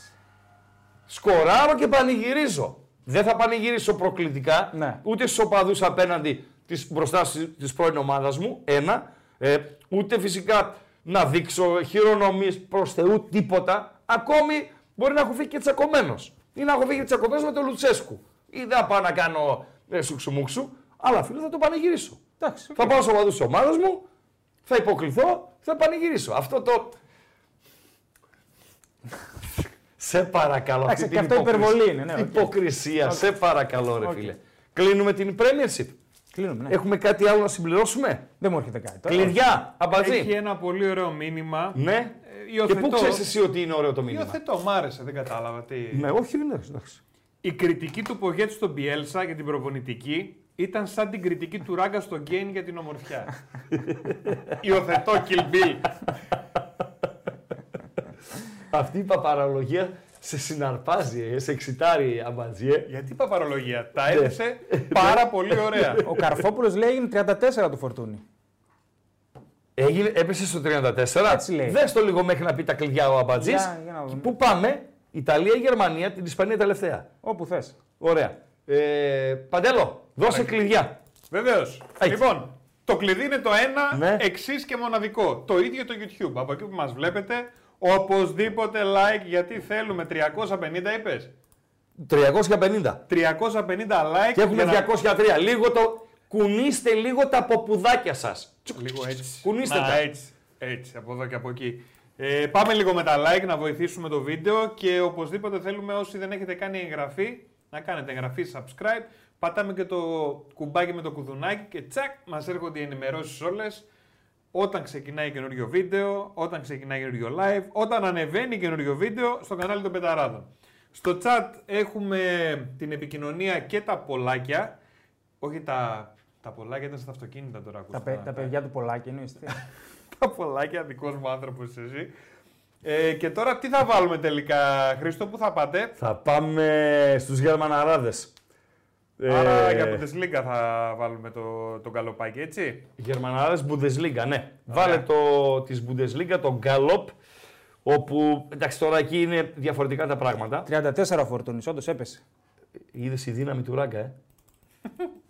Speaker 4: Σκοράρω και πανηγυρίζω. Δεν θα πανηγυρίσω προκλητικά,
Speaker 5: Ναι.
Speaker 4: ούτε στου οπαδού απέναντι της, μπροστά της πρώην ομάδας μου. Ένα. Ε, ούτε φυσικά να δείξω χειρονομίες προς Θεού τίποτα. Ακόμη μπορεί να έχω φύγει και τσακωμένος. Ή να έχω φύγει και τσακωμένος με τον Λουτσέσκου. Ή δεν θα πάω να κάνω ε, σουξουμούξου. Αλλά φίλε θα το πανηγυρίσω.
Speaker 5: Εντάξει.
Speaker 4: Θα πάω στου οπαδού της ομάδας μου, θα υποκληθώ, θα πανηγυρίσω. Αυτό το. σε παρακαλώ.
Speaker 5: Εντάξει,
Speaker 4: αυτή
Speaker 5: και
Speaker 4: την
Speaker 5: αυτό
Speaker 4: υποκρισία.
Speaker 5: υπερβολή είναι, ναι, οκ.
Speaker 4: υποκρισία, σε παρακαλώ, ρε φίλε. Κλείνουμε την Premiership.
Speaker 5: Κλείνουμε, ναι. Ε,
Speaker 4: Έχουμε κάτι άλλο να συμπληρώσουμε.
Speaker 5: Δεν μου έρχεται κάτι. τώρα.
Speaker 4: Κλειδιά,
Speaker 3: Έχει
Speaker 4: αμπατζή.
Speaker 3: ένα πολύ ωραίο μήνυμα.
Speaker 4: Ναι.
Speaker 3: Ε,
Speaker 4: Και
Speaker 3: Υιοθετώ.
Speaker 4: πού ξέρεις εσύ ότι είναι ωραίο το μήνυμα.
Speaker 3: Υιοθετώ, μ' άρεσε, δεν κατάλαβα τι.
Speaker 4: Ναι, όχι, εντάξει. εντάξει.
Speaker 3: Η κριτική του Πογέτη στον Πιέλσα για την προπονητική ήταν σαν την κριτική του Ράγκα στον Γκέιν για την ομορφιά. Υιοθετώ, Kill Bill.
Speaker 4: Αυτή η παπαραλογία σε συναρπάζει, ε, σε εξητάρει, αμπατζή. ε.
Speaker 3: Γιατί είπα παρολογία. Τα
Speaker 4: Ναι.
Speaker 3: έδεσε πάρα πολύ ωραία.
Speaker 5: Ο Καρφόπουλος λέει έγινε 34 του φορτούνη.
Speaker 4: Έγινε, έπεσε στο 34.
Speaker 5: Έτσι λέει.
Speaker 4: Δες το λίγο μέχρι να πει τα κλειδιά ο Αμπατζής.
Speaker 5: Για- για να δούμε.
Speaker 4: Πού πάμε, Ιταλία, Γερμανία, την Ισπανία τελευταία.
Speaker 5: Όπου θες.
Speaker 4: Ωραία. Ε, Παντέλο, δώσε κλειδιά.
Speaker 3: Βεβαίως.
Speaker 4: Έτσι.
Speaker 3: Λοιπόν, το κλειδί είναι το ένα
Speaker 4: Ναι.
Speaker 3: εξής και μοναδικό. Το ίδιο το YouTube. Από εκεί που μας βλέπετε, οπωσδήποτε like γιατί θέλουμε 350, είπε.
Speaker 4: 350.
Speaker 3: 350 like.
Speaker 4: Και έχουμε
Speaker 3: για να-
Speaker 4: 203. Λίγο το. Κουνήστε λίγο τα ποπουδάκια σας.
Speaker 3: Λίγο έτσι.
Speaker 4: Κουνήστε
Speaker 3: Να,
Speaker 4: τα.
Speaker 3: έτσι. Έτσι, από εδώ και από εκεί. Ε, πάμε λίγο με τα like να βοηθήσουμε το βίντεο και οπωσδήποτε θέλουμε όσοι δεν έχετε κάνει εγγραφή να κάνετε εγγραφή, subscribe. Πατάμε και το κουμπάκι με το κουδουνάκι και τσακ, μας έρχονται οι ενημερώσεις όλες. Όταν ξεκινάει καινούριο βίντεο, όταν ξεκινάει καινούριο live, όταν ανεβαίνει καινούριο βίντεο στο κανάλι των Πεταράδων. Στο chat έχουμε την επικοινωνία και τα πολλάκια. Όχι τα, τα πολλάκια ήταν στα αυτοκίνητα τώρα.
Speaker 5: Τα,
Speaker 3: ακούστηκαν
Speaker 5: παι- τα παιδιά του Πολάκη εννοείς. τι.
Speaker 3: τα πολλάκια, δικός μου άνθρωπος εσύ. Ε, και τώρα τι θα βάλουμε τελικά, Χρήστο, πού θα πάτε.
Speaker 4: Θα πάμε στους Γερμαναράδες. Ε.
Speaker 3: Άρα για Bundesliga θα βάλουμε το, το καλοπάκι, έτσι.
Speaker 4: Γερμανάδε Bundesliga, ναι. Βάλε το της Bundesliga, τον Γκαλοπ. Όπου εντάξει, τώρα εκεί είναι διαφορετικά τα πράγματα.
Speaker 5: 34 ο φορτούνης, όντως έπεσε.
Speaker 4: Είδες η δύναμη του ράγκα, ε.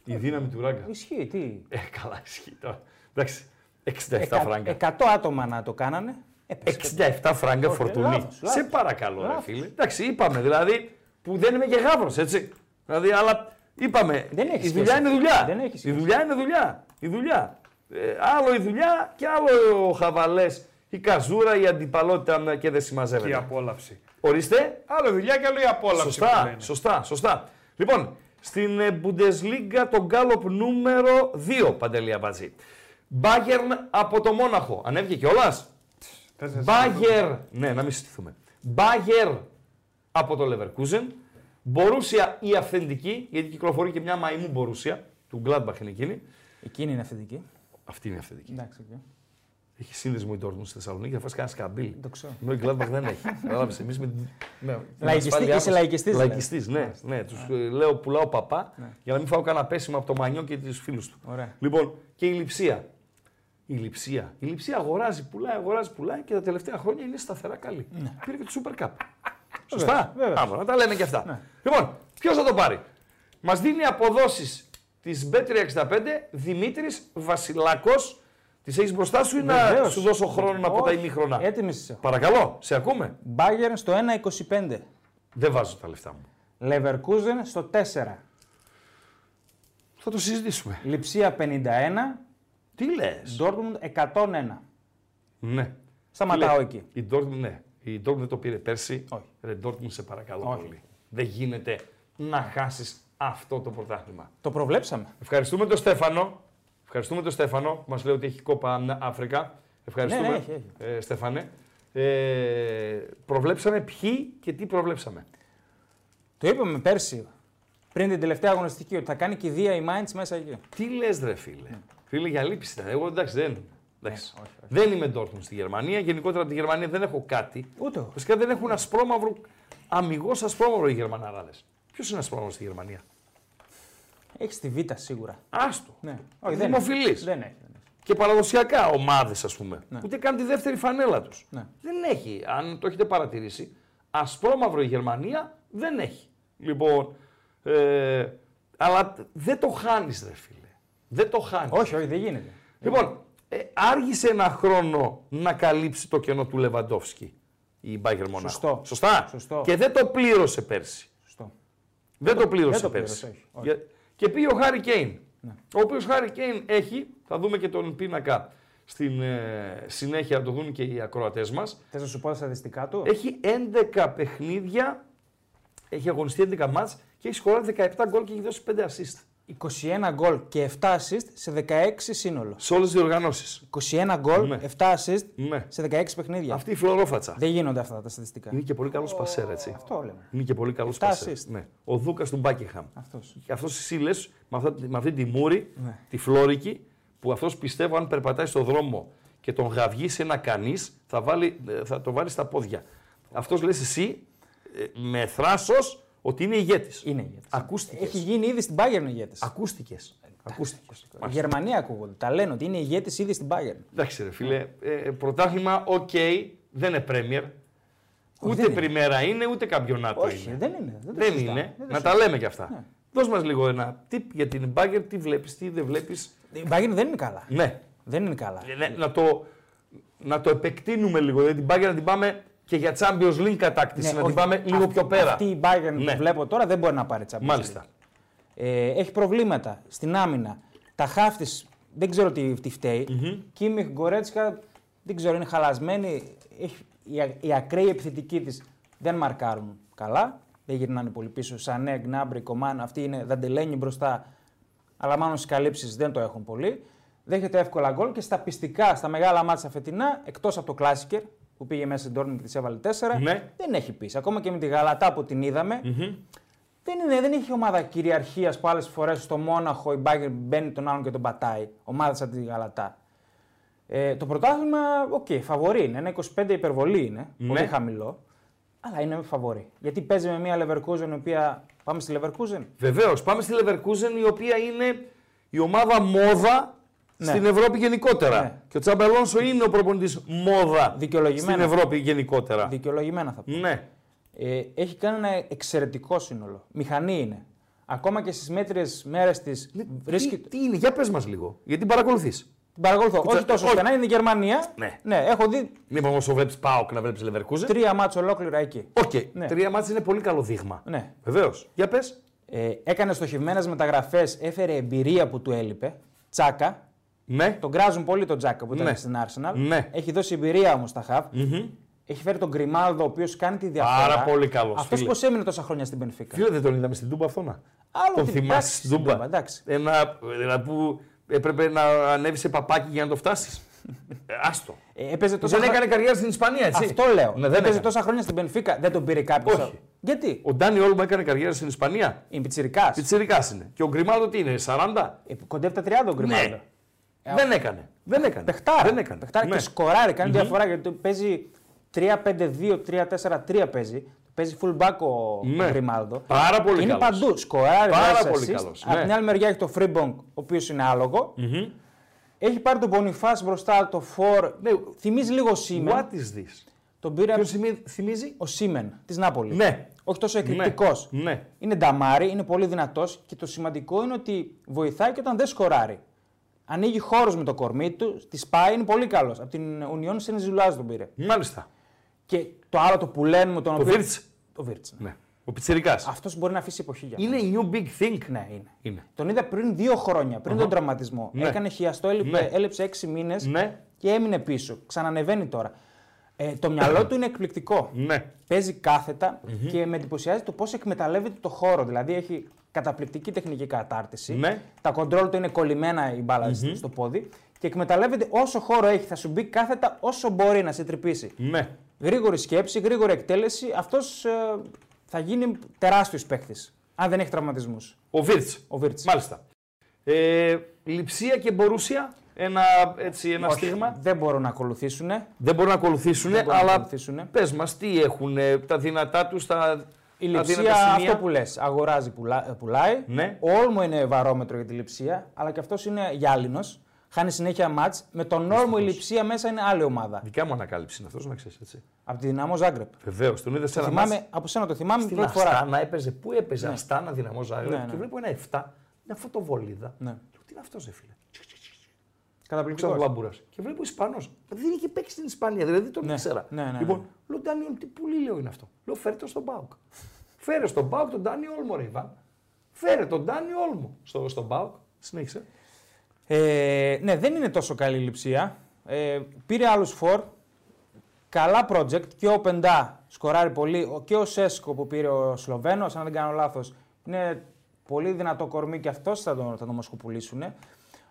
Speaker 4: η δύναμη του ράγκα.
Speaker 5: Ισχύει, τι.
Speaker 4: Ε, καλά, ισχύει τώρα. Εντάξει, 67
Speaker 5: Εκα-
Speaker 4: φράγκα.
Speaker 5: 100 άτομα να το κάνανε. Έπεσε.
Speaker 4: 67 φράγκα φορτουνή.
Speaker 5: λάθος, λάθος.
Speaker 4: Σε παρακαλώ, ρε φίλε. Εντάξει, είπαμε δηλαδή που δεν είμαι και γάβρο, έτσι. Δηλαδή, αλλά είπαμε.
Speaker 5: Δεν έχει
Speaker 4: η
Speaker 5: σχέση.
Speaker 4: δουλειά είναι δουλειά.
Speaker 5: Δεν έχει σχέση.
Speaker 4: η δουλειά είναι δουλειά. Η δουλειά. Ε, άλλο η δουλειά και άλλο ο χαβαλές. Η καζούρα, η αντιπαλότητα να- και δεν συμμαζεύεται.
Speaker 3: Και η απόλαυση.
Speaker 4: Ορίστε.
Speaker 3: Άλλο δουλειά και άλλο η απόλαυση. που
Speaker 4: Σωστά,
Speaker 3: λένε.
Speaker 4: σωστά, σωστά. Λοιπόν, στην ε, Bundesliga το γκάλοπ νούμερο 2, Παντελή Αμπατζή. Μπάγερν από το Μόναχο. Ανέβηκε κιόλας.
Speaker 3: Θες εσύ.
Speaker 4: Μπάγερ. Ναι, να μην συστηθούμε. Μπάγερ από το Leverkusen. Μπορούσια η αυθεντική, γιατί κυκλοφορεί και μια μαϊμού μπορούσια. Του Gladbach είναι εκείνη.
Speaker 5: Εκείνη είναι αυθεντική.
Speaker 4: Αυτή είναι η αυθεντική.
Speaker 5: Εντάξει, οκ.
Speaker 4: Έχει σύνδεσμο η Dortmund στη Θεσσαλονίκη, θα φας κανένα σκαμπίλι.
Speaker 5: Το ξέρω.
Speaker 4: Ενώ η Gladbach δεν έχει. Κατάλαβες εμείς με την.
Speaker 5: Λαϊκιστή,
Speaker 4: ασφάλειά
Speaker 5: είσαι
Speaker 4: μας.
Speaker 5: λαϊκιστής, δηλαδή.
Speaker 4: Λαϊκιστής, ναι. ναι. Τους λέω πουλάω παπά για να μην φάω κανένα πέσιμο από το μανιό και του φίλους του.
Speaker 5: Ωραία.
Speaker 4: Λοιπόν, και η λειψία. Η λειψία. Η λειψία αγοράζει, πουλάει, αγοράζει, πουλάει και τα τελευταία χρόνια είναι σταθερά καλή. Πήρε και το Super Cup. Σωστά.
Speaker 5: Ναι. βέβαια. Ναι.
Speaker 4: Άμα, να τα λέμε και αυτά. Λοιπόν, ποιος θα το πάρει. Μας δίνει αποδόσεις της B365 Δημήτρης Βασιλάκος. Τις έχεις μπροστά σου ή να
Speaker 5: Βεβαίως.
Speaker 4: Ναι, σου δώσω χρόνο να πω τα
Speaker 5: Όχι.
Speaker 4: ημίχρονα.
Speaker 5: Έτοιμη είσαι.
Speaker 4: Παρακαλώ, σε ακούμε.
Speaker 5: Μπάγερν στο 1,25.
Speaker 4: Δεν βάζω τα λεφτά μου.
Speaker 5: Λεβερκούζεν στο 4.
Speaker 4: Θα το συζητήσουμε.
Speaker 5: Λιψία 51.
Speaker 4: Τι λες.
Speaker 5: Ντόρκμουντ 101.
Speaker 4: Ναι.
Speaker 5: Σταματάω
Speaker 4: Λε,
Speaker 5: εκεί.
Speaker 4: Η Dortmund, ναι. Η Dortmund δεν το πήρε πέρσι.
Speaker 5: Όχι.
Speaker 4: Ρε Dortmund, σε παρακαλώ
Speaker 5: Όχι.
Speaker 4: πολύ. Δεν γίνεται να χάσεις αυτό το πρωτάθλημα.
Speaker 5: Το προβλέψαμε.
Speaker 4: Ευχαριστούμε τον Στέφανο. Ευχαριστούμε τον Στέφανο που μας λέει ότι έχει κόπα Αφρικα. Ευχαριστούμε,
Speaker 5: Ναι, ναι, έχει, έχει.
Speaker 4: Ε, Στέφανε. Ε, προβλέψαμε ποιοι και τι προβλέψαμε.
Speaker 5: Το είπαμε πέρσι, πριν την τελευταία αγωνιστική, ότι θα κάνει και δύο η Mainz μέσα εκεί.
Speaker 4: Τι λες, ρε φίλε.
Speaker 5: Ναι.
Speaker 4: Φίλε, για λύπηση ήταν. Εγώ εντάξει, δεν, εντάξει. δεν είμαι Dortmund στη Γερμανία. Γενικότερα από τη Γερμανία δεν έχω κάτι.
Speaker 5: Ούτε εγώ.
Speaker 4: Βασικά δεν έχουν ασπρόμαυρο, αμυγός ασπρόμαυρο οι Γερμαναράδες. Ποιος είναι ασπρόμαυρος στη Γερμανία.
Speaker 5: Έχεις τη Β σίγουρα.
Speaker 4: Άστο.
Speaker 5: Ναι.
Speaker 4: Ε,
Speaker 5: δεν
Speaker 4: Δημοφιλής.
Speaker 5: έχει. Δεν έχει. δεν έχει.
Speaker 4: Και παραδοσιακά ομάδε, ας πούμε. Ούτε καν τη δεύτερη φανέλα τους.
Speaker 5: Ναι.
Speaker 4: Δεν έχει. Αν το έχετε παρατηρήσει, ασπρόμαυρο η Γερμανία δεν έχει. Λοιπόν. Ε, αλλά δεν το χάνεις, ρε φίλε. Δεν το χάνεις.
Speaker 5: Όχι, όχι, δεν γίνεται.
Speaker 4: Λοιπόν, ε, άργησε ένα χρόνο να καλύψει το κενό του Λεβαντόφσκι η Μπάγκερ Μονάχο.
Speaker 5: Σωστό.
Speaker 4: Σωστά.
Speaker 5: Σωστό.
Speaker 4: Και δεν το πλήρωσε πέρσι.
Speaker 5: Σωστό.
Speaker 4: Δεν το πλήρωσε
Speaker 5: το
Speaker 4: πέρσι.
Speaker 5: πλήρωσε, όχι, Ναι. όχι.
Speaker 4: Για- Και πήγε ο Χάρη Κέιν. Ο οποίος Χάρη Κέιν έχει, θα δούμε και τον πίνακα στην ε, συνέχεια, να το δουν και οι ακροατές μας.
Speaker 5: Θες να σου πω τα στατιστικά του.
Speaker 4: Έχει 11 παιχνίδια, έχει αγωνιστεί 11 μάτς και έχει σκοράρει 17 γκολ και έχει δώσει 5 assist.
Speaker 5: 21 γκολ και 7 assist σε 16 σύνολο.
Speaker 4: Σε όλες τις διοργανώσεις.
Speaker 5: 21 γκολ,
Speaker 4: Ναι.
Speaker 5: 7 assist
Speaker 4: Ναι.
Speaker 5: σε 16 παιχνίδια.
Speaker 4: Αυτή η φλωρόφατσα.
Speaker 5: Δεν γίνονται αυτά τα στατιστικά.
Speaker 4: Είναι και πολύ καλός πασέρ, έτσι.
Speaker 5: Αυτό λέμε.
Speaker 4: Είναι και πολύ καλός
Speaker 5: Εφτά
Speaker 4: πασέρ.
Speaker 5: assist.
Speaker 4: Ναι. Ο Δούκας του Μπάκεχαμ.
Speaker 5: Αυτός.
Speaker 4: Και αυτός εσύ λες με, αυτά- με αυτή τη μούρη,
Speaker 5: Ναι.
Speaker 4: τη φλόρικη, που αυτός πιστεύω αν περπατάει στον δρόμο και τον γαυγίσει ένα κανείς, θα, βάλει, ε, θα το βάλει στα πόδια. Αυτός λες εσύ ε, με θράσος ότι είναι ηγέτης.
Speaker 5: Είναι ηγέτης.
Speaker 4: Ακούστηκες.
Speaker 5: Έχει γίνει ήδη στην Bayern ηγέτης.
Speaker 4: Ακούστηκες. Ακούστηκε.
Speaker 5: Η Γερμανία ακούγονται. Τα λένε ότι είναι ηγέτης ήδη στην Bayern.
Speaker 4: Εντάξει, ρε φίλε, ε, πρωτάθλημα, οκ, δεν είναι Premier. Ούτε
Speaker 5: δεν είναι.
Speaker 4: πριμέρα είναι, ούτε καμπιονάτο
Speaker 5: Όχι,
Speaker 4: είναι.
Speaker 5: δεν είναι. Δεν, το
Speaker 4: Δεν
Speaker 5: συζητάμε. Ναι.
Speaker 4: είναι.
Speaker 5: Δεν το
Speaker 4: Να τα λέμε κι αυτά. Δώσ' μας λίγο ένα tip για την Μπάγκερ, τι βλέπεις, τι δεν βλέπεις.
Speaker 5: συζητάμε. Η Bayern δεν είναι καλά.
Speaker 4: Ναι,
Speaker 5: Δεν είναι καλά.
Speaker 4: Ε, ναι, να, το, να το επεκτείνουμε λίγο, δηλαδή την Μπάγκερ να την πάμε και για Champions League κατάκτηση, να την
Speaker 5: Ναι, όχι,
Speaker 4: πάμε λίγο
Speaker 5: αυτή-
Speaker 4: πιο πέρα.
Speaker 5: Αυτή η Bayern
Speaker 4: Ναι.
Speaker 5: που βλέπω τώρα δεν μπορεί να πάρει τσάμπη.
Speaker 4: Μάλιστα.
Speaker 5: Ε, έχει προβλήματα στην άμυνα. Τα χάφ της, δεν ξέρω τι, τι φταίει. Κίμιχ Γκορέτσκα δεν ξέρω, είναι χαλασμένη. Έχει, η, α- η ακραίοι επιθετικοί της δεν μαρκάρουν καλά. Δεν γυρνάνε πολύ πίσω. Σανέ, Γκνάμπρι, Κομάν, αυτοί είναι δαντελένοι μπροστά. Αλλά μάλλον στις καλύψεις δεν το έχουν πολύ. Δέχεται εύκολα γκολ και στα πιστικά, στα μεγάλα μάτσα φετινά, εκτός από το Κλάσικερ που πήγε μέσα στην Dortmund και τη έβαλε 4,
Speaker 4: Ναι.
Speaker 5: δεν έχει πείσει. Ακόμα και με τη Γαλατά που την είδαμε, δεν, είναι, δεν έχει ομάδα κυριαρχίας που άλλες φορές στο Μόναχο η Μπάγκερ μπαίνει τον άλλον και τον πατάει. Ομάδα σαν τη Γαλατά. Ε, το πρωτάθλημα, οκ, φαβορή είναι. Ένα 25 υπερβολή είναι.
Speaker 4: Ναι.
Speaker 5: Πολύ χαμηλό. Αλλά είναι φαβορή. Γιατί παίζει με μια Leverkusen η οποία. Πάμε στη Leverkusen.
Speaker 4: Βεβαίως, πάμε στη Leverkusen η οποία είναι η ομάδα μόδα
Speaker 5: Ναι.
Speaker 4: στην Ευρώπη γενικότερα.
Speaker 5: Ναι.
Speaker 4: Και ο Τσαμπελόνσο είναι ο προπονητής μόδα
Speaker 5: Δικαιολογημένα.
Speaker 4: στην Ευρώπη γενικότερα.
Speaker 5: Δικαιολογημένα θα πω.
Speaker 4: Ναι.
Speaker 5: Ε, έχει κάνει ένα εξαιρετικό σύνολο. Μηχανή είναι. Ακόμα και στις μέτριες μέρες της βρίσκει.
Speaker 4: Ναι, Τι, τι είναι, για πες μας λίγο. Γιατί παρακολουθείς.
Speaker 5: Την παρακολουθώ. Όχι
Speaker 4: Κουτσα-
Speaker 5: τόσο
Speaker 4: όχι.
Speaker 5: στενά, είναι η Γερμανία.
Speaker 4: Ναι.
Speaker 5: έχω δει
Speaker 4: Μήπως όσο βλέπει Πάοκ να βλέπει Leverkusen.
Speaker 5: τρία μάτσα ολόκληρα εκεί.
Speaker 4: Οκ.
Speaker 5: Ναι.
Speaker 4: Τρία μάτια είναι πολύ καλό δείγμα.
Speaker 5: Ναι.
Speaker 4: Βεβαίως. Για πες.
Speaker 5: Ε, έκανε στοχευμένες μεταγραφές, έφερε εμπειρία που του έλειπε. Τσάκα.
Speaker 4: Ναι.
Speaker 5: Τον κράζουν πολύ τον Τσάκα που ήταν
Speaker 4: Ναι.
Speaker 5: στην Arsenal.
Speaker 4: Ναι.
Speaker 5: Έχει δώσει εμπειρία όμως στα χαβ. Έχει φέρει τον Γκριμάλδο, ο οποίος κάνει τη διαφορά.
Speaker 4: Πάρα πολύ καλός,
Speaker 5: Αυτός
Speaker 4: φίλε.
Speaker 5: πώς έμεινε τόσα χρόνια στην Πενφύκα.
Speaker 4: Φίλε, δεν τον είδαμε στην Τούμπα αυτό να.
Speaker 5: Άλλο
Speaker 4: τον
Speaker 5: την
Speaker 4: θυμάσαι
Speaker 5: πράξη
Speaker 4: στην
Speaker 5: στην
Speaker 4: Τούμπα.
Speaker 5: Τούμπα, εντάξει.
Speaker 4: Ένα ένα που έπρεπε να ανέβει σε παπάκι για να το φτάσεις. Άστο.
Speaker 5: Ε, έπαιζε τόσα
Speaker 4: Δεν
Speaker 5: χρο-
Speaker 4: έκανε καριέρα στην Ισπανία, έτσι.
Speaker 5: Αυτό λέω.
Speaker 4: Ναι, δεν
Speaker 5: έπαιζε
Speaker 4: έκανε.
Speaker 5: τόσα χρόνια στην Πενφύκα. Δεν τον πήρε κάποιος.
Speaker 4: Όχι.
Speaker 5: Γιατί.
Speaker 4: Ο Ντάνι Όλμα έκανε καριέρα στην Ισπανία.
Speaker 5: Είναι πιτσιρικάς.
Speaker 4: Πιτσυρικά είναι. Και ο Γκριμάλδο τι είναι, 40.
Speaker 5: Ε, Κοντεύει τα 30 ο Γκριμάλδο.
Speaker 4: Ναι. δεν έκανε. Δεν έκανε.
Speaker 5: Ε, Παιχτάρα.
Speaker 4: Δεν έκανε.
Speaker 5: Παιχτάρα
Speaker 4: Ναι.
Speaker 5: και σκοράρει. Κάνει διαφορά γιατί παίζει 3-5-2, 3-4-3 παίζει. Παίζει full back ο
Speaker 4: Ναι.
Speaker 5: Γκριμάλδο.
Speaker 4: Πάρα πολύ
Speaker 5: Και Είναι
Speaker 4: καλός.
Speaker 5: παντού. Σκοράρει.
Speaker 4: Πάρα
Speaker 5: βάζει
Speaker 4: πολύ
Speaker 5: assist.
Speaker 4: καλός,
Speaker 5: Απ'
Speaker 4: ναι.
Speaker 5: την άλλη μεριά έχει το Freebong, ο οποίος είναι άλογο. Έχει πάρει τον Boniface μπροστά, το Φορ.
Speaker 4: Ναι.
Speaker 5: Θυμίζει λίγο Σίμεν.
Speaker 4: What is this.
Speaker 5: Τον πήρε
Speaker 4: Ποιον θυμι- θυμίζει.
Speaker 5: ο Σίμεν της Νάπολης.
Speaker 4: Ναι.
Speaker 5: Όχι τόσο εκρηκτικός.
Speaker 4: Ναι. ναι.
Speaker 5: Είναι νταμάρι, είναι πολύ δυνατός και το σημαντικό είναι ότι βοηθάει και όταν δεν σκοράρει. Ανοίγει χώρου με το κορμί του, τη σπάει, είναι πολύ καλός. Από την Union Σενιζουλάζ τον πήρε.
Speaker 4: Μάλιστα.
Speaker 5: Και το άλλο το που λένε μου τον
Speaker 4: Ο Βίρτς.
Speaker 5: Το Βίρτς, ναι.
Speaker 4: Ναι. Ο Πιτσυρικά.
Speaker 5: Αυτός μπορεί να αφήσει εποχή για
Speaker 4: Είναι new big think.
Speaker 5: μένα. Ναι, είναι.
Speaker 4: Είναι.
Speaker 5: Τον είδα πριν δύο χρόνια, πριν τον τραυματισμό.
Speaker 4: Ναι.
Speaker 5: Έκανε χιαστό, έλειπε,
Speaker 4: Ναι.
Speaker 5: έλειψε έξι μήνες
Speaker 4: Ναι.
Speaker 5: και έμεινε πίσω. Ξανανεβαίνει τώρα. Ε, το μυαλό του είναι εκπληκτικό.
Speaker 4: Ναι.
Speaker 5: Παίζει κάθετα και με εντυπωσιάζει το πώς εκμεταλλεύεται το χώρο. Δηλαδή έχει καταπληκτική τεχνική κατάρτιση.
Speaker 4: Ναι.
Speaker 5: Τα κοντρόλ του είναι κολλημένα η μπάλα στο πόδι και εκμεταλλεύεται όσο χώρο έχει. Θα σου μπει κάθετα όσο μπορεί να σε τρυπήσει.
Speaker 4: Ναι.
Speaker 5: Γρήγορη σκέψη, γρήγορη εκτέλεση. Αυτός θα γίνει τεράστιος παίκτης. Αν δεν έχει τραυματισμούς.
Speaker 4: Ο Βίρτ.
Speaker 5: Ο Βίρτς.
Speaker 4: Μάλιστα. Ε, λειψία και μπορούσια. Ένα, έτσι, ένα στίγμα.
Speaker 5: Δεν μπορούν να ακολουθήσουν.
Speaker 4: Δεν μπορούν να ακολουθήσουν,
Speaker 5: μπορούν να
Speaker 4: αλλά
Speaker 5: ακολουθήσουν.
Speaker 4: πες μας τι έχουν, τα δυνατά τους, τα,
Speaker 5: Η
Speaker 4: τα
Speaker 5: λειψία,
Speaker 4: δύνατα σημεία.
Speaker 5: αυτό που λες, αγοράζει, πουλά- ε, πουλάει.
Speaker 4: Ναι.
Speaker 5: Ο Όλμο είναι βαρόμετρο για τη λειψία, αλλά και αυτός είναι γυάλινος. Χάνει συνέχεια μάτ. Με τον Όλμο η λειψία μέσα είναι άλλη ομάδα.
Speaker 4: Δικιά μου ανακάλυψη είναι αυτός, να ξέρεις έτσι.
Speaker 5: Από τη δυναμό Ζάγκρεπ.
Speaker 4: Βεβαίως, τον είδες σε ένα μάτς.
Speaker 5: Θυμάμαι, από σένα το θυμάμαι
Speaker 4: Στην
Speaker 5: πρώτη φορά.
Speaker 4: Αστάνα έπαιζε, πού έπαιζε Αστάνα δυναμό Ζάγκρεπ
Speaker 5: Ναι, ναι.
Speaker 4: και βλέπω ένα 7, μια φωτοβολίδα.
Speaker 5: Ναι.
Speaker 4: Λέω, τι είναι αυτός ρε φίλε. Ξέρω
Speaker 5: Καταπληκτικό.
Speaker 4: Γουάμπουρας. Και βλέπω Ισπανός. Δεν είχε παίξει στην Ισπανία, δηλαδή δεν τον
Speaker 5: Ναι.
Speaker 4: ήξερα.
Speaker 5: Ναι, ναι, ναι.
Speaker 4: Λοιπόν, λέω Ντάνι τι πουλί λέω είναι αυτό. Λέω φέρε τον στον Πάουκ. φέρε στον Πάουκ τον Ντάνι Όλμο, ρε Ιβάν. Φέρε τον Ντάνι Όλμο στο, στον Πάουκ. Συνέχισε.
Speaker 5: Ε, ναι, δεν είναι τόσο καλή η λειψία. Ε, πήρε άλλους φορ. Καλά project και ο Πεντά σκοράρει πολύ. Ο- Και ο Σέσκο που πήρε ο Σλοβαίνος, αν δεν κάνω λάθος, είναι Πολύ δυνατό κορμί και αυτός θα τον, θα τον μοσχοπουλήσουν.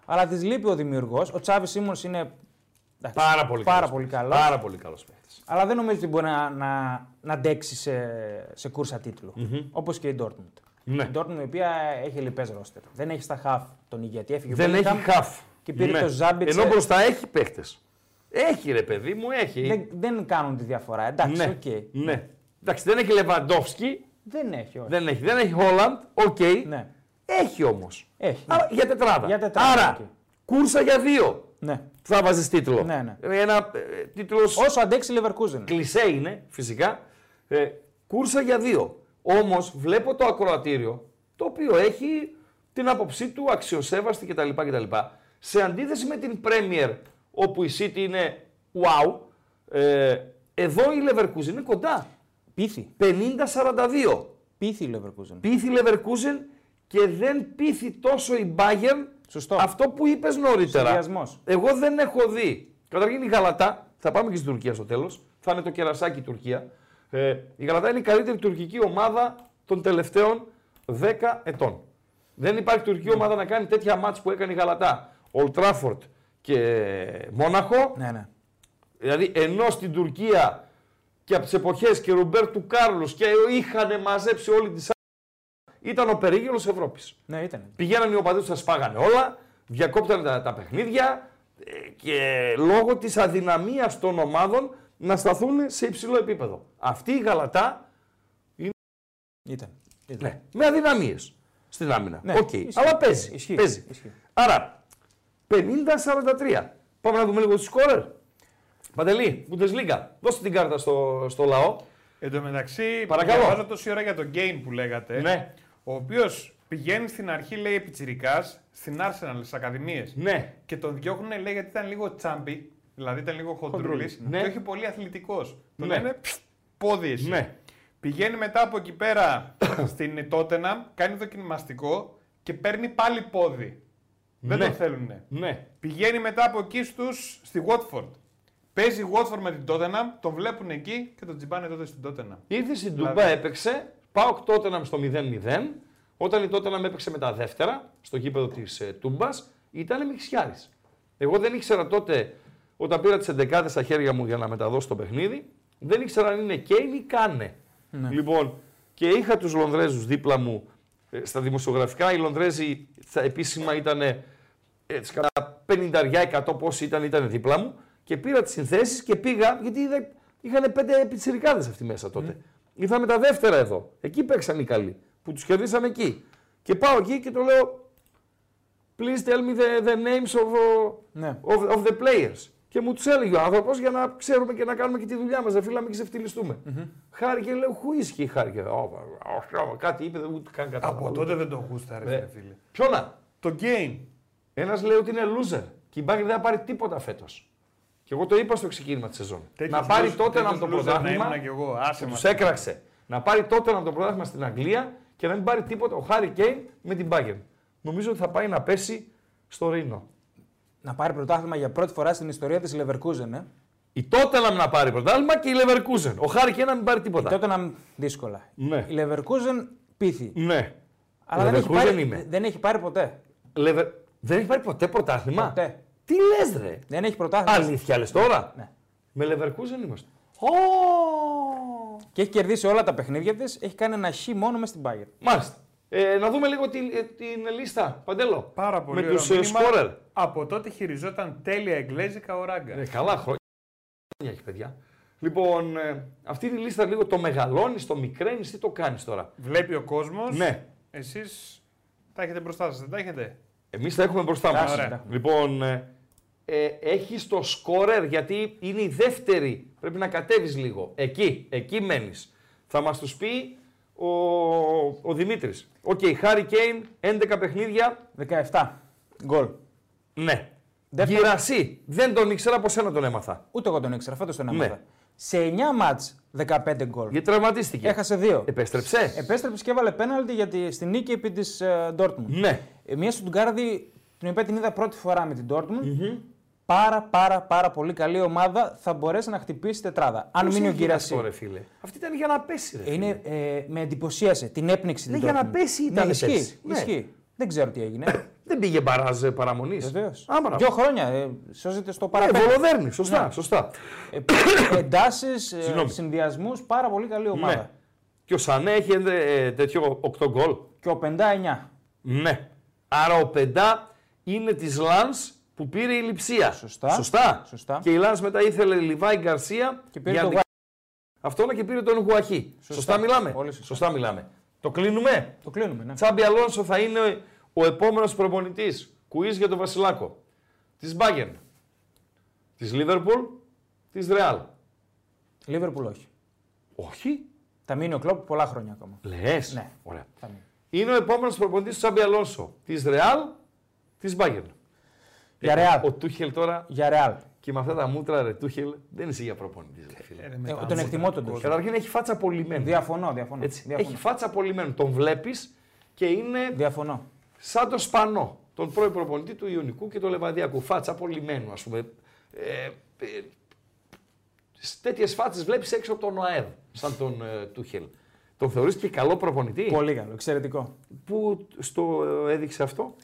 Speaker 5: Αλλά της λείπει ο δημιουργός. Ο Τσάβης Σίμον είναι. εντάξει,
Speaker 4: Πάρα πολύ
Speaker 5: πάρα
Speaker 4: καλός
Speaker 5: πολύ
Speaker 4: παίκτης.
Speaker 5: καλός.
Speaker 4: Πάρα πολύ καλός παίκτης.
Speaker 5: Αλλά δεν νομίζω ότι μπορεί να, να, να αντέξει σε, σε κούρσα τίτλου. Όπως και η Dortmund.
Speaker 4: Ναι.
Speaker 5: Η Dortmund η οποία έχει λοιπέ ρόστερ. Δεν έχει στα χαφ τον ηγέτη. Έφυγε ο
Speaker 4: Δεν
Speaker 5: Bellingham
Speaker 4: έχει χαφ.
Speaker 5: Και πήρε το ε, Ζάμπιτς.
Speaker 4: Ναι. Ενώ μπροστά έχει παίχτες. Έχει ρε παιδί μου, έχει.
Speaker 5: Δεν, δεν κάνουν τη διαφορά. Εντάξει,
Speaker 4: Ε, ναι.
Speaker 5: οκ.
Speaker 4: ναι. Εντάξει, δεν έχει Λεβαντόφσκι,
Speaker 5: Δεν έχει, όχι.
Speaker 4: δεν έχει, δεν έχει Χόλαντ, οκ.
Speaker 5: Ναι.
Speaker 4: Έχει όμως.
Speaker 5: Έχει.
Speaker 4: Για τετράδα.
Speaker 5: Για τετράδα,
Speaker 4: Άρα,
Speaker 5: οκ.
Speaker 4: κούρσα για δύο.
Speaker 5: Ναι.
Speaker 4: Θα βάζεις τίτλο.
Speaker 5: Ναι, ναι.
Speaker 4: Ε, Ένα ε, τίτλος
Speaker 5: Όσο αντέξει η Leverkusen.
Speaker 4: κλισέ είναι φυσικά. Ε, κούρσα για δύο. Όμως βλέπω το ακροατήριο το οποίο έχει την άποψή του αξιοσέβαστη κτλ. κτλ. Σε αντίθεση με την Premier όπου η City είναι wow, ε, εδώ η Leverkusen είναι κοντά.
Speaker 5: Πίθη.
Speaker 4: 50-42.
Speaker 5: Πίθη η Leverkusen.
Speaker 4: Πήθη η Leverkusen και δεν πήθη τόσο η Bayern.
Speaker 5: Σωστό.
Speaker 4: Αυτό που είπες νωρίτερα.
Speaker 5: Συνδυασμός.
Speaker 4: Εγώ δεν έχω δει. Καταρχήν η Γαλατά, θα πάμε και στην Τουρκία στο τέλος. Θα είναι το κερασάκι η Τουρκία. Ε, η Γαλατά είναι η καλύτερη τουρκική ομάδα των τελευταίων 10 ετών. Δεν υπάρχει τουρκική ομάδα να κάνει τέτοια μάτς που έκανε η Γαλατά. Ολτράφορτ και ε, Μόναχο.
Speaker 5: Ναι, ναι.
Speaker 4: Δηλαδή ενώ στην Τουρκία και από τις εποχές και Ρουμπέρτου Κάρλου και είχαν μαζέψει όλη τη σάρκα, ήταν ο περίγυρο Ευρώπης.
Speaker 5: Ναι, ήταν.
Speaker 4: Πηγαίναν οι οπαδοί τους, τα σπάγανε όλα, διακόπτανε τα, τα παιχνίδια ε, και λόγω της αδυναμίας των ομάδων να σταθούν σε υψηλό επίπεδο. Αυτή η γαλατά,
Speaker 5: ήταν. ήταν.
Speaker 4: ναι, με αδυναμίες στην άμυνα.
Speaker 5: Ναι,
Speaker 4: Οκ.
Speaker 5: ισχύει.
Speaker 4: Αλλά παίζει.
Speaker 5: Ισχύει,
Speaker 4: παίζει.
Speaker 5: ισχύει.
Speaker 4: Άρα, 50-43. Πάμε να δούμε λίγο του σκόρερ. Παντελή, Bundesliga, δώστε την κάρτα στο, στο λαό.
Speaker 3: Εν τω μεταξύ,
Speaker 4: Παρακαλώ.
Speaker 3: διαβάζω τόση ώρα για τον Γκέιν που λέγατε.
Speaker 4: Ναι.
Speaker 3: Ο οποίος πηγαίνει στην αρχή, λέει, επιτσυρικά στην Arsenal, στις Ακαδημίες.
Speaker 4: Ναι.
Speaker 3: Και τον διώχνουν, λέει, γιατί ήταν λίγο τσάμπι, δηλαδή ήταν λίγο χοντρούλης
Speaker 4: ναι.
Speaker 3: και όχι πολύ αθλητικός. Τον
Speaker 4: Ναι.
Speaker 3: λένε «Ψ, πόδι εσύ».
Speaker 4: Ναι.
Speaker 3: Πηγαίνει μετά από εκεί πέρα στην Τότεναμ, κάνει δοκιμαστικό και παίρνει πάλι πόδι.
Speaker 4: Ναι.
Speaker 3: Δεν τον θέλουνε.
Speaker 4: Ναι.
Speaker 3: Πηγαίνει μετά από εκεί στους, στη Watford. Παίζει η Watford με την Tottenham, τον βλέπουν εκεί και τον τσιμπάνε τότε στην Tottenham.
Speaker 4: Ήρθε στην Τούμπα,
Speaker 3: Δηλαδή.
Speaker 4: έπαιξε. Πάω Τότεναμ στο 0-0. Όταν η Τότεναμ έπαιξε με τα δεύτερα, στο γήπεδο της ε, Τούμπας, ήταν μιξιάρης. Εγώ δεν ήξερα τότε, όταν πήρα τις 11 στα χέρια μου για να μεταδώσω το παιχνίδι, δεν ήξερα αν είναι Κέιν ή Κάνε. Λοιπόν, και είχα τους Λονδρέζους δίπλα μου ε, στα δημοσιογραφικά. Οι Λονδρέζοι στα επίσημα ήταν έτσι, κατά 50-100 πόσοι ήταν, ήταν δίπλα μου και πήρα τις συνθέσεις και πήγα γιατί είδα, είχαν πέντε πιτσιρικάδες αυτοί μέσα τότε. Ήρθα με τα δεύτερα εδώ. Εκεί παίξαν οι καλοί που τους κερδίσαμε εκεί. Και πάω εκεί και το λέω Please tell me the, the names of, uh,
Speaker 5: Ναι.
Speaker 4: of, of the players. Και μου τους έλεγε ο άνθρωπος για να ξέρουμε και να κάνουμε και τη δουλειά μας. Δεν φύλαμε και ξεφτυλιστούμε. Χάρηκε, λέω, who is he, χάρηκε. «Oh, oh, oh», Κάτι είπε, ούτε καν κατάλαβα.
Speaker 3: Από τότε δεν τον γούσταρε,
Speaker 4: Ε,
Speaker 3: ρε φίλε.
Speaker 4: Ποιο να,
Speaker 3: Το Gain.
Speaker 4: ένας λέει ότι είναι loser και η Μπάγκερ δεν θα πάρει τίποτα φέτος. Και εγώ το είπα στο ξεκίνημα της σεζόν. να πάρει τότε να το πρωτάθλημα.
Speaker 3: Να ήμουν κι εγώ, άσε μας.
Speaker 4: Τους έκραξε. Να πάρει τότε να το πρωτάθλημα στην Αγγλία και να μην πάρει τίποτα ο Χάρη Κέιν με την Μπάγκερ. Νομίζω ότι θα πάει να πέσει στο Ρήνο.
Speaker 5: Να πάρει πρωτάθλημα για πρώτη φορά στην ιστορία της Leverkusen. Ε.
Speaker 4: Η τότε να πάρει πρωτάθλημα και η Leverkusen. Ο Χάρη Κέιν να μην πάρει τίποτα.
Speaker 5: Τότε να δύσκολα.
Speaker 4: Ναι.
Speaker 5: Η Leverkusen πίθη.
Speaker 4: Ναι.
Speaker 5: Αλλά δεν έχει,
Speaker 4: Leverkusen
Speaker 5: πάρει,
Speaker 4: είμαι.
Speaker 5: δεν έχει πάρει ποτέ.
Speaker 4: Λεβε- Δεν έχει πάρει ποτέ πρωτάθλημα.
Speaker 5: Ποτέ.
Speaker 4: Τι λες, ρε.
Speaker 5: Δεν έχει πρωτάθλημα.
Speaker 4: Αλήθεια λες τώρα.
Speaker 5: Ναι.
Speaker 4: Με Leverkusen είμαστε.
Speaker 5: Και έχει κερδίσει όλα τα παιχνίδια της. Έχει κάνει ένα χ μόνο μες στην Bayern.
Speaker 4: Μάλιστα. Ε, να δούμε λίγο την, ε, την λίστα, Παντέλο.
Speaker 3: Πάρα πολύ
Speaker 4: Με
Speaker 3: ωραίο
Speaker 4: τους ε,
Speaker 3: μήνυμα.
Speaker 4: σκόρερ.
Speaker 3: Από τότε χειριζόταν τέλεια εγγλέζικα ο Ράγκα.
Speaker 4: Ε, καλά χρόνια έχει, παιδιά. Λοιπόν, ε, αυτή τη λίστα λίγο το μεγαλώνεις, το μικραίνεις, τι το κάνεις τώρα.
Speaker 3: Βλέπει ο κόσμος.
Speaker 4: Ναι.
Speaker 3: Εσείς τα έχετε μπροστά σας, δεν τα έχετε.
Speaker 4: Εμείς τα έχουμε μπροστά μας.
Speaker 3: ωραία.
Speaker 4: Τα έχουμε. Λοιπόν, ε, ε, έχεις το σκόρερ γιατί είναι η δεύτερη. Πρέπει να κατέβεις λίγο. Εκεί, εκεί μένεις. Θα μας τους πει ο, ο Δημήτρης. Οκ, Χάρη Κέιν, 11 παιχνίδια,
Speaker 5: 17 γκολ.
Speaker 4: ναι.
Speaker 5: Δεύτερο-
Speaker 4: Γυρασί, δεν τον ήξερα, από σένα τον έμαθα.
Speaker 5: Ούτε εγώ τον ήξερα, φέτος τον
Speaker 4: Ναι.
Speaker 5: έμαθα. Σε 9 μάτς 15 γκολ.
Speaker 4: Γιατί τραυματίστηκε.
Speaker 5: Έχασε 2.
Speaker 4: Επέστρεψε.
Speaker 5: Επέστρεψε και έβαλε πέναλτι για τη, στη νίκη επί της Ντόρτμουντ.
Speaker 4: Ναι.
Speaker 5: Ε, μια Στουτγκάρδη, την οποία την είδα πρώτη φορά με την Dortmund, πάρα πάρα πάρα πολύ καλή ομάδα θα μπορέσει να χτυπήσει τετράδα. Αν μείνει ο Γκυρασί.
Speaker 4: Ρε, φίλε. Αυτή ήταν για να πέσει. Ρε, φίλε.
Speaker 5: Είναι, ε, με εντυπωσίασε. Την έπνιξε
Speaker 4: Ναι,
Speaker 5: την
Speaker 4: για να
Speaker 5: Dortmund.
Speaker 4: πέσει ήταν
Speaker 5: Ναι, ισχύει.
Speaker 4: πέρσι. Ναι.
Speaker 5: ισχύει. Δεν ξέρω τι έγινε.
Speaker 4: Δεν πήγε μπαράζ ε, παραμονής.
Speaker 5: Βεβαίως.
Speaker 4: Άμπρα.
Speaker 5: Δύο χρόνια. Ε, σώζεται στο Ε,
Speaker 4: Ε,
Speaker 5: παραπέρα. Ναι.
Speaker 4: Βολοδέρνη, σωστά. σωστά.
Speaker 5: Εντάσει,
Speaker 4: Συγγνώμη.
Speaker 5: συνδυασμούς, πάρα πολύ καλή ομάδα.
Speaker 4: Ναι. Και ο Σανέ έχει ε, τέτοιο 8 γκολ.
Speaker 5: Και ο 59.
Speaker 4: Ναι. Άρα ο πεντά είναι της Λαν που πήρε η λειψία.
Speaker 5: Σωστά.
Speaker 4: Σωστά.
Speaker 5: Σωστά.
Speaker 4: Και η Λαν μετά ήθελε Λιβάη Γκαρσία
Speaker 5: Και πήρε
Speaker 4: για
Speaker 5: το
Speaker 4: να- Αυτό όλα και πήρε τον Γουαχή. Σωστά, μιλάμε.
Speaker 5: Πολύ σωστά.
Speaker 4: μιλάμε. Το κλείνουμε.
Speaker 5: Το κλείνουμε. Ναι.
Speaker 4: Τσάμπι Αλόνσο θα είναι ο επόμενος προπονητής. Κουίζ για τον Βασιλάκο. Της Μπάγκερν. Της Λίβερπουλ. Της Ρεάλ.
Speaker 5: Λίβερπουλ όχι.
Speaker 4: Όχι.
Speaker 5: Θα μείνει ο Κλόπ πολλά χρόνια ακόμα.
Speaker 4: Λες.
Speaker 5: Ναι.
Speaker 4: Ωραία.
Speaker 5: Θα μείνει.
Speaker 4: Είναι Ε, ο επόμενος προπονητής του Τσάμπι Αλόνσο. Της Ρεάλ. Της Μπάγκερν.
Speaker 5: Για Ρεάλ.
Speaker 4: Ο Τούχελ τώρα
Speaker 5: Για Ρεάλ.
Speaker 4: και με αυτά τα μούτρα ρε Τούχελ δεν είσαι για προπονητής.
Speaker 3: Ε, με
Speaker 5: Ε,
Speaker 3: τα
Speaker 5: τον
Speaker 3: μούτρα.
Speaker 5: εκτιμώ τον Τούχελ.
Speaker 4: Καταρχήν έχει φάτσα απολυμμένη.
Speaker 5: Διαφωνώ, διαφωνώ.
Speaker 4: Έτσι.
Speaker 5: διαφωνώ.
Speaker 4: Έχει φάτσα απολυμμένη. Τον βλέπεις και είναι
Speaker 5: διαφωνώ.
Speaker 4: σαν τον Σπανό, τον πρώην προπονητή του Ιωνικού και του Λεβαδιακού. Φάτσα απολυμμένου, ας πούμε. Ε, ε, Τέτοιες φάτσες βλέπεις έξω από τον ΟΑΕΔ, σαν τον ε, Τούχελ. Τον θεωρείς και καλό προπονητή.
Speaker 5: Πολύ καλό, εξαιρετικό.
Speaker 4: Πού στο ε, έδειξε αυτό,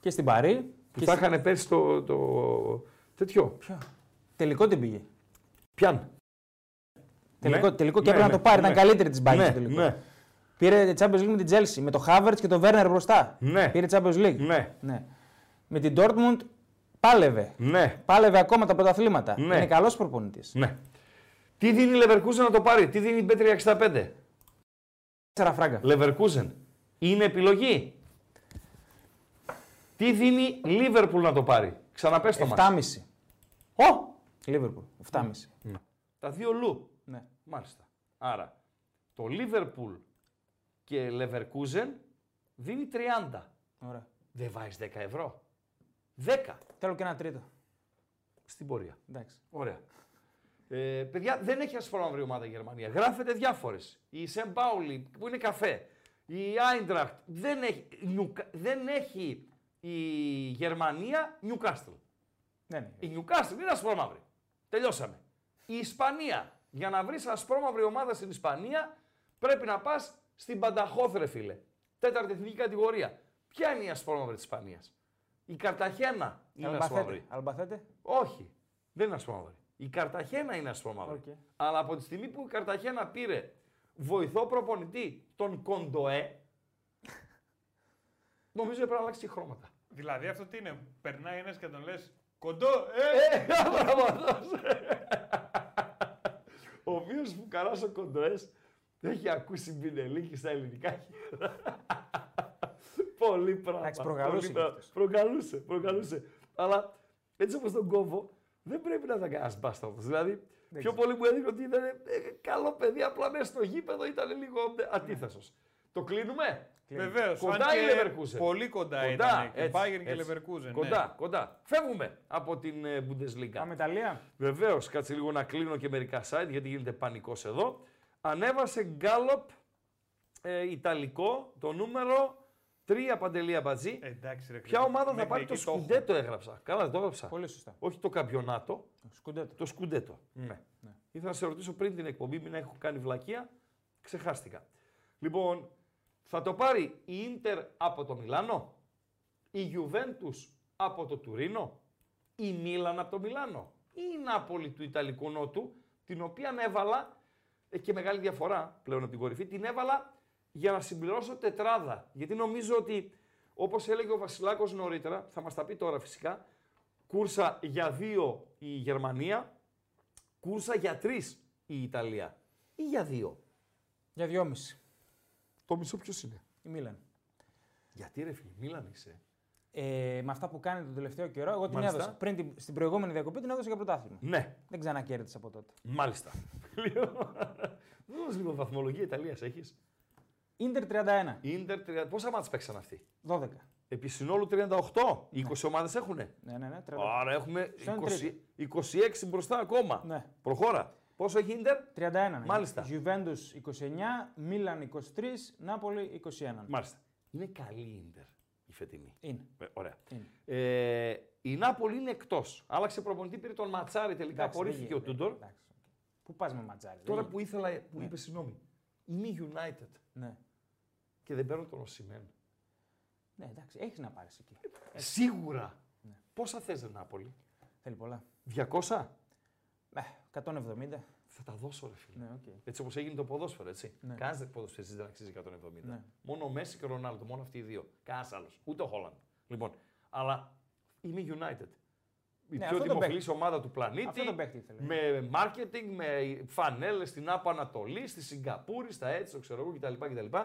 Speaker 5: Και στην Παρή.
Speaker 4: που
Speaker 5: Και
Speaker 4: τα
Speaker 5: στη...
Speaker 4: είχαν πέρσι το, το τέτοιο.
Speaker 5: Ποιο? Τελικό την
Speaker 4: Ναι.
Speaker 5: πήγε.
Speaker 4: Πιαν.
Speaker 5: Τελικό, τελικό και
Speaker 3: Ναι,
Speaker 5: έπρεπε
Speaker 3: ναι,
Speaker 5: να το πάρει.
Speaker 3: ναι.
Speaker 5: Ήταν καλύτερη της Bayern
Speaker 4: Ναι,
Speaker 5: στο τελικό.
Speaker 4: ναι.
Speaker 5: Πήρε Champions League με την Chelsea. Με το Havertz και τον Werner μπροστά.
Speaker 4: Ναι.
Speaker 5: Πήρε Champions League.
Speaker 4: Ναι.
Speaker 5: Ναι. Με την Dortmund πάλευε.
Speaker 4: Ναι.
Speaker 5: Πάλευε ακόμα τα πρωταθλήματα.
Speaker 4: Ναι.
Speaker 5: Είναι καλός προπονητής.
Speaker 4: Ναι. Τι δίνει η Leverkusen να το πάρει, τι δίνει η B365.
Speaker 5: Τέσσερα φράγκα.
Speaker 4: Leverkusen. Είναι επιλογή. Τι δίνει η Liverpool να το πάρει. Ξαναπες το μας.
Speaker 5: 7,5.
Speaker 4: Ω!
Speaker 5: Liverpool. 7,5.
Speaker 4: Τα δύο λου.
Speaker 5: Ναι.
Speaker 4: Μάλιστα. Άρα, το Liverpool και Leverkusen δίνει 30.
Speaker 5: Ωραία.
Speaker 4: Δεν βάζεις 10 ευρώ. 10
Speaker 5: Θέλω και ένα τρίτο.
Speaker 4: στην πορεία.
Speaker 5: Εντάξει.
Speaker 4: Ωραία. Ε, παιδιά, δεν έχει ασφαλό αύριο ομάδα η Γερμανία. Γράφεται διάφορες. Η Σεν Πάουλη που είναι καφέ. Η Άιντραχτ. Δεν έχει, Νιουκα- δεν έχει η Γερμανία Νιουκάστρο.
Speaker 5: Ναι, ναι.
Speaker 4: Η Νιουκάστρο είναι ασπρόμαυρη. Τελειώσαμε. Η Ισπανία. Για να βρεις ασπρόμαυρη ομάδα στην Ισπανία, πρέπει να πας στην Πανταχώθρε, φίλε. Τέταρτη εθνική κατηγορία. Ποια είναι η ασπρόμαυρη της Ισπανίας. Η Καρταχένα είναι ασπρόμαυρη.
Speaker 5: Αλμπαθέτε. Αλμπαθέτε.
Speaker 4: Όχι. Δεν είναι ασπρόμαυρη. Η Καρταχένα είναι ασπρόμαυρη.
Speaker 5: Οκ.
Speaker 4: Αλλά από τη στιγμή που η Καρταχένα πήρε βοηθό προπονητή τον Κοντοέ, νομίζω έπρεπε να αλλάξει και χρώματα.
Speaker 3: Δηλαδή αυτό τι είναι, περνάει ένας και τον λες κοντό, ε!
Speaker 4: Ε, Αβραματός. ο οποίος που ο Κοντοέ έχει ακούσει Μπινελίκη στα ελληνικά χέρια. Πολύ πράγμα.
Speaker 5: Εντάξει, προκαλούσε
Speaker 4: πολύ
Speaker 5: κι
Speaker 4: πράγμα.
Speaker 5: αυτός. Ναι.
Speaker 4: Προκαλούσε, προκαλούσε. Αλλά έτσι όπως τον κόβω, δεν πρέπει να ήταν κανένας μπάσταρδος. Δηλαδή, πιο πολύ μου έδειχνε ότι ήταν ε, καλό παιδί, απλά μέσα στο γήπεδο ήταν λίγο αντίθετο.
Speaker 5: Ναι.
Speaker 4: Το κλείνουμε.
Speaker 3: Βεβαίω.
Speaker 4: Κοντά η Leverkusen.
Speaker 3: Πολύ κοντά,
Speaker 4: Κοντά,
Speaker 3: ήταν. Και
Speaker 4: έτσι,
Speaker 3: Bayern και
Speaker 4: έτσι.
Speaker 3: Leverkusen.
Speaker 4: Κοντά,
Speaker 3: Ναι.
Speaker 4: κοντά. Φεύγουμε από την ε, Bundesliga.
Speaker 5: Πάμε Ιταλία.
Speaker 4: Βεβαίως, κάτσε λίγο να κλείνω και μερικά site γιατί γίνεται πανικός εδώ. Ανέβασε γκάλοπ ε, ιταλικό το νούμερο 3 παντελία μπατζή.
Speaker 3: Ε, Εντάξει, ρε,
Speaker 4: Ποια
Speaker 3: φίλε.
Speaker 4: ομάδα θα
Speaker 3: Μέχρι
Speaker 4: πάρει το
Speaker 3: εκεί έχω.
Speaker 4: σκουντέτο έγραψα. Καλά, το έγραψα.
Speaker 5: Πολύ σωστά.
Speaker 4: Όχι το καμπιονάτο,
Speaker 5: Σκουντέτο.
Speaker 4: το σκουντέτο. Ναι. Ήθελα να σε ρωτήσω πριν την εκπομπή, μην έχω κάνει βλακεία. Ξεχάστηκα. Λοιπόν, θα το πάρει η Ίντερ από το Μιλάνο, η Juventus από το Τουρίνο, η Μίλαν από το Μιλάνο ή η Νάπολη του Ιταλικού Νότου, την οποία έβαλα ε, και μεγάλη διαφορά πλέον από την κορυφή, την έβαλα για να συμπληρώσω τετράδα. Γιατί νομίζω ότι, όπως έλεγε ο Βασιλάκος νωρίτερα, θα μας τα πει τώρα φυσικά, κούρσα για δύο η Γερμανία, κούρσα για τρεις η Ιταλία ή για δύο.
Speaker 5: Για 2,5.
Speaker 4: Το μισό ποιος είναι.
Speaker 5: Η Μίλαν.
Speaker 4: Γιατί ρε φίλε, Μίλαν είσαι.
Speaker 5: Ε, με αυτά που κάνει τον τελευταίο καιρό, εγώ την
Speaker 4: Μάλιστα.
Speaker 5: έδωσα. Πριν, την- στην προηγούμενη διακοπή την έδωσα για πρωτάθλημα.
Speaker 4: Ναι,
Speaker 5: Δεν ξανακέρδισα από τότε.
Speaker 4: μάλιστα. Δεν μας λίγο βαθμολογία Ιταλίας έχεις.
Speaker 5: Ιντερ 31.
Speaker 4: Ιντερ, 30... πόσα μάτς παίξαν αυτοί.
Speaker 5: 12.
Speaker 4: Επί συνόλου 38. 20 ομάδες έχουνε.
Speaker 5: Ναι, ναι, ναι. 30.
Speaker 4: Άρα έχουμε
Speaker 5: Σαν
Speaker 4: 20... 26 μπροστά ακόμα.
Speaker 5: Ναι.
Speaker 4: Προχώρα. Πόσο έχει Ιντερ.
Speaker 5: 31.
Speaker 4: Μάλιστα.
Speaker 5: Juventus 29, Μίλαν 23, Νάπολη 21.
Speaker 4: Μάλιστα. Είναι καλή Ιντερ. η φετινή.
Speaker 5: Είναι.
Speaker 4: Ε, ωραία. Ε, η Νάπολη είναι εκτός. Άλλαξε προπονητή, πήρε τον Ματσάρη τελικά.
Speaker 5: Εντάξει, δεν
Speaker 4: Απορρίφθηκε ο
Speaker 5: γίνεται.
Speaker 4: Τούντορ.
Speaker 5: Εντάξει, οκ. Πού πας με ματζάρι. δεν
Speaker 4: Τώρα
Speaker 5: γίνεται.
Speaker 4: που ήθελα, που είπες συγγνώμη, είμαι η United
Speaker 5: Ναι.
Speaker 4: και δεν παίρνω τον Οσημέν.
Speaker 5: ναι, εντάξει, έχεις να πάρεις εκεί.
Speaker 4: Σίγουρα.
Speaker 5: Ναι.
Speaker 4: Πόσα θες, Νάπολη.
Speaker 5: Θέλει πολλά.
Speaker 4: 200.
Speaker 5: Ε, 170.
Speaker 4: Θα τα δώσω, ρε φίλε.
Speaker 5: Ναι, οκ.
Speaker 4: Έτσι όπως έγινε το ποδόσφαιρο, έτσι.
Speaker 5: Ναι.
Speaker 4: Κανένας ποδοσφαιριστή δεν αξίζει 170.
Speaker 5: Ναι.
Speaker 4: Μόνο ο Μέση και ο Ρονάλντο, μόνο αυτοί οι δύο. Κανένας άλλος. Ούτε ο Χόλαντ. Λοιπόν, αλλά είμαι η United. Η
Speaker 5: Ναι, αυτό
Speaker 4: πιο
Speaker 5: τον
Speaker 4: δημοφιλή
Speaker 5: παίκτη.
Speaker 4: ομάδα του πλανήτη.
Speaker 5: Αυτό τον παίκτη ήθελε.
Speaker 4: Με marketing, με φανέλες στην Άπα Ανατολή, στη Σιγκαπούρη, στα έτσι, ξέρω εγώ κτλ. κτλ.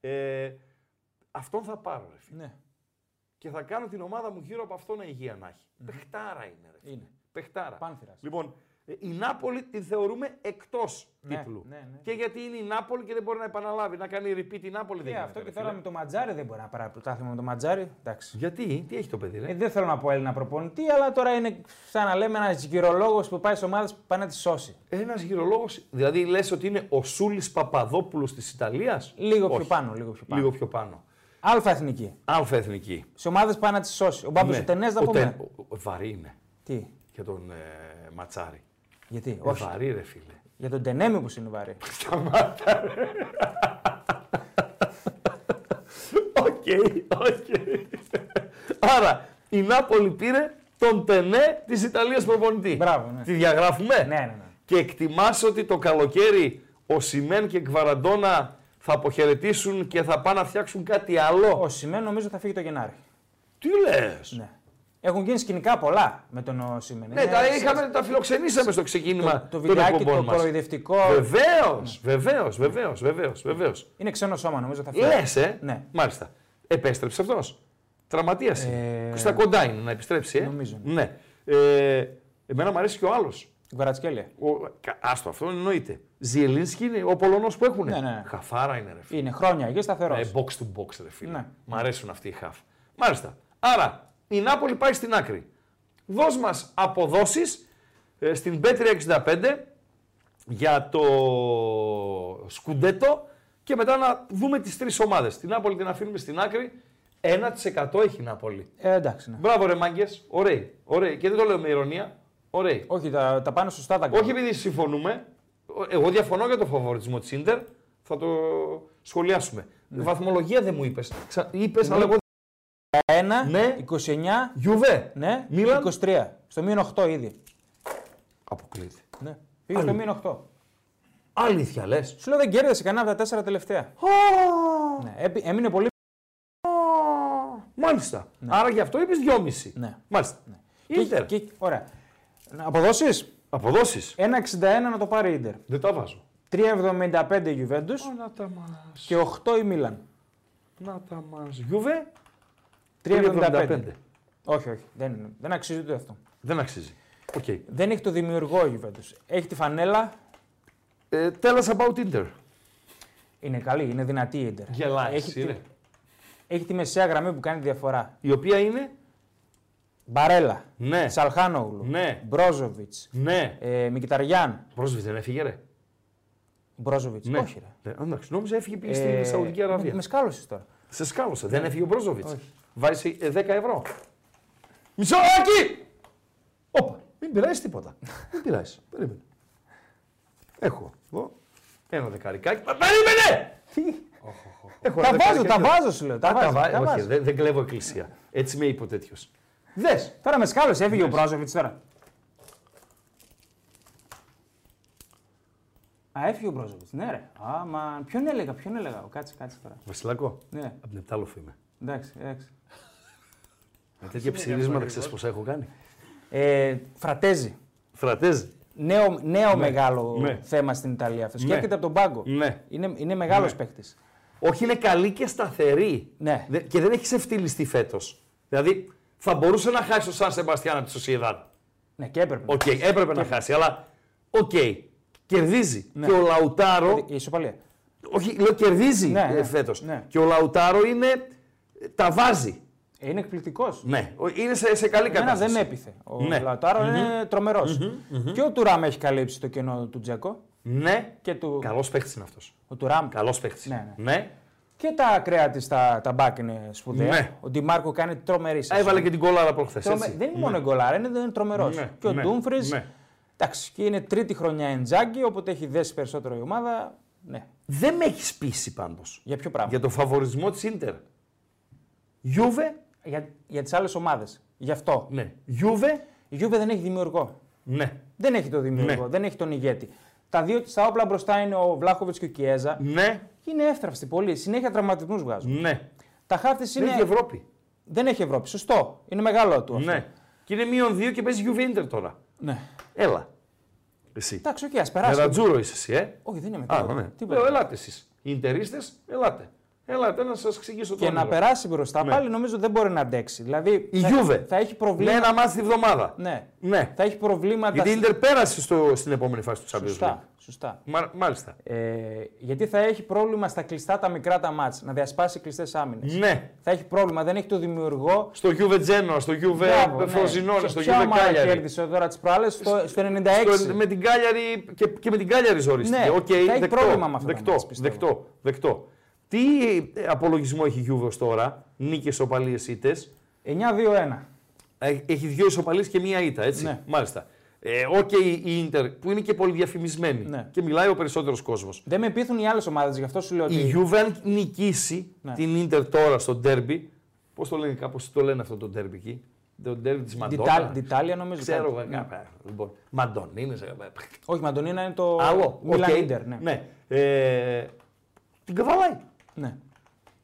Speaker 4: Ε, αυτόν θα πάρω, ρε φίλε.
Speaker 5: Ναι.
Speaker 4: Και θα κάνω την ομάδα μου γύρω από αυτό να υγεία να έχει. Πεχτάρα είναι, ρε φίλε.
Speaker 5: Είναι.
Speaker 4: Πεχτάρα.
Speaker 5: Πάνθυρας.
Speaker 4: Λοιπόν, ε, η Νάπολη την θεωρούμε εκτός
Speaker 5: Ναι,
Speaker 4: τίτλου.
Speaker 5: ναι, ναι.
Speaker 4: Και γιατί είναι η Νάπολη και δεν μπορεί να επαναλάβει, να κάνει repeat η Νάπολη.
Speaker 5: Ε,
Speaker 4: δεν
Speaker 5: αυτό
Speaker 4: γίνεται,
Speaker 5: και
Speaker 4: ρε
Speaker 5: τώρα
Speaker 4: φίλε.
Speaker 5: με το ματζάρι δεν μπορεί να πάρει πρωτάθλημα με το ματζάρι. Εντάξει.
Speaker 4: Γιατί, τι έχει το παιδί, ρε.
Speaker 5: Ε, δεν θέλω να πω Έλληνα προπονητή, αλλά τώρα είναι σαν να λέμε ένας γυρολόγος που πάει σε ομάδες που πάει να τη σώσει.
Speaker 4: Ένας γυρολόγος, δηλαδή λες ότι είναι ο Σούλης Παπαδόπουλος της Ιταλίας.
Speaker 5: Λίγο πιο πάνω, λίγο πιο πάνω.
Speaker 4: Λίγο πιο πάνω.
Speaker 5: Αλφα εθνική.
Speaker 4: Αλφα εθνική.
Speaker 5: Σε ομάδες που πάει να τη σώσει. Ο Μπάμπη
Speaker 4: Ναι.
Speaker 5: ο Τενέ να
Speaker 4: Ο
Speaker 5: πούμε.
Speaker 4: Τεν- ο- ο- Βαρύ είναι
Speaker 5: Τι,
Speaker 4: για τον ε, Ματσάρη.
Speaker 5: γιατί,
Speaker 4: Ε,
Speaker 5: όχι.
Speaker 4: Βαρύ, ρε φίλε.
Speaker 5: Για τον Τενέ μήπως είναι βαρύ.
Speaker 4: Οκ, οκ. Άρα η Νάπολη πήρε τον Τενέ της Ιταλίας προπονητή.
Speaker 5: Μπράβο, ναι.
Speaker 4: Τη διαγράφουμε.
Speaker 5: Ναι, ναι, ναι.
Speaker 4: Και εκτιμάς ότι το καλοκαίρι ο Σιμέν και Κβαραντόνα θα αποχαιρετήσουν και θα πάνε να φτιάξουν κάτι άλλο.
Speaker 5: Ο Σιμέν νομίζω θα φύγει το Γενάρη.
Speaker 4: Τι λες. Ναι,
Speaker 5: Ναι. Έχουν γίνει σκηνικά πολλά με τον Σιμέν. Είναι
Speaker 4: τα,
Speaker 5: ένας-
Speaker 4: είχαμε, τα φιλοξενήσαμε στο ξεκίνημα
Speaker 5: Ναι, Το, το
Speaker 4: των
Speaker 5: βιντεάκι
Speaker 4: εκπομπών
Speaker 5: το
Speaker 4: μας.
Speaker 5: κοροϊδευτικό.
Speaker 4: Βεβαίως, βεβαίως, βεβαίως, βεβαίως. Βεβαίως.
Speaker 5: Είναι ξένο σώμα νομίζω θα φύγει.
Speaker 4: Λες, ε.
Speaker 5: Ναι.
Speaker 4: Μάλιστα. Επέστρεψε αυτός. Τραυματίασε.
Speaker 5: Ε,
Speaker 4: Στα κοντά είναι να επιστρέψει. Ε.
Speaker 5: νομίζω,
Speaker 4: Ναι. Ε, εμένα μου αρέσει και ο άλλος.
Speaker 5: Γκουαρατσκέλια.
Speaker 4: Άστο αυτό εννοείται. Ζιελίνσκι είναι ο Πολωνός που έχουν.
Speaker 5: Ναι, ναι, ναι.
Speaker 4: Χαφάρα είναι ρε φίλε.
Speaker 5: Είναι χρόνια εκεί σταθερός.
Speaker 4: Ε, box to box, ρε φίλε.
Speaker 5: Ναι.
Speaker 4: Μ' αρέσουν αυτοί οι half. Μάλιστα. Άρα, η Νάπολη πάει στην άκρη. Δώσ' μας αποδόσεις ε, στην B365 για το σκουντέτο και μετά να δούμε τις τρεις ομάδες. Την Νάπολη την αφήνουμε στην άκρη. 1% έχει η Νάπολη.
Speaker 5: Ε, εντάξει. Ναι.
Speaker 4: Μπράβο ρε μάγκες. Ωραίοι. Ωραίοι. Και δεν το λέω με ηρωνία. Ωραίοι.
Speaker 5: Όχι, τα, τα πάνε σωστά τα γκολ.
Speaker 4: Όχι επειδή συμφωνούμε. Εγώ διαφωνώ για το φαβορισμό της Ιντερ. Θα το σχολιάσουμε.
Speaker 5: Ναι.
Speaker 4: Βαθμολογία δεν μου είπες. Είπε, αλλά εγώ.
Speaker 5: 1,
Speaker 4: Ναι.
Speaker 5: 29,
Speaker 4: Γιουβέ.
Speaker 5: ναι,
Speaker 4: Μίλαν.
Speaker 5: 23. Στο μείον 8 ήδη.
Speaker 4: Αποκλείται.
Speaker 5: Ναι. Πήγε στο
Speaker 4: Άλλο.
Speaker 5: μείον 8.
Speaker 4: Αλήθεια λες.
Speaker 5: Σου λέω δεν κέρδισε κανένα από τα τέσσερα τελευταία. Ναι. Έπι- Έμεινε πολύ.
Speaker 4: Μάλιστα. Άρα γι' αυτό είπες 2,5.
Speaker 5: Ναι.
Speaker 4: Μάλιστα. Ιντερ.
Speaker 5: Και, και, ωραία. Αποδόσεις.
Speaker 4: Αποδόσεις.
Speaker 5: 1,61 να το πάρει η Ιντερ.
Speaker 4: Δεν τα βάζω.
Speaker 5: 3,75 η Juventus
Speaker 4: Να τα μα.
Speaker 5: και 8 η Μίλαν.
Speaker 4: Να τα μα. Γιουβέ.
Speaker 5: 3,75. Όχι, όχι. Δεν, είναι. δεν αξίζει ούτε αυτό.
Speaker 4: Δεν αξίζει. Οκ.
Speaker 5: Δεν έχει το δημιουργό η Juventus. Έχει τη φανέλα.
Speaker 4: Ε, tell us about Inter.
Speaker 5: Είναι καλή, είναι δυνατή η Ιντερ.
Speaker 4: Γελάει.
Speaker 5: Έχει, τη- έχει τη μεσαία γραμμή που κάνει διαφορά.
Speaker 4: Η οποία είναι.
Speaker 5: Μπαρέλα.
Speaker 4: Ναι.
Speaker 5: Σαλχάνογλου.
Speaker 4: Ναι.
Speaker 5: Μπρόζοβιτ.
Speaker 4: Ναι.
Speaker 5: Ε, Μικηταριάν.
Speaker 4: Πρόσβη δεν έφυγε, ρε.
Speaker 5: Μπρόζοβιτ. Όχι, ρε.
Speaker 4: Ναι, εντάξει, νόμιζα έφυγε πήγε
Speaker 5: Ε,
Speaker 4: στην Σαουδική Αραβία.
Speaker 5: Με, με σκάλωσες τώρα.
Speaker 4: Σε σκάλωσε. Δεν έφυγε ο Μπρόζοβιτ. Βάζει ε, 10 ευρώ. Μισόλακι! Όπα, μην πειράζει τίποτα. μην πειράζει. Περίμενε. Έχω εδώ ένα δεκαρικάκι. Μα περίμενε! Έχω
Speaker 5: Τα
Speaker 4: ένα
Speaker 5: βάζω, τα
Speaker 4: δεκαρικάκι.
Speaker 5: βάζω, σου λέω. Τα
Speaker 4: Α,
Speaker 5: βάζω.
Speaker 4: βά-
Speaker 5: τα
Speaker 4: όχι,
Speaker 5: βάζω.
Speaker 4: δεν, δεν κλέβω εκκλησία. Έτσι με είπε ο τέτοιος. Δες.
Speaker 5: Τώρα με σκάλωσε, έφυγε ο Μπρόζοβιτ τώρα. Α, έφυγε ο Μπρόζοβιτ. Ναι, ρε. Α, μα ποιον έλεγα, ποιον έλεγα. Ο, κάτσε, κάτσε τώρα.
Speaker 4: Βασιλακό.
Speaker 5: Ναι,
Speaker 4: Απ' την Επτάλοφη είμαι.
Speaker 5: εντάξει, εντάξει.
Speaker 4: Με τέτοια ψηρίσματα ξέρει πόσα έχω κάνει.
Speaker 5: Ε, φρατέζει.
Speaker 4: Φρατέζι.
Speaker 5: Νέο, νέο μεγάλο
Speaker 4: ναι.
Speaker 5: θέμα στην Ιταλία αυτό. Σκέφτεται από τον πάγκο.
Speaker 4: Ναι.
Speaker 5: Είναι, είναι μεγάλος ναι.
Speaker 4: Όχι, είναι καλή και σταθερή.
Speaker 5: Ναι.
Speaker 4: Δε- Και δεν έχει ξεφτυλιστεί φέτος. Δηλαδή θα μπορούσε να χάσει ο Σαν Σεμπαστιάν από τη Σοσιαδάν.
Speaker 5: Ναι, και Ναι. έπρεπε.
Speaker 4: Οκ, έπρεπε να χάσει, αλλά οκ. Κερδίζει. Και ο Λαουτάρο.
Speaker 5: Η ισοπαλία.
Speaker 4: Όχι, λέω κερδίζει
Speaker 5: Ναι, ναι,
Speaker 4: φέτος.
Speaker 5: ναι.
Speaker 4: Και ο Λαουτάρο είναι. Τα βάζει.
Speaker 5: Ε, Είναι εκπληκτικός.
Speaker 4: Ναι, ο- είναι σε, σε καλή
Speaker 5: Εμένα
Speaker 4: κατάσταση.
Speaker 5: δεν με έπιθε. Ο
Speaker 4: Ναι.
Speaker 5: Λαουτάρο είναι τρομερός. Και ο Τουράμ έχει καλύψει το κενό του Τζακό.
Speaker 4: Ναι,
Speaker 5: Και του...
Speaker 4: καλός παίχτη είναι αυτός.
Speaker 5: Ο Τουράμ.
Speaker 4: Καλός παίχτη.
Speaker 5: Ναι,
Speaker 4: ναι.
Speaker 5: Και τα ακραία της τα, τα μπακ είναι σπουδαία.
Speaker 3: Ναι.
Speaker 5: Ο Ντιμάρκο κάνει τρομερή σεζόν.
Speaker 4: Έβαλε και Ναι. την κολάρα προχθές.
Speaker 5: Τρομε- Δεν είναι μόνο η γκολάρα, είναι, είναι τρομερός.
Speaker 3: Ναι,
Speaker 5: Και ο
Speaker 3: ναι,
Speaker 5: Ντούμφρις.
Speaker 3: ναι.
Speaker 5: Εντάξει, και είναι τρίτη χρονιά εντζάκι, οπότε έχει δέσει περισσότερο η ομάδα. Ναι.
Speaker 4: Δεν με έχεις πείσει πάντως.
Speaker 5: Για ποιο πράγμα.
Speaker 4: Για
Speaker 5: Για,
Speaker 4: το φαβορισμό της ντερ. Γιούβε,
Speaker 5: για, τις άλλες ομάδες. Γι' αυτό.
Speaker 4: ναι. Γιούβε,
Speaker 5: Η Γιούβε δεν έχει δημιουργό.
Speaker 4: ναι.
Speaker 5: Δεν έχει το δημιουργό,
Speaker 4: Ναι.
Speaker 5: δεν έχει τον ηγέτη. Τα δύο στα όπλα μπροστά είναι ο Βλάχοβιτ και ο Κιέζα.
Speaker 4: Ναι,
Speaker 5: Και είναι εύθραυστοι πολύ. Συνέχεια τραυματισμούς βγάζουν.
Speaker 4: ναι.
Speaker 5: Τα χάρτης
Speaker 4: Δεν
Speaker 5: είναι.
Speaker 4: έχει Ευρώπη.
Speaker 5: Δεν έχει Ευρώπη. Σωστό. Είναι μεγάλο του. αυτό.
Speaker 4: Ναι. Και είναι μείον δύο και παίζει Γιούβε Ιντερ τώρα.
Speaker 5: ναι.
Speaker 4: Έλα. Εσύ.
Speaker 5: Εντάξει, οκ, ας περάσει.
Speaker 4: Τερατζούρο είσαι εσύ, ε.
Speaker 5: Όχι, δεν είμαι
Speaker 4: Α,
Speaker 5: τίποτα.
Speaker 4: ναι.
Speaker 5: Τίποτα.
Speaker 4: Λέω, ελάτε εσείς. Οι Ιντερίστες, ελάτε. Ελάτε να σας εξηγήσω το
Speaker 5: Και να
Speaker 4: όνειρο.
Speaker 5: περάσει μπροστά πάλι νομίζω δεν μπορεί να αντέξει. Δηλαδή
Speaker 4: Ναι. Η
Speaker 5: θα,
Speaker 4: Juve.
Speaker 5: θα έχει
Speaker 4: Με
Speaker 5: προβλήματα.
Speaker 4: ένα μάτι τη βδομάδα.
Speaker 5: Ναι.
Speaker 4: Ναι.
Speaker 5: Θα έχει προβλήματα.
Speaker 4: Γιατί η
Speaker 5: στη-
Speaker 4: Ιντερ πέρασε στο, στην επόμενη φάση του Champions League.
Speaker 5: Σωστά. σωστά.
Speaker 4: Μα- μάλιστα.
Speaker 5: Ε, γιατί θα έχει πρόβλημα στα κλειστά τα μικρά τα μάτς, να διασπάσει κλειστές άμυνες.
Speaker 4: Ναι.
Speaker 5: Θα έχει πρόβλημα, δεν έχει το δημιουργό.
Speaker 4: Στο Juve Genoa, στο Juve
Speaker 5: Μπράβο, ναι.
Speaker 4: Frosinone, στο
Speaker 5: Ποια
Speaker 4: Juve
Speaker 5: ομάδα
Speaker 4: Cagliari.
Speaker 5: κέρδισε τώρα τι προάλλες στο, στο 96.
Speaker 4: Στο- με την Cagliari και, και με την Cagliari ζορίστηκε.
Speaker 5: Ναι,
Speaker 4: Οκ,
Speaker 5: θα έχει
Speaker 4: δεκτό,
Speaker 5: πρόβλημα με αυτά τα
Speaker 4: δεκτό,
Speaker 5: μάτς, πιστεύω.
Speaker 4: δεκτό, δεκτό. Τι ε, απολογισμό έχει η Juve ως τώρα, νίκες, οπαλίες, ήττες.
Speaker 5: 9-2-1.
Speaker 4: Ε, Έχει δύο ισοπαλίες και μία ήττα, έτσι.
Speaker 5: Ναι.
Speaker 4: Μάλιστα. Ε, Οκ, η Ίντερ που είναι και πολυδιαφημισμένη
Speaker 5: Ναι.
Speaker 4: και μιλάει ο περισσότερος κόσμος.
Speaker 5: Δεν με πείθουν οι άλλες ομάδες, γι' αυτό σου λέω ότι.
Speaker 4: Η Juve αν νικήσει
Speaker 5: Ναι.
Speaker 4: την Ίντερ τώρα στο ντέρμπι, πώς το λένε κάπως, το λένε αυτό το ντέρμπι εκεί, το ντέρμπι της Μαντόνα.
Speaker 5: Την Ιταλία νομίζω.
Speaker 4: Ξέρω
Speaker 5: κάτι.
Speaker 4: εγώ
Speaker 5: Ναι.
Speaker 4: κάποια. Λοιπόν, Μαντών είναι. σε-
Speaker 5: Όχι, Μαντονίνα είναι το.
Speaker 4: Άλλο.
Speaker 5: Μίλαν
Speaker 4: οκ.
Speaker 5: Ίντερ, ναι.
Speaker 4: ναι. Ε, την καβαλάει.
Speaker 5: Ναι.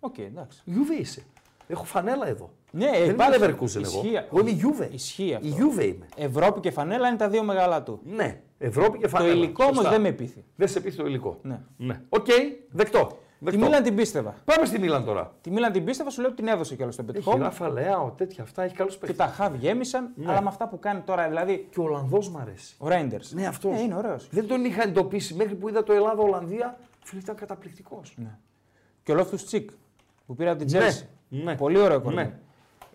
Speaker 5: Οκ, εντάξει.
Speaker 4: Γιούβε είσαι. Έχω φανέλα εδώ.
Speaker 5: Ναι,
Speaker 4: Δεν
Speaker 5: υπάρχει.
Speaker 4: είμαι Leverkusen εγώ.
Speaker 5: Ισχύει αυτό.
Speaker 4: Εγώ είμαι Γιούβε.
Speaker 5: Ισχύει αυτό.
Speaker 4: Η Γιούβε είμαι.
Speaker 5: Ευρώπη και φανέλα είναι τα δύο μεγάλα του.
Speaker 4: Ναι. Ευρώπη και
Speaker 5: Το
Speaker 4: φανέλα.
Speaker 5: υλικό όμως
Speaker 4: Σωστά.
Speaker 5: δεν με πείθει.
Speaker 4: Δεν σε πείθει το υλικό.
Speaker 5: Ναι.
Speaker 4: ναι. Οκ, δεκτό.
Speaker 5: Τη
Speaker 4: δεκτό.
Speaker 5: Μίλαν την πίστευα.
Speaker 4: Πάμε στη Μίλαν τώρα.
Speaker 5: Τη Μίλαν την πίστευα, σου λέω ότι την έδωσε κιόλας στον
Speaker 4: Έχει
Speaker 5: πετυχό μου.
Speaker 4: Ράφα Λεάο, τέτοια αυτά. Έχει καλούς
Speaker 5: Και
Speaker 4: παίχτε.
Speaker 5: τα χαβ γέμισαν,
Speaker 4: Ναι.
Speaker 5: αλλά με αυτά που κάνει τώρα, δηλαδή
Speaker 4: Και ο Ολλανδός μ' αρέσει.
Speaker 5: ο Reinders.
Speaker 4: Ναι, αυτός.
Speaker 5: είναι ωραίος.
Speaker 4: Δεν τον είχα εντοπίσει μέχρι που είδα το Ελλάδα-Ολλανδία. Φίλε, ήταν καταπληκτικός.
Speaker 5: Ναι. Και ο Λόφτου Τσικ που πήρε από την Τζέρση.
Speaker 4: ναι.
Speaker 5: Πολύ ωραίο κορμί.
Speaker 4: Ναι.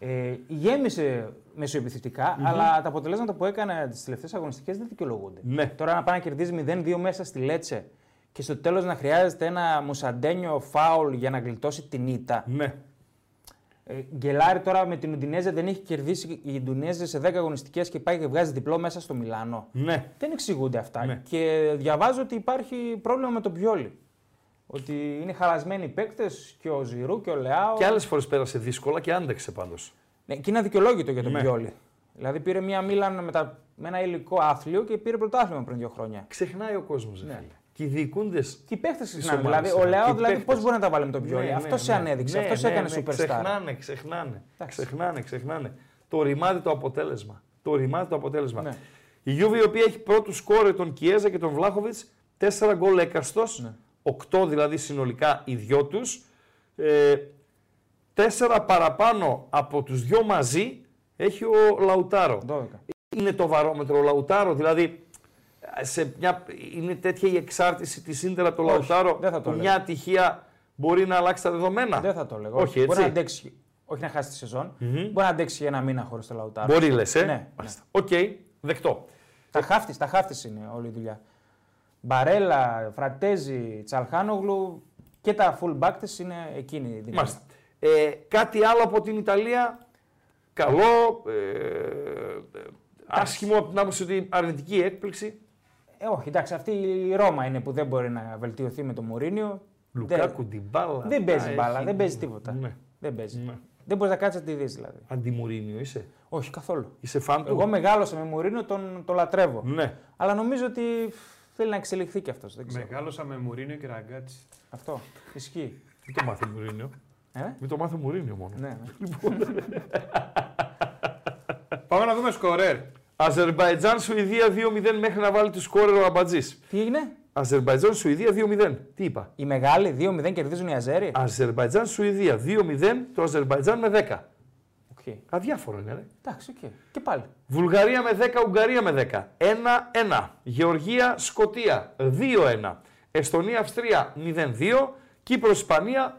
Speaker 5: Ε, γέμισε μεσοεπιθετικα αλλά τα αποτελέσματα που έκανε τις τελευταίες αγωνιστικές δεν δικαιολογούνται.
Speaker 4: Ναι.
Speaker 5: Τώρα να πάει να κερδίζει 0-2 μέσα στη Λέτσε και στο τέλος να χρειάζεται ένα μουσαντένιο φάουλ για να γλιτώσει την ήττα.
Speaker 4: Ναι.
Speaker 5: Ε, γκελάρει τώρα με την Ουντινέζα, δεν έχει κερδίσει η Ουντινέζα σε 10 αγωνιστικές και πάει και βγάζει διπλό μέσα στο Μιλάνο.
Speaker 4: Ναι.
Speaker 5: Δεν εξηγούνται αυτά.
Speaker 4: Ναι.
Speaker 5: Και διαβάζω ότι υπάρχει πρόβλημα με τον Πιόλι. Ότι είναι χαλασμένοι οι παίκτες και ο Ζηρού και ο Λεάο.
Speaker 4: Και άλλες φορές πέρασε δύσκολα και άντεξε πάντως.
Speaker 5: Ναι, και είναι αδικαιολόγητο για τον
Speaker 4: Ναι.
Speaker 5: Πιόλι. Δηλαδή πήρε μία Μίλαν με, τα... με ένα υλικό άθλιο και πήρε πρωτάθλημα πριν δύο χρόνια.
Speaker 4: Ξεχνάει ο κόσμος.
Speaker 5: Ναι.
Speaker 4: Ναι. Και οι διοικούντες.
Speaker 5: Και οι παίχτε ξεχνάνε.
Speaker 4: ομάδες,
Speaker 5: Δηλαδή,
Speaker 4: ναι.
Speaker 5: ο
Speaker 4: Και
Speaker 5: Λεάο
Speaker 4: οι
Speaker 5: δηλαδή,
Speaker 4: παίκτες.
Speaker 5: πώ μπορεί να τα βάλει με τον
Speaker 4: Ναι,
Speaker 5: Πιόλι. αυτό σε ανέδειξε, αυτό σε έκανε superstar.
Speaker 4: Ξεχνάνε, ξεχνάνε.
Speaker 5: Εντάξει.
Speaker 4: Ξεχνάνε, ξεχνάνε. Το ρημάδι το αποτέλεσμα. Το ρημάδι το αποτέλεσμα.
Speaker 5: Ναι.
Speaker 4: Η Γιούβη η οποία έχει πρώτου σκόρε τον Κιέζα και τον Βλάχοβιτ, 4 γκολ έκαστος,
Speaker 5: Ναι.
Speaker 4: 8 δηλαδή συνολικά οι δυο τους. Ε, 4 παραπάνω από τους δυο μαζί έχει ο Λαουτάρο.
Speaker 5: 12.
Speaker 4: είναι το βαρόμετρο ο Λαουτάρο. Δηλαδή, σε μια, είναι τέτοια η εξάρτηση της ίντερ από τον
Speaker 5: Όχι,
Speaker 4: Λαουτάρο
Speaker 5: δεν θα το
Speaker 4: που
Speaker 5: λέω.
Speaker 4: μια ατυχία μπορεί να αλλάξει τα δεδομένα.
Speaker 5: Δεν θα το λέγω.
Speaker 4: Όχι,
Speaker 5: Μπορεί
Speaker 4: έτσι.
Speaker 5: να αντέξει. Όχι να χάσει τη σεζον Μπορεί να αντέξει για ένα μήνα χωρίς το Λαουτάρο.
Speaker 4: Μπορεί, λες. Ε.
Speaker 5: Ναι,
Speaker 4: Μάλιστα. Οκ, δεκτό.
Speaker 5: Τα χάφτη, τα χάφτη είναι όλη η δουλειά. Μπαρέλα, Φρατέζη, Τσαλχάνογλου και τα full back της είναι εκείνη η δύναμη.
Speaker 4: Μάλιστα. Ε, κάτι άλλο από την Ιταλία. Καλό. Ε, ε, άσχημο από την άποψη ότι αρνητική έκπληξη.
Speaker 5: Ε, όχι, εντάξει, αυτή η Ρώμα είναι που δεν μπορεί να βελτιωθεί με τον Μουρίνιο.
Speaker 4: Λουκάκου,
Speaker 5: δεν,
Speaker 4: την μπάλα.
Speaker 5: δεν παίζει
Speaker 4: τα
Speaker 5: μπάλα,
Speaker 4: έχει.
Speaker 5: δεν παίζει τίποτα.
Speaker 4: Ναι.
Speaker 5: Δεν παίζει.
Speaker 4: Ναι.
Speaker 5: Δεν μπορείς να κάτσεις να τη δεις δηλαδή.
Speaker 4: Αντιμουρίνιο είσαι.
Speaker 5: Όχι καθόλου.
Speaker 4: Είσαι φαν του.
Speaker 5: Εγώ μεγάλωσα με Μουρίνιο, τον, τον λατρεύω.
Speaker 4: Ναι.
Speaker 5: Αλλά νομίζω ότι φ, θέλει να εξελιχθεί κι αυτός. Δεν ξέρω.
Speaker 3: Μεγάλωσα με Μουρίνιο και Ραγκάτσι.
Speaker 5: Αυτό. Ισχύει.
Speaker 4: Μην το μάθει Μουρίνιο.
Speaker 5: Ε?
Speaker 4: Μην το μάθει Μουρίνιο μόνο.
Speaker 5: Ναι, ναι.
Speaker 3: Πάμε να δούμε σκορέρ.
Speaker 4: Αζερβαϊτζάν, Σουηδία 2-0 μέχρι να βάλει τους σκόρερ ο Αμπατζής.
Speaker 5: Τι έγινε,
Speaker 4: Αζερβαϊτζάν, Σουηδία 2-0. Τι είπα.
Speaker 5: οι μεγάλοι 2-0 κερδίζουν οι Αζέροι.
Speaker 4: Αζερβαϊτζάν, Σουηδία 2-0, το Αζερβαϊτζάν με 10.
Speaker 5: Οκ.
Speaker 4: Αδιάφορο είναι, ρε.
Speaker 5: Εντάξει, οκ. Και πάλι.
Speaker 4: Βουλγαρία με 10, Ουγγαρία με 10. 1-1. Γεωργία, Σκοτία 2-1. Εστονία, Αυστρία 0-2. Κύπρος, Ισπανία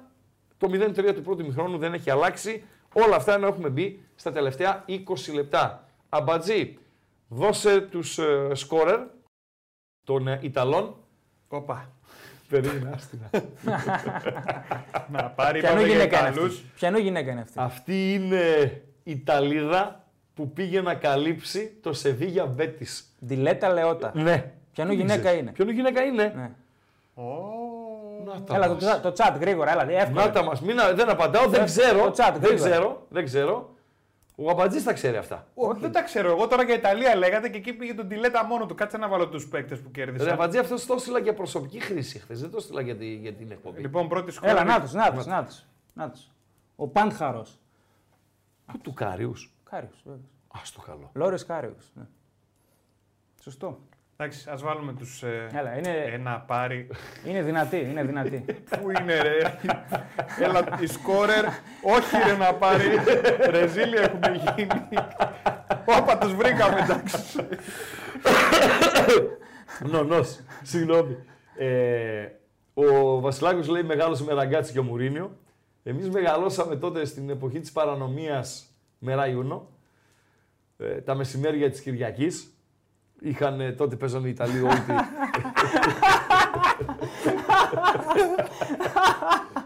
Speaker 4: το 0-3 του πρώτου μηχρόνου δεν έχει αλλάξει. Όλα αυτά ενώ έχουμε μπει στα τελευταία 20 λεπτά. Αμπατζή, δώσε τους ε, σκόρερ των ε, Ιταλών
Speaker 3: Όπα.
Speaker 4: Φτερή είναι άστινα.
Speaker 3: Να πάρει
Speaker 5: Πιανού
Speaker 3: πάντα για
Speaker 5: γυναίκα είναι
Speaker 3: Ιταλούς.
Speaker 5: αυτή. Πιανού γυναίκα είναι αυτή.
Speaker 4: Αυτή είναι η Ταλίδα που πήγε να καλύψει το Σεβίγια Μπέτης.
Speaker 5: Ντιλέτα Λεότα.
Speaker 4: Ναι.
Speaker 5: Ποιανού γυναίκα είναι.
Speaker 4: Ποιον γυναίκα είναι.
Speaker 5: Ναι.
Speaker 4: Να τα
Speaker 5: Έλα το,
Speaker 4: μας.
Speaker 5: τσα- το chat γρήγορα, έλα.
Speaker 4: Να
Speaker 5: Εύκολα.
Speaker 4: τα μας. Μην, δεν απαντάω, δεν
Speaker 5: Το
Speaker 4: ξέρω.
Speaker 5: chat,
Speaker 4: δεν
Speaker 5: γρήγορα.
Speaker 4: ξέρω. Δεν ξέρω. Ο Αμπατζής τα ξέρει αυτά.
Speaker 3: Όχι, δεν τα ξέρω. Εγώ τώρα για Ιταλία λέγατε και εκεί πήγε τον Τιλέτα μόνο του. Κάτσε να βάλω τους παίκτες που
Speaker 4: Ρε
Speaker 3: κέρδισαν.
Speaker 4: Αμπατζή, αυτός το έστειλα για προσωπική χρήση χθες. Δεν το έστειλα για, τη- για την εκπομπή.
Speaker 3: Λοιπόν, πρώτη σκόρ.
Speaker 5: Έλα, να τους, ναι. να τους, να τους. Να τους. Ο Πάνχαρος.
Speaker 4: Πού του Κάριους.
Speaker 5: Κάριος, βέβαια.
Speaker 4: Α το καλό.
Speaker 5: Λόριος Κάριος. ναι. Σωστό.
Speaker 3: Εντάξει, ας βάλουμε τους.
Speaker 4: Ε.
Speaker 5: Έλα, ε. είναι-
Speaker 3: Ένα πάρει.
Speaker 5: Είναι δυνατή, είναι δυνατή.
Speaker 3: Πού είναι, ρε. Έλα, η σκόρερ. Όχι, ρε, να πάρει. Ρεζίλια έχουμε γίνει. Όπα, τους βρήκαμε, εντάξει.
Speaker 4: Νονό. Συγγνώμη. Ε, ο Βασιλάκος λέει μεγάλωσε με ραγκάτσι και ο Μουρίνιο. Εμείς μεγαλώσαμε τότε στην εποχή της παρανομίας με Ραϊούνο. Ε, τα μεσημέρια της Κυριακής. Είχαν ε, τότε παίζανε οι Ιταλοί όλοι. τη-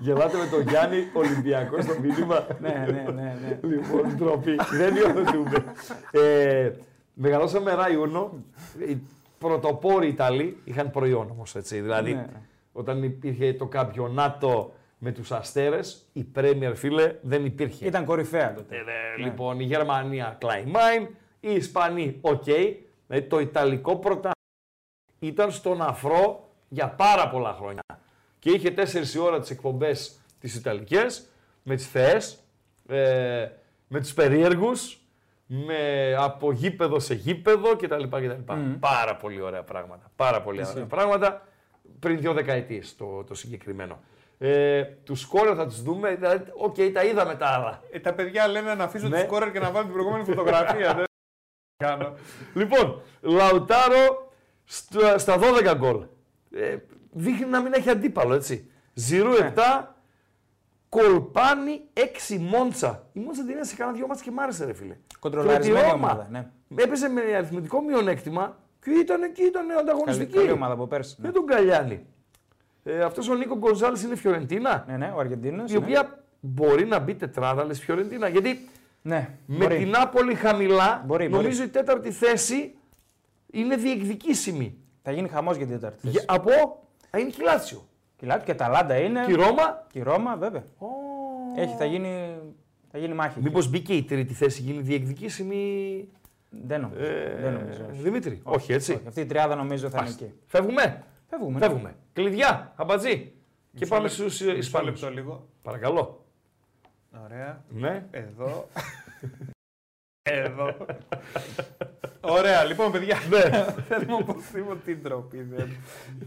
Speaker 4: Γελάτε με τον Γιάννη Ολυμπιακός στο μήνυμα.
Speaker 5: ναι, ναι, ναι, ναι.
Speaker 4: Λοιπόν, ντροπή. Δεν υιοθετούμε. ε, μεγαλώσαμε Ράιουνο. Οι πρωτοπόροι Ιταλοί είχαν προϊόν όμως έτσι. Δηλαδή,
Speaker 5: Ναι.
Speaker 4: όταν υπήρχε το καμπιονάτο με τους αστέρες, η Πρέμιερ φίλε δεν υπήρχε.
Speaker 5: Ήταν κορυφαία τότε.
Speaker 4: Ε, ε, Λοιπόν, η Γερμανία Κλαϊμάιν, οι Ισπανοί οκ. Δηλαδή, το Ιταλικό πρωτάθλημα ήταν στον αφρό για πάρα πολλά χρόνια. Και είχε 4 η ώρα τις εκπομπές τις Ιταλικές, με τις θεές, ε, με τους περίεργους, με, από γήπεδο σε γήπεδο κτλ. κτλ. Πάρα πολύ ωραία πράγματα. Πάρα πολύ ωραία πράγματα. Πριν δύο δεκαετίες το, το συγκεκριμένο. Ε, τους σκόρε θα τους δούμε, δηλαδή, οκ, τα είδαμε τα άλλα.
Speaker 3: Ε, τα παιδιά λένε να αφήσω
Speaker 4: Ναι.
Speaker 3: τη σκόρερ και να βάλω την προηγούμενη φωτογραφία. Δεν κάνω.
Speaker 4: Λοιπόν, Λαουτάρο στα- στα 12 γκολ. Ε, δείχνει να μην έχει αντίπαλο, έτσι. Ζηρού
Speaker 5: Ναι.
Speaker 4: 7, Κολπάνι 6 Μόντσα. Η Μόντσα την είδα σε κανένα δυο μάτς και μ' άρεσε, ρε φίλε.
Speaker 5: Κοντρολαρισμένη
Speaker 4: Και ο
Speaker 5: ομάδα.
Speaker 4: Ρώμα
Speaker 5: Ναι.
Speaker 4: Έπαιζε με αριθμητικό μειονέκτημα και ήταν εκεί, ήταν
Speaker 5: Καλή,
Speaker 4: ανταγωνιστική.
Speaker 5: καλή ομάδα από πέρσι. Ναι,
Speaker 4: Δεν τον Καλιάνη. Ε, Αυτός ο Νίκο Γκονζάλης είναι Φιωρεντίνα,
Speaker 5: ναι, ναι ο Αργεντίνος.
Speaker 4: η οποία μπορεί να μπει τετράδα, λες Φιωρεντίνα. Γιατί
Speaker 5: Ναι,
Speaker 4: με
Speaker 5: μπορεί.
Speaker 4: την Νάπολη χαμηλά,
Speaker 5: Μπορεί,
Speaker 4: νομίζω
Speaker 5: μπορεί.
Speaker 4: η τέταρτη θέση είναι διεκδικήσιμη.
Speaker 5: Θα γίνει χαμός για την τέταρτη θέση.
Speaker 4: Για, από θα είναι και η Λάτσιο.
Speaker 5: Η Λάτ και τα Λάντα είναι.
Speaker 4: Και η Ρώμα.
Speaker 5: Και η Ρώμα, βέβαια. Έχει, θα γίνει, θα γίνει μάχη. εκεί.
Speaker 4: Μήπως μπήκε η τρίτη θέση, γίνει διεκδικήσιμη.
Speaker 5: Δεν νομίζω. δεν νομίζω.
Speaker 4: Ε,
Speaker 5: όχι.
Speaker 4: Δημήτρη. Όχι, έτσι.
Speaker 5: Όχι, Αυτή η τριάδα νομίζω θα είναι
Speaker 4: Ας-
Speaker 5: εκεί.
Speaker 4: Φεύγουμε.
Speaker 5: Φεύγουμε. ναι.
Speaker 4: Φεύγουμε. Κλειδιά, αμπατζή. Και πάμε στους
Speaker 3: Μισό
Speaker 4: Ισπανούς.
Speaker 3: λεπτό λίγο.
Speaker 4: Παρακαλώ.
Speaker 3: Ωραία.
Speaker 4: Ναι.
Speaker 3: Εδώ. Εδώ. Ωραία, λοιπόν, παιδιά.
Speaker 4: Ναι.
Speaker 3: Θέλουμε οπωσδήποτε ντροπή. δεν-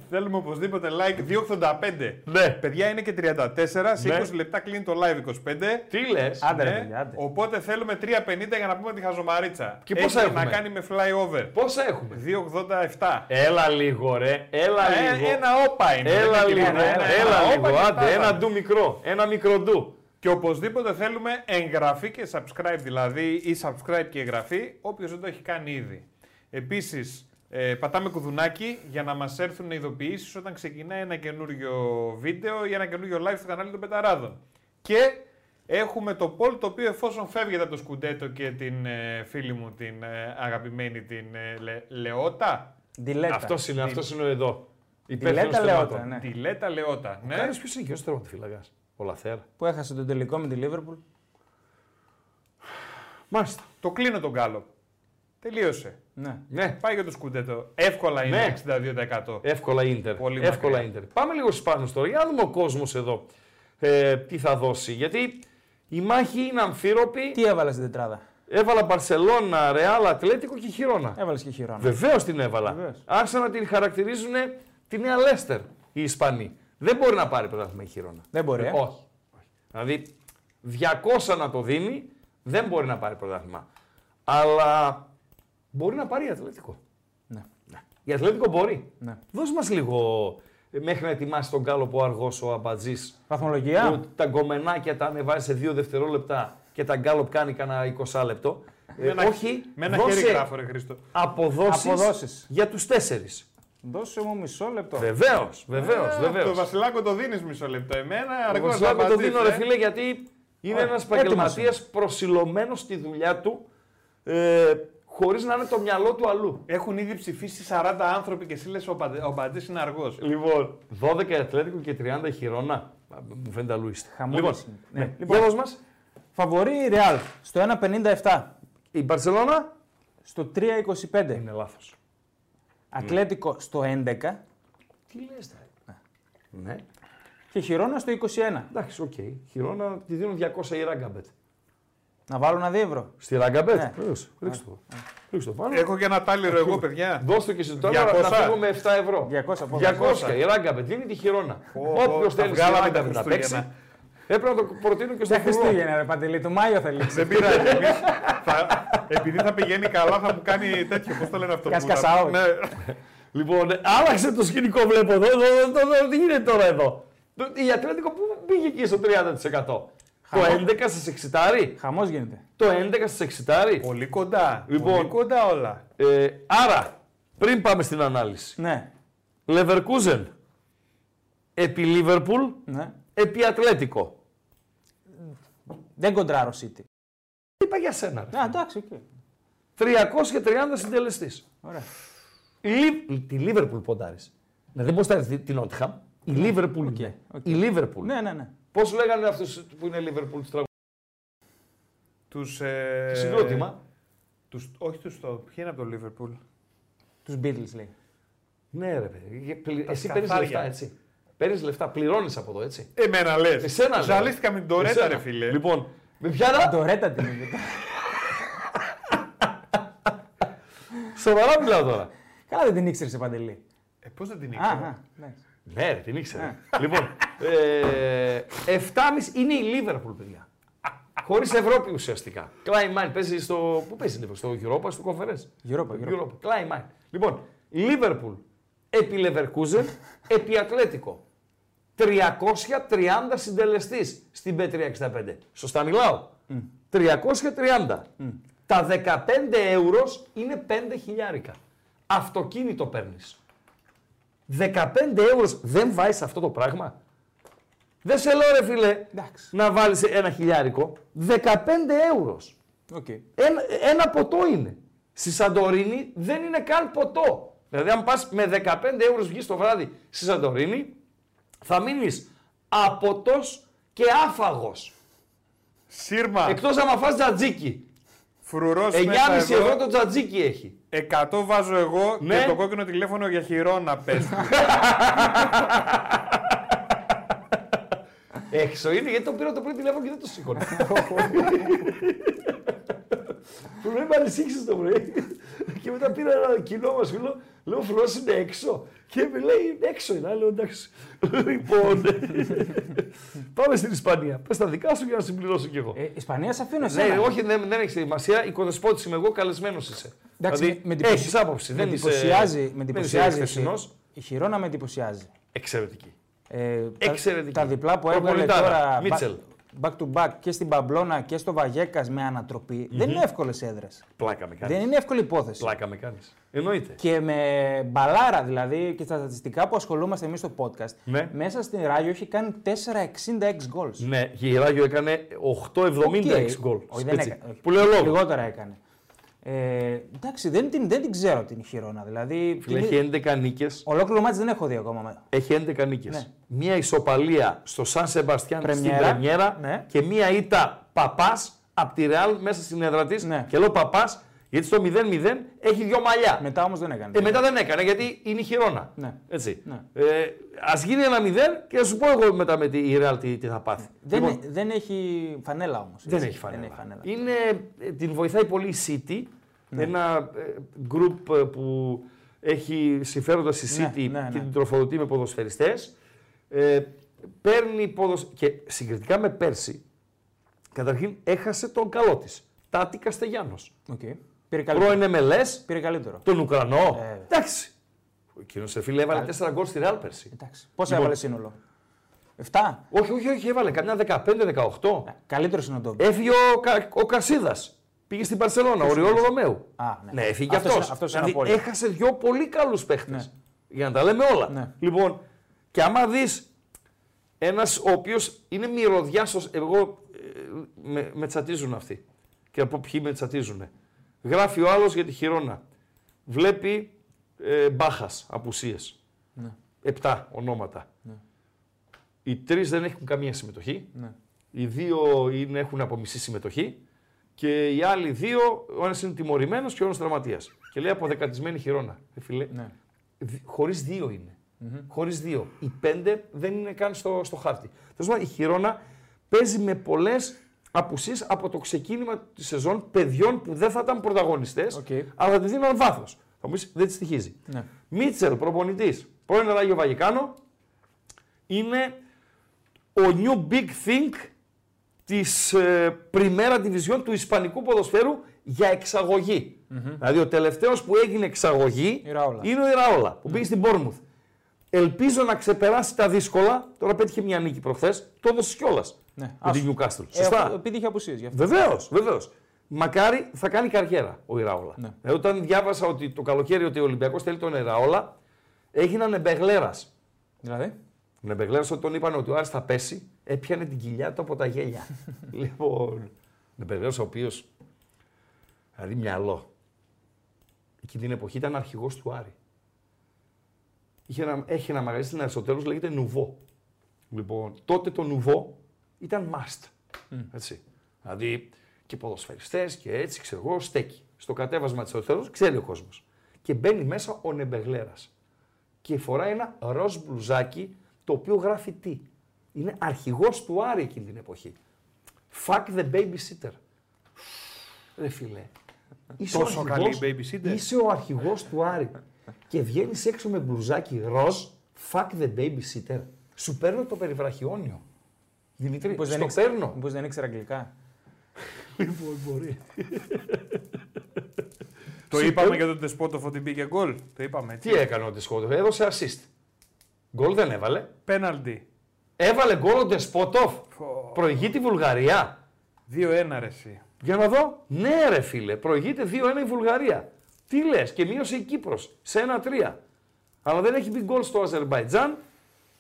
Speaker 3: Θέλουμε οπωσδήποτε like 285.
Speaker 4: Ναι.
Speaker 3: Παιδιά είναι και 34, σε
Speaker 4: Ναι.
Speaker 3: 20 λεπτά κλείνει το live 25.
Speaker 4: Τι λες.
Speaker 5: Άντε, ρε,
Speaker 3: Ναι,
Speaker 5: παιδιά, άντε.
Speaker 3: Οπότε θέλουμε 3,50 για να πούμε τη χαζομαρίτσα.
Speaker 4: Και πόσα
Speaker 3: Έχει
Speaker 4: έχουμε?
Speaker 3: να κάνει με flyover.
Speaker 4: Πόσα έχουμε.
Speaker 3: 2,87.
Speaker 4: Έλα λίγο, ρε. Έλα
Speaker 3: Ε,
Speaker 4: λίγο.
Speaker 3: ένα όπα είναι.
Speaker 4: Έλα
Speaker 3: δεν
Speaker 4: λίγο.
Speaker 3: είναι τίποτα.
Speaker 4: Έλα,
Speaker 3: Ένα όπα
Speaker 4: λίγο.
Speaker 3: και
Speaker 4: Άντε,
Speaker 3: φτάσαμε.
Speaker 4: ένα ντου μικρό. Ένα μικρό ντου.
Speaker 3: Και οπωσδήποτε θέλουμε εγγραφή και subscribe, δηλαδή ή subscribe και εγγραφή, όποιος δεν το έχει κάνει ήδη. Επίσης, ε, πατάμε κουδουνάκι για να μας έρθουν ειδοποιήσεις όταν ξεκινάει ένα καινούριο βίντεο ή ένα καινούριο live στο κανάλι των Πεταράδων. Και έχουμε το poll το οποίο εφόσον φεύγεται από το σκουντέτο και την ε, φίλη μου την ε, αγαπημένη την ε, Λε- Λεότα.
Speaker 5: Ντιλέτα.
Speaker 4: Αυτός είναι, αυτός είναι ο εδώ. Υπεύθυνος
Speaker 5: Ντιλέτα
Speaker 4: θεμάτων.
Speaker 5: Λεότα, ναι.
Speaker 3: Τη Λέτα Λεότα. Ναι.
Speaker 4: Κάνει ποιος είναι και ο τερματοφύλακα. Ο Λαθέρα.
Speaker 5: Που έχασε τον τελικό με τη Λίβερπουλ.
Speaker 4: Μάλιστα.
Speaker 3: Το κλείνω τον κάλο. Τελείωσε.
Speaker 5: Ναι.
Speaker 4: Ναι.
Speaker 3: Πάει για το σκουντέτο. Εύκολα είναι
Speaker 4: Ναι.
Speaker 3: 62%.
Speaker 4: Εύκολα ίντερ.
Speaker 3: Πολύ
Speaker 4: Εύκολα
Speaker 3: μακριά.
Speaker 4: ίντερ. Πάμε λίγο στου πάνω τώρα για να δούμε ο κόσμος εδώ ε, τι θα δώσει. Γιατί η μάχη είναι αμφίροπη.
Speaker 5: Τι έβαλες στην τετράδα.
Speaker 4: Έβαλα Μπαρσελόνα, Ρεάλ, Ατλέτικο και Χιρόνα.
Speaker 5: Έβαλες και χειρόνα.
Speaker 4: Βεβαίως την έβαλα.
Speaker 5: Βεβαίως.
Speaker 4: Άρχισαν να την χαρακτηρίζουν τη νέα Λέστερ οι Ισπανοί. Δεν μπορεί να πάρει πρωτάθλημα η Χιρόνα.
Speaker 5: Δεν μπορεί, ε.
Speaker 4: Όχι. όχι. Δηλαδή 200 να το δίνει, δεν μπορεί να πάρει πρωτάθλημα. Αλλά μπορεί να πάρει η Ατλέτικο.
Speaker 5: Ναι.
Speaker 4: Η Ατλέτικο μπορεί.
Speaker 5: Ναι.
Speaker 4: Δώσ' μας λίγο ε, μέχρι να ετοιμάσει τον κάλοπο αργός ο Αμπατζής.
Speaker 5: Βαθμολογία.
Speaker 4: Που τα γκομενάκια τα ανεβάζει σε δύο δευτερόλεπτα και τα γκάλοπ κάνει κανένα 20 λεπτό. Ε,
Speaker 3: Με ένα-
Speaker 4: όχι,
Speaker 3: Με ένα
Speaker 4: δώσε
Speaker 3: χέρι γράφω, ρε Χρήστο.
Speaker 4: αποδόσεις,
Speaker 5: Αποδόσεις.
Speaker 4: για τους τέσσερις.
Speaker 5: Δώσε μου μισό λεπτό.
Speaker 4: Βεβαίως, βεβαίως,
Speaker 3: Ε, Το
Speaker 4: βεβαίω.
Speaker 3: Βασιλάκο το δίνεις μισό λεπτό. Εμένα
Speaker 4: Ο
Speaker 3: αργό.
Speaker 4: Βασιλάκο το δίνω,
Speaker 3: ε.
Speaker 4: ρε φίλε, γιατί είναι
Speaker 5: Ωραία.
Speaker 4: ένας
Speaker 5: Έτοιμος
Speaker 4: επαγγελματίας προσιλωμένος στη δουλειά του ε, χωρίς να είναι το μυαλό του αλλού.
Speaker 3: Έχουν ήδη ψηφίσει 40 άνθρωποι και εσύ λες ο, Μπαντε- ο Μπαντζής είναι αργός.
Speaker 4: Λοιπόν, 12 Ατλέτικο και 30 χειρόνα. Μου φαίνεται αλούιστα.
Speaker 5: Χαμός
Speaker 4: Λοιπόν,
Speaker 5: είναι. Ναι.
Speaker 4: ναι.
Speaker 5: Λοιπόν.
Speaker 4: Για δώσ' μας.
Speaker 5: Φαβορεί η Real στο 1.57.
Speaker 4: Η Μπαρσελόνα
Speaker 5: Στο 3.25.
Speaker 4: είναι λάθος.
Speaker 5: Ατλέτικο στο 11.
Speaker 4: Τι λες, Ναι.
Speaker 5: Και χειρόνα στο 21.
Speaker 4: Εντάξει, οκ. Χειρόνα τη δίνουν 200 η ράγκαμπετ.
Speaker 5: Να βάλω ένα δίευρο.
Speaker 4: Στη ράγκαμπετ.
Speaker 5: Ναι.
Speaker 4: Βεβαίως. Ρίξτε το. Ρίξτε το πάνω.
Speaker 3: Έχω και ένα τάλιρο εγώ, παιδιά.
Speaker 4: Δώστε και εσύ τώρα να
Speaker 3: 200.
Speaker 4: φύγω με 7 ευρώ.
Speaker 5: 200,
Speaker 4: 200. Η Ράγκαμπετ δίνει τη χειρόνα.
Speaker 3: Ω,
Speaker 4: Όποιος
Speaker 3: τα
Speaker 4: θέλει στη
Speaker 3: βγάλαμε τα
Speaker 4: Ράγκαμπετ να παίξει,
Speaker 3: Χριστούγεννα.
Speaker 4: έπρεπε να το προτείνω και
Speaker 5: Τα
Speaker 4: στον Χριστούγεννα.
Speaker 5: Χριστούγεννα, ρε Παντελή, του Μάιο θα λήξει.
Speaker 3: Δεν πειράζει. εμείς θα, επειδή θα πηγαίνει καλά, θα μου κάνει τέτοιο. Πώς το λένε αυτό. που-
Speaker 5: Κασκασάο.
Speaker 3: Ναι.
Speaker 4: Λοιπόν, ε, άλλαξε το σκηνικό, βλέπω εδώ. εδώ, εδώ, εδώ, Τι γίνεται τώρα εδώ. Το- Η Ατλέντικο που πήγε εκεί στο 30%. Το 11 σας εξητάρει.
Speaker 5: Χαμός γίνεται.
Speaker 4: Το 11 σας εξητάρει.
Speaker 3: Πολύ κοντά.
Speaker 4: Λοιπόν.
Speaker 3: Πολύ κοντά όλα.
Speaker 4: Ε, άρα, πριν πάμε στην ανάλυση.
Speaker 5: Ναι,
Speaker 4: Λεβερκούζεν. Επί Λίβερπουλ,
Speaker 5: ναι.
Speaker 4: επί Ατλέτικο.
Speaker 5: Δεν κοντράρω City.
Speaker 4: Είπα για σένα. ρε.
Speaker 5: Α, εντάξει, οκ.
Speaker 4: 330 συντελεστής.
Speaker 5: Ωραία.
Speaker 4: Η Λι- Τη Λίβερπουλ ποντάρεις. Ναι, δεν ποντάρει την Νότιχαμ. Η Λίβερπουλ. είναι.
Speaker 5: Ναι, οκ.
Speaker 4: Η Λίβερπουλ.
Speaker 5: Ναι, ναι, ναι.
Speaker 4: Πώς λέγανε αυτούς που είναι Λίβερπουλ τους τραγουδιού.
Speaker 3: Τους, ε,
Speaker 4: Συγκρότημα.
Speaker 3: Τους, όχι τους το. Ποιοι είναι από το Λίβερπουλ.
Speaker 5: Τους Beatles λέει.
Speaker 4: Ναι, ρε παιδί. Πλη- Εσύ παίρνεις
Speaker 3: σκαθάρια.
Speaker 4: λεφτά, έτσι. Παίρνεις λεφτά, πληρώνεις από εδώ, έτσι.
Speaker 3: Εμένα λες.
Speaker 4: Εσένα, λέω.
Speaker 3: Ζαλίστηκα με την Τωρέτα,
Speaker 4: Εσένα.
Speaker 3: ρε φίλε.
Speaker 4: Λοιπόν, με πιάνα.
Speaker 5: Ντορέτα την είπε.
Speaker 4: Σοβαρά μιλάω τώρα.
Speaker 5: Καλά δεν την ήξερε, Παντελή.
Speaker 3: Ε, Πώς δεν την
Speaker 5: Α,
Speaker 3: ήξερα.
Speaker 5: α, εντάξει.
Speaker 4: Ναι, ρε, την ήξερε. λοιπόν, ε, 7,5 είναι η Λίβερπουλ, παιδιά. Χωρίς Ευρώπη ουσιαστικά. Κλάιν Μάιν παίζει στο. Πού παίζει η Liverpool, στο Europa, στο Κονφερέ.
Speaker 5: Europa, Europa.
Speaker 4: Κλάιν Μάιν. Λοιπόν, Λίβερπουλ επί Λεβερκούζεν, επί Ατλέτικο. 330 συντελεστής στην B365. Σωστά μιλάω. 330. Τα 15 ευρώ είναι 5 χιλιάρικα. Αυτοκίνητο παίρνεις. 15 ευρώ δεν βάζεις αυτό το πράγμα. Δεν σε λέω ρε φίλε
Speaker 5: Εντάξει.
Speaker 4: να βάλεις ένα χιλιάρικο. 15 ευρώ.
Speaker 5: Οκ.
Speaker 4: Ένα, ένα ποτό είναι. Στη Σαντορίνη δεν είναι καν ποτό. Δηλαδή αν πας με 15 ευρώ βγεις το βράδυ στη Σαντορίνη θα μείνεις απότος και άφαγος.
Speaker 3: Σύρμα.
Speaker 4: Εκτός άμα φας τζατζίκι.
Speaker 3: Φρουρός
Speaker 4: 9,5 ευρώ Ε, το τζατζίκι έχει.
Speaker 3: 100 βάζω εγώ
Speaker 4: Ναι.
Speaker 3: και το κόκκινο τηλέφωνο για χειρόνα πες του.
Speaker 4: Έξω είναι γιατί το πήρα το πρωί τηλέφωνο και δεν το σήκωνα. Πρέπει να ανησύχησε το πρωί. και μετά πήρα ένα κοινό μας φίλο, λέω Φρό είναι έξω. Και με λέει «Είναι έξω είναι, Α, λέω εντάξει. λοιπόν. Πάμε στην Ισπανία. Πες τα δικά σου για να συμπληρώσω κι εγώ.
Speaker 5: Ε, Ισπανία σε αφήνω
Speaker 4: Ναι,
Speaker 5: εσένα.
Speaker 4: όχι, δεν, δεν έχεις σημασία. Οικοδεσπότη είμαι εγώ, καλεσμένος είσαι.
Speaker 5: Εντάξει,
Speaker 4: δηλαδή,
Speaker 5: με- με εντυπωσιάζει-
Speaker 4: έχεις άποψη.
Speaker 5: Με
Speaker 4: δεν είσαι-
Speaker 5: εντυπωσιάζει. Με
Speaker 4: δεν είσαι
Speaker 5: εντυπωσιάζει. εσύ.
Speaker 4: χθεσινός.
Speaker 5: Η χειρόνα με εντυπωσιάζει.
Speaker 4: Εξαιρετική.
Speaker 5: Ε, τα-
Speaker 4: Εξαιρετική.
Speaker 5: Τα, διπλά που έβγαλε
Speaker 4: Προπολιτάνα,
Speaker 5: τώρα.
Speaker 4: Μίτσελ.
Speaker 5: ba- Back to back και στην Παμπλώνα και στο Βαγέκας με ανατροπη Δεν είναι εύκολες έδρες.
Speaker 4: Πλάκα με
Speaker 5: Δεν
Speaker 4: κάνει.
Speaker 5: είναι εύκολη υπόθεση.
Speaker 4: Πλάκα με κάνεις. Εννοείται.
Speaker 5: Και με μπαλάρα δηλαδή και στα στατιστικά που ασχολούμαστε εμείς στο podcast,
Speaker 4: Ναι.
Speaker 5: μέσα στην Ράγιο έχει κάνει 4,66 goals.
Speaker 4: Ναι, και η Ράγιο έκανε 8,76
Speaker 5: Οκ.
Speaker 4: γκολ.
Speaker 5: Όχι, δεν
Speaker 4: Σπίτσι.
Speaker 5: έκανε. όχι.
Speaker 4: Που λέω λόγο.
Speaker 5: Λιγότερα έκανε. Ε, εντάξει, δεν την, δεν την ξέρω την χειρόνα. Δηλαδή,
Speaker 4: Φίλε,
Speaker 5: την-
Speaker 4: Έχει 11 νίκες.
Speaker 5: Ολόκληρο μάτς δεν έχω δει ακόμα.
Speaker 4: Έχει 11 νίκες.
Speaker 5: Ναι.
Speaker 4: Μία ισοπαλία στο Σαν Σεμπαστιάν στην
Speaker 5: Πρεμιέρα.
Speaker 4: Πρεμιέρα
Speaker 5: Ναι.
Speaker 4: και μία ήττα παπάς από τη Ρεάλ μέσα στην έδρα της.
Speaker 5: Ναι.
Speaker 4: Και λέω παπάς γιατί στο 0-0 έχει δύο μαλλιά.
Speaker 5: Μετά όμως δεν έκανε.
Speaker 4: Ε, μετά δεν έκανε γιατί είναι η χειρόνα.
Speaker 5: Ναι.
Speaker 4: Έτσι.
Speaker 5: Ναι.
Speaker 4: Ε, Ας γίνει ένα 0 και θα σου πω εγώ μετά με τη η Ρεάλ τι, τι θα πάθει.
Speaker 5: Δεν,
Speaker 4: Λοιπόν,
Speaker 5: δεν έχει φανέλα όμως.
Speaker 4: Δεν
Speaker 5: έτσι.
Speaker 4: έχει φανέλα.
Speaker 5: Δεν έχει φανέλα. Ναι.
Speaker 4: Είναι, ε, την βοηθάει πολύ η City. Ένα ε, γκρουπ ε, που έχει συμφέροντα η
Speaker 5: Ναι,
Speaker 4: City
Speaker 5: ναι, ναι.
Speaker 4: και την τροφοδοτεί με ποδοσφαιριστές. Ε, παίρνει ποδοσ... Και συγκριτικά με πέρσι, καταρχήν έχασε τον καλό της. Τάτι Καστεγιάνος.
Speaker 5: Οκ. Πήρε, καλύτερο.
Speaker 4: Πρώην MLS,
Speaker 5: Πήρε καλύτερο.
Speaker 4: τον Ουκρανό.
Speaker 5: Ε.
Speaker 4: Εντάξει. Ο κοινός σε φίλε έβαλε 4 γκολ στη Real πέρσι.
Speaker 5: Εντάξει. Πόσα
Speaker 4: Λοιπόν.
Speaker 5: έβαλε σύνολο. 7.
Speaker 4: Όχι, όχι, όχι, έβαλε κανένα 15-18.
Speaker 5: Ναι. Ε, Καλύτερος είναι ο Ντόμπι.
Speaker 4: Έφυγε ο, Κα, ο Κασίδας. Πήγε στην Παρσελόνα, ο Ριόλο Ρωμαίου.
Speaker 5: Α, ναι.
Speaker 4: έφυγε Δηλαδή,
Speaker 5: Αυτός
Speaker 4: αυτός.
Speaker 5: είναι- αυτός είναι ένα απόλυτο.
Speaker 4: έχασε δύο πολύ καλούς παίχτες. Για να τα λέμε όλα.
Speaker 5: Ναι.
Speaker 4: Λοιπόν, και άμα δεις ένας ο οποίος είναι μυρωδιάστο. Εγώ ε, με, με τσατίζουν αυτοί. Και από ποιοι με τσατίζουν. Γράφει ο άλλος για τη χειρόνα. Βλέπει ε, μπάχας απουσίες.
Speaker 5: Ναι.
Speaker 4: Επτά ονόματα. Οι τρεις δεν έχουν καμία συμμετοχή.
Speaker 5: Ναι.
Speaker 4: Οι δύο είναι, έχουν από μισή συμμετοχή και οι άλλοι δύο, ο ένας είναι τιμωρημένος και ο άλλος τραυματίας. Και λέει αποδεκατισμένη χειρόνα. Ε, φίλε,
Speaker 5: Ναι.
Speaker 4: χωρίς δύο είναι. Χωρίς δύο. Οι πέντε δεν είναι καν στο, στο χάρτη. Τέλος πάντων, η χειρόνα παίζει με πολλές απουσίες από το ξεκίνημα της σεζόν παιδιών που δεν θα ήταν πρωταγωνιστές,
Speaker 5: Οκ.
Speaker 4: αλλά θα τη δίναν βάθος. Θα μου πεις, δεν της στοιχίζει.
Speaker 5: Ναι.
Speaker 4: Μίτσελ, προπονητής, πρώην Ράγιο Βαγικάνο, είναι ο new big think της ε, πριμέρα division του ισπανικού ποδοσφαίρου για εξαγωγη Δηλαδή ο τελευταίος που έγινε εξαγωγή
Speaker 5: Η Ραόλα.
Speaker 4: είναι ο Ιραόλα που πήγε στην Πόρμουθ. Ελπίζω να ξεπεράσει τα δύσκολα. Τώρα πέτυχε μια νίκη προχθές, το έδωσε κιόλας.
Speaker 5: Ναι.
Speaker 4: Με την
Speaker 5: Άσου.
Speaker 4: Newcastle.
Speaker 5: Ε,
Speaker 4: Σωστά.
Speaker 5: ο- επειδή είχε απουσίες γι' αυτό.
Speaker 4: Βεβαίως, βεβαίως. Μακάρι θα κάνει καριέρα ο Ηραόλα.
Speaker 5: Ναι.
Speaker 4: Ε, όταν διάβασα ότι το καλοκαίρι ότι ο Ολυμπιακός θέλει τον Ηραόλα, έγιναν εμπεγλέρας. Ε,
Speaker 5: Δηλαδή.
Speaker 4: Νεμπεγλέρα ότι τον είπαν ότι ο Άρης θα πέσει, έπιανε την κοιλιά του από τα γέλια. λοιπόν. Νεμπεγλέρα ο οποίος. Δηλαδή μυαλό. Εκείνη την εποχή ήταν αρχηγός του Άρη. Είχε ένα, έχει ένα μαγαζί στην Αριστοτέλους, λέγεται Νουβό. Λοιπόν, τότε το Νουβό ήταν must. Έτσι. Δηλαδή και ποδοσφαιριστές και έτσι, ξέρω εγώ, στέκει. Στο κατέβασμα της Αριστοτέλους ξέρει ο κόσμος. Και μπαίνει μέσα ο Νεμπεγλέρας και φοράει ένα ροζ μπλουζάκι το οποίο γράφει τι. Είναι αρχηγός του Άρη εκείνη την εποχή. Fuck the babysitter. Ρε φίλε. Είσαι
Speaker 3: Τόσο
Speaker 4: ο
Speaker 3: καλή
Speaker 4: αρχηγός,
Speaker 3: η babysitter.
Speaker 4: Είσαι ο αρχηγός του Άρη. και βγαίνεις έξω με μπλουζάκι ροζ. Fuck the babysitter. Σου παίρνω το περιβραχιόνιο. Δημήτρη,
Speaker 5: Μήπως
Speaker 4: στο
Speaker 5: δεν, ήξε-
Speaker 4: παίρνω.
Speaker 5: μήπως δεν ήξερε αγγλικά.
Speaker 3: Το είπαμε για τον Τεσπότοφο ότι μπήκε γκολ. Το είπαμε
Speaker 4: Τι
Speaker 3: έτσι.
Speaker 4: έκανε ο Ντεσκότοφ, έδωσε assist. Γκολ δεν έβαλε.
Speaker 3: Πέναλτι.
Speaker 4: Έβαλε γκολ ο Ντεσπότοφ. Προηγεί τη Βουλγαρία.
Speaker 3: 2-1 ρε εσύ.
Speaker 4: Για να δω. Ναι, ρε φίλε, προηγείται 2-1 η Βουλγαρία. Τι λες, και μείωσε η Κύπρος σε 1-3. Αλλά δεν έχει μπει γκολ στο Αζερβαϊτζάν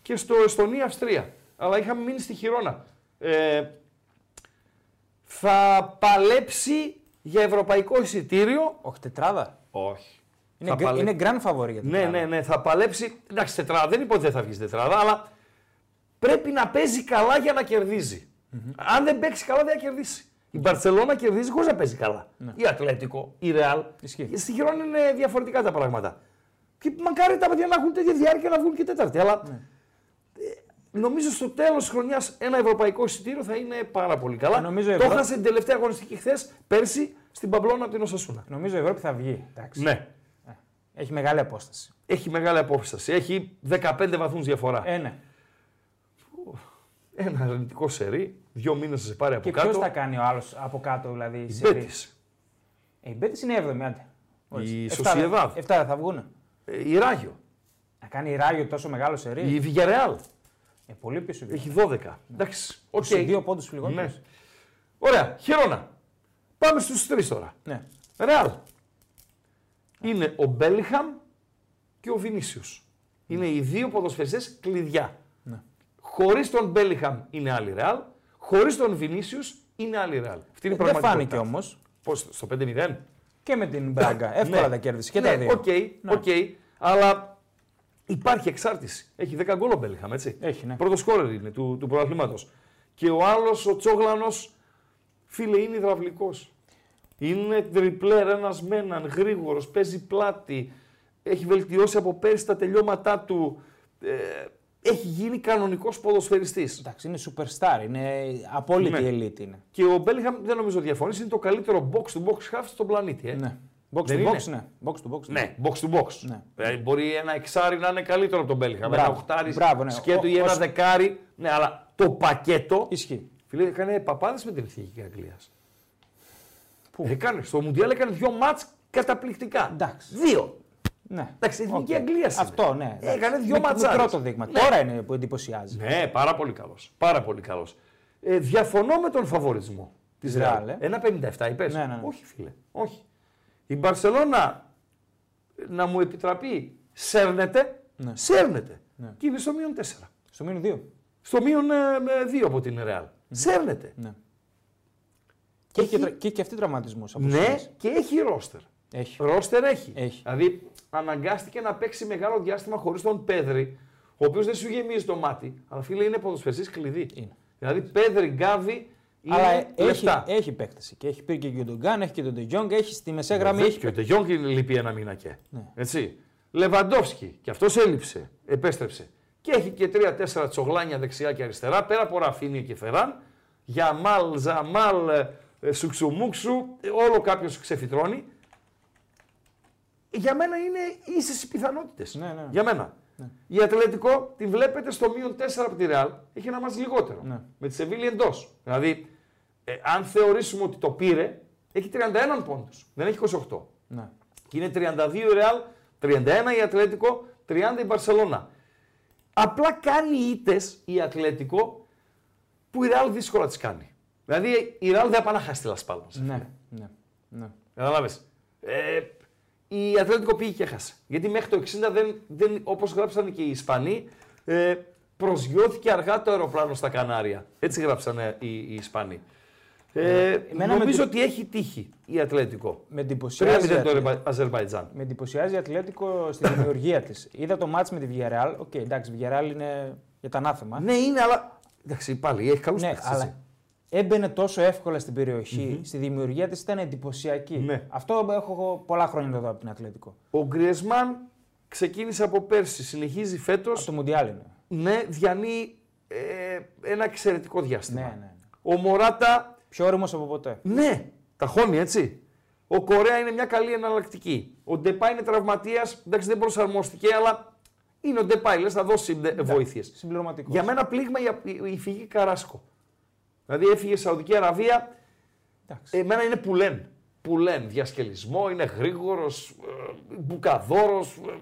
Speaker 4: και στο Εστονία-Αυστρία. Αλλά είχαμε μείνει στη Χιρόνα. Ε, θα παλέψει για ευρωπαϊκό εισιτήριο.
Speaker 5: Όχι, τετράδα.
Speaker 4: Όχι.
Speaker 5: Είναι, γκ- είναι grand favori για την
Speaker 4: Ναι, ναι, ναι, θα παλέψει. Εντάξει, τετράδα. Δεν είπα ότι δεν θα βγεις στην τετράδα, αλλά πρέπει να παίζει καλά για να κερδιζει Αν δεν παίξει καλά, δεν θα κερδίσει. Η Μπαρσελόνα κερδίζει χωρίς να παίζει καλά. Η Ατλέτικο, η Ρεάλ.
Speaker 5: Ναι. Ισχύει.
Speaker 4: Στη Χιρόν είναι διαφορετικά τα πράγματα. Και μακάρι τα παιδιά να έχουν τέτοια διάρκεια να βγουν και τέταρτη. Αλλά
Speaker 5: Ναι.
Speaker 4: ε, νομίζω στο τέλος της χρονιάς ένα ευρωπαϊκό εισιτήριο θα είναι πάρα πολύ καλά.
Speaker 5: Ε, νομίζω
Speaker 4: το
Speaker 5: ευρώ-
Speaker 4: έχασε την τελευταία αγωνιστική χθες πέρσι στην Παμπλώνα από την Οσασούνα.
Speaker 5: Νομίζω η Ευρώπη θα βγει. Εντάξει.
Speaker 4: Ναι.
Speaker 5: Έχει μεγάλη απόσταση.
Speaker 4: Έχει μεγάλη απόσταση. Έχει 15 βαθμούς διαφορά.
Speaker 5: Ε, ναι.
Speaker 4: Ένα αρνητικό σερί, δύο μήνες θα σε πάρει από
Speaker 5: Και ποιο
Speaker 4: κάτω.
Speaker 5: θα κάνει ο άλλος από κάτω, δηλαδή.
Speaker 4: Η
Speaker 5: σε
Speaker 4: Μπέτις,
Speaker 5: Ε, Η Μπέτης είναι 7η, άντε.
Speaker 4: Η
Speaker 5: Εφτά δεν-
Speaker 4: Sociedad.
Speaker 5: Εφτά δεν θα βγουν.
Speaker 4: ε, η Ράγιο,
Speaker 5: Να κάνει ράγιο τόσο μεγάλο σερί.
Speaker 4: η Βιγερεάλ.
Speaker 5: Ε, πολύ πίσω. βγήκε.
Speaker 4: Έχει 12. Εντάξει. οκ.
Speaker 5: Σε δύο πόντους λιγότερο.
Speaker 4: Ναι. Ωραία, χειρόνα. Πάμε στους τρεις τώρα.
Speaker 5: Ναι.
Speaker 4: Ρεάλ. Είναι ο Μπέλιχαμ και ο Βινίσιου. Είναι οι δύο ποδοσφαιριστές κλειδιά. Ναι. Χωρίς τον Μπέλιχαμ είναι άλλη Ρεάλ. Χωρίς τον Βινίσιους είναι άλλη Ρεάλ. Αυτή είναι η
Speaker 5: Ε, Δεν
Speaker 4: πραγματικότητα.
Speaker 5: φάνηκε όμως.
Speaker 4: Πώς, στο 5-0.
Speaker 5: Και με την Μπράγκα. Εύκολα
Speaker 4: Ναι.
Speaker 5: τα κέρδισε και
Speaker 4: ναι,
Speaker 5: τα δύο.
Speaker 4: Οκ, οκ. Αλλά υπάρχει εξάρτηση. Έχει 10 γκολ ο Μπέλιχαμ, έτσι.
Speaker 5: Έχει, ναι.
Speaker 4: Πρώτος σκόρερ είναι του, του πρωταθλήματος. Και ο άλλος, ο Τσόγλανος, φίλε, είναι υδραυλικός. Είναι τριπλέρ, ένας με έναν, γρήγορος, παίζει πλάτη. Έχει βελτιώσει από πέρσι τα τελειώματά του. Ε, έχει γίνει κανονικός ποδοσφαιριστής.
Speaker 5: Εντάξει, είναι superstar. Είναι απόλυτη
Speaker 4: Ναι.
Speaker 5: elite είναι.
Speaker 4: Και ο Μπέλιχαμ δεν νομίζω διαφωνείς, είναι το καλύτερο box to box half στον πλανήτη. Ε.
Speaker 5: Ναι. Box
Speaker 4: Δεν
Speaker 5: to
Speaker 4: είναι.
Speaker 5: box, ναι. Box to box.
Speaker 4: Ναι, box to box.
Speaker 5: Ναι.
Speaker 4: Δηλαδή μπορεί ένα εξάρι να είναι καλύτερο από τον Μπέλιχαμ. Ένα
Speaker 5: Μπράβο.
Speaker 4: οχτάρι
Speaker 5: Μπράβο, ναι.
Speaker 4: σκέτο ή
Speaker 5: Ο-
Speaker 4: ένα
Speaker 5: ως-
Speaker 4: δεκάρι. Ναι, αλλά το πακέτο.
Speaker 5: Ισχύει.
Speaker 4: Φίλε, έκανε παπάδες με την εθνική Αγγλίας. Πού? Έκανε. Στο Μουντιάλ έκανε δύο μάτ καταπληκτικά.
Speaker 5: Εντάξει.
Speaker 4: Δύο.
Speaker 5: Ναι.
Speaker 4: Εντάξει, εθνική
Speaker 5: Οκ.
Speaker 4: Αγγλίας είναι.
Speaker 5: Αυτό, ναι. εντάξει.
Speaker 4: Ε, Έκανε δύο
Speaker 5: Μικ-
Speaker 4: ματσάρες.
Speaker 5: Μικρό το δείγμα.
Speaker 4: Ναι.
Speaker 5: Τώρα είναι που εντυπωσιάζει.
Speaker 4: Ναι, πάρα πολύ καλός. Πάρα πολύ καλός. Ε, διαφωνώ με τον φαβορισμό της Ρεάλ.
Speaker 5: Ρεάλ, ε.
Speaker 4: 1,57 είπες.
Speaker 5: Ναι, ναι, ναι.
Speaker 4: Όχι, ε, φίλε. Όχι. Η Μπαρσελόνα να μου επιτραπεί, σέρνεται
Speaker 5: Ναι.
Speaker 4: Σέρνεται. Και είναι στο μείον 4.
Speaker 5: Στο μείον 2.
Speaker 4: Στο μείον 2 από την Ρεάλ. Σέρνεται.
Speaker 5: Ναι. Και, έχει... τρα- και, και αυτή τραυματισμό.
Speaker 4: Ναι, και έχει ρόστερ.
Speaker 5: Έχει.
Speaker 4: Ρόστερ έχει.
Speaker 5: Έχει.
Speaker 4: Δηλαδή αναγκάστηκε να παίξει μεγάλο διάστημα χωρίς τον Πέδρη, ο οποίος δεν σου γεμίζει το μάτι. Αλλά φίλε είναι ποδοσφαιριστής κλειδί.
Speaker 5: Είναι.
Speaker 4: Δηλαδή Πέδρη, Γκάβι, είναι
Speaker 5: Αλλά ε- έχει,
Speaker 4: λεφτά.
Speaker 5: έχει επέκταση. Και έχει πήρε και τον Γκάν, έχει και τον Ντεγιόνγκ, έχει στη μεσαία γραμμή.
Speaker 4: Ναι. Έχει
Speaker 5: Έχει... Ναι.
Speaker 4: και Ε, ο Ντεγιόνγκ λείπει ένα μήνα και. Έτσι. Λεβαντόφσκι, και αυτός έλειψε, επέστρεψε. Και έχει και τρία-τέσσερα τσογλάνια δεξιά και αριστερά, πέρα από Ραφίνια και Φεράν. Γιαμάλ, Ζαμάλ, ε, Σουξουμούξου, ε, όλο κάποιος ξεφυτρώνει. Για μένα είναι ίσες οι πιθανότητες.
Speaker 5: Ναι, ναι.
Speaker 4: Για μένα. Η Ατλετικό τη βλέπετε στο μείον 4 από τη Ρεάλ. Έχει ένα μάτς λιγότερο.
Speaker 5: Ναι.
Speaker 4: Με τη Σεβίλη εντός. Δηλαδή, ε, αν θεωρήσουμε ότι το πήρε, έχει 31 πόντους. Δεν έχει 28.
Speaker 5: Ναι.
Speaker 4: Και είναι 32 η Ρεάλ, 31 η Ατλέτικο, 30 η Μπαρσελόνα. Απλά κάνει ήττες η Ατλέτικο που η Ρεάλ δύσκολα τις κάνει. Δηλαδή η Ρεάλ δεν πάει να χάσει τη Λασπάλμα.
Speaker 5: Ναι, ναι, ναι.
Speaker 4: Κατάλαβε. Ε, η Ατλέτικο πήγε και έχασε. Γιατί μέχρι το 60, δεν, δεν, όπως γράψαν και οι Ισπανοί, ε, προσγειώθηκε αργά το αεροπλάνο στα Κανάρια. Έτσι γράψανε οι, οι Ισπανοί. Ε,
Speaker 5: εμένα με
Speaker 4: νομίζω
Speaker 5: εντυπ-
Speaker 4: ότι έχει τύχει η Ατλέτικο.
Speaker 5: Με εντυπωσιάζει.
Speaker 4: 3-0
Speaker 5: η
Speaker 4: το
Speaker 5: Ατλέ-
Speaker 4: Αζερβαϊ- Αζερβαϊτζάν.
Speaker 5: Με εντυπωσιάζει η Ατλέτικο στη δημιουργία της. Είδα το μάτς με τη Villarreal. Οκ, εντάξει, η Villarreal είναι για τα ανάθεμα.
Speaker 4: Ναι, είναι, αλλά. Εντάξει, πάλι έχει καλούς
Speaker 5: Ναι,
Speaker 4: παίκτες,
Speaker 5: αλλά
Speaker 4: έτσι.
Speaker 5: έμπαινε τόσο εύκολα στην περιοχη στη δημιουργία της ήταν εντυπωσιακή.
Speaker 4: Ναι.
Speaker 5: Αυτό έχω εγώ πολλά χρόνια εδώ από την Ατλέτικο.
Speaker 4: Ο Γκριεσμάν ξεκίνησε από πέρσι, συνεχίζει φέτος.
Speaker 5: Από το Μουντιάλ είναι.
Speaker 4: Ναι, διανύει ε, ένα εξαιρετικό διάστημα.
Speaker 5: Ναι, ναι, ναι.
Speaker 4: Ο Μωράτα,
Speaker 5: Πιο όριμο από ποτέ.
Speaker 4: ναι, ταχώνει έτσι. Ο Κορέα είναι μια καλή εναλλακτική. Ο Ντεπάι είναι τραυματίας, εντάξει δεν προσαρμόστηκε, αλλά είναι ο Ντεπάι. Λες, θα δώσει βοήθειες.
Speaker 5: Συμπληρωματικός.
Speaker 4: Για μένα πλήγμα η- η- η φυγή Καράσκο. Δηλαδή έφυγε η Σαουδική Αραβία,
Speaker 5: Εντάξει.
Speaker 4: Εμένα είναι που λένε. Που λένε. Διασκελισμό, είναι γρήγορος, μπουκαδόρος. ε.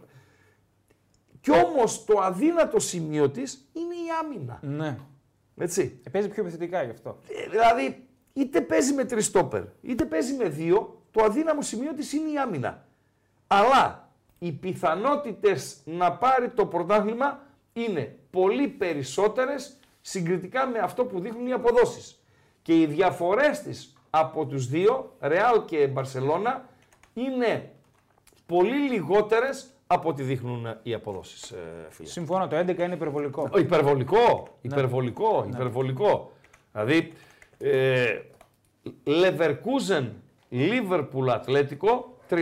Speaker 4: Κι όμως το αδύνατο σημείο της είναι η άμυνα.
Speaker 5: Ναι.
Speaker 4: Έτσι.
Speaker 5: Ε, Παίζει πιο επιθετικά γι' αυτό.
Speaker 4: Ε, Δηλαδή, είτε παίζει με τρεις στόπερ, είτε παίζει με δύο, το αδύναμο σημείο της είναι η άμυνα. Αλλά οι πιθανότητες να πάρει το πρωτάθλημα είναι πολύ περισσότερες συγκριτικά με αυτό που δείχνουν οι αποδόσεις. Και οι διαφορές της από τους δύο, Ρεάλ και Μπαρσελόνα, είναι πολύ λιγότερες από ό,τι δείχνουν οι αποδόσεις, φίλε.
Speaker 5: Συμφωνώ, το 11 είναι υπερβολικό.
Speaker 4: Ο
Speaker 5: Ναι.
Speaker 4: υπερβολικό, υπερβολικό, υπερβολικό. Δηλαδή, ε, Leverkusen, Liverpool, Ατλέτικο, 330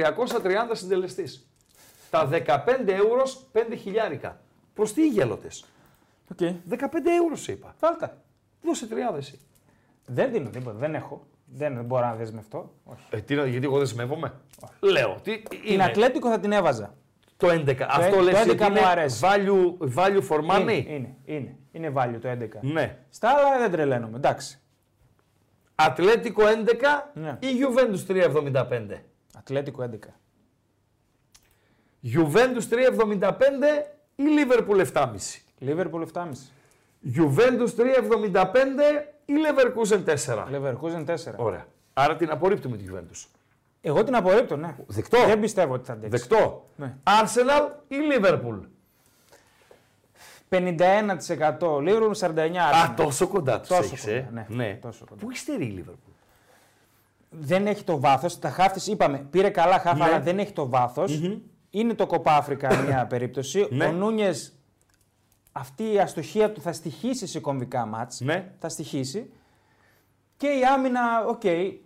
Speaker 4: συντελεστής. Τα 15 ευρώ, 5 χιλιάρικα. Προς τι οι γέλοτες.
Speaker 5: Οκ.
Speaker 4: 15 ευρώ σου είπα.
Speaker 5: Βάλτα.
Speaker 4: Δώσε 30 εσύ.
Speaker 5: Δεν δίνω τίποτα, δεν έχω. Δεν, δεν μπορώ να δεσμευτώ. Όχι.
Speaker 4: Ε, τι να- γιατί εγώ δεν σημεύομαι. Λέω. Τι,
Speaker 5: Την
Speaker 4: είναι
Speaker 5: Ατλέτικο θα την έβαζα.
Speaker 4: το 11. Αυτό
Speaker 5: το
Speaker 4: λες
Speaker 5: 11
Speaker 4: ότι
Speaker 5: μου
Speaker 4: είναι
Speaker 5: αρέσει.
Speaker 4: value, value for money.
Speaker 5: Είναι, είναι, είναι. Είναι value το 11.
Speaker 4: Ναι.
Speaker 5: Στα άλλα δεν τρελαίνομαι, εντάξει.
Speaker 4: Ατλέτικο 11
Speaker 5: Ναι.
Speaker 4: ή Juventus 375.
Speaker 5: Ατλέτικο 11.
Speaker 4: Juventus 3,75 ή Liverpool 7,5.
Speaker 5: Λίβερπουλ 7,5.
Speaker 4: Juventus 3,75 ή Leverkusen 4.
Speaker 5: Λεβερκούζεν 4.
Speaker 4: Ωραία. Άρα την απορρίπτουμε τη Juventus.
Speaker 5: Εγώ την απορρίπτω, ναι.
Speaker 4: Δεκτό.
Speaker 5: Δεν πιστεύω ότι θα αντέξει.
Speaker 4: Δεκτό.
Speaker 5: Ναι.
Speaker 4: Arsenal ή Liverpool.
Speaker 5: 51% Λίβερπουλ, 49%.
Speaker 4: Α, τόσο κοντά τους
Speaker 5: Τόσο
Speaker 4: έχεις, ε.
Speaker 5: κοντά, ναι. Τόσο κοντά.
Speaker 4: Πού υστερεί η Liverpool.
Speaker 5: δεν έχει το βάθος. Τα χάφ της, είπαμε, πήρε καλά
Speaker 4: Ναι.
Speaker 5: χάφ, αλλά δεν έχει το βάθος. Είναι το κοπάφρικα μια περίπτωση.
Speaker 4: Ναι.
Speaker 5: Ο Νούνιες, αυτή η αστοχία του θα στοιχήσει σε κομβικά μάτς.
Speaker 4: Ναι.
Speaker 5: Θα στοιχήσει. Και η άμυνα, οκ,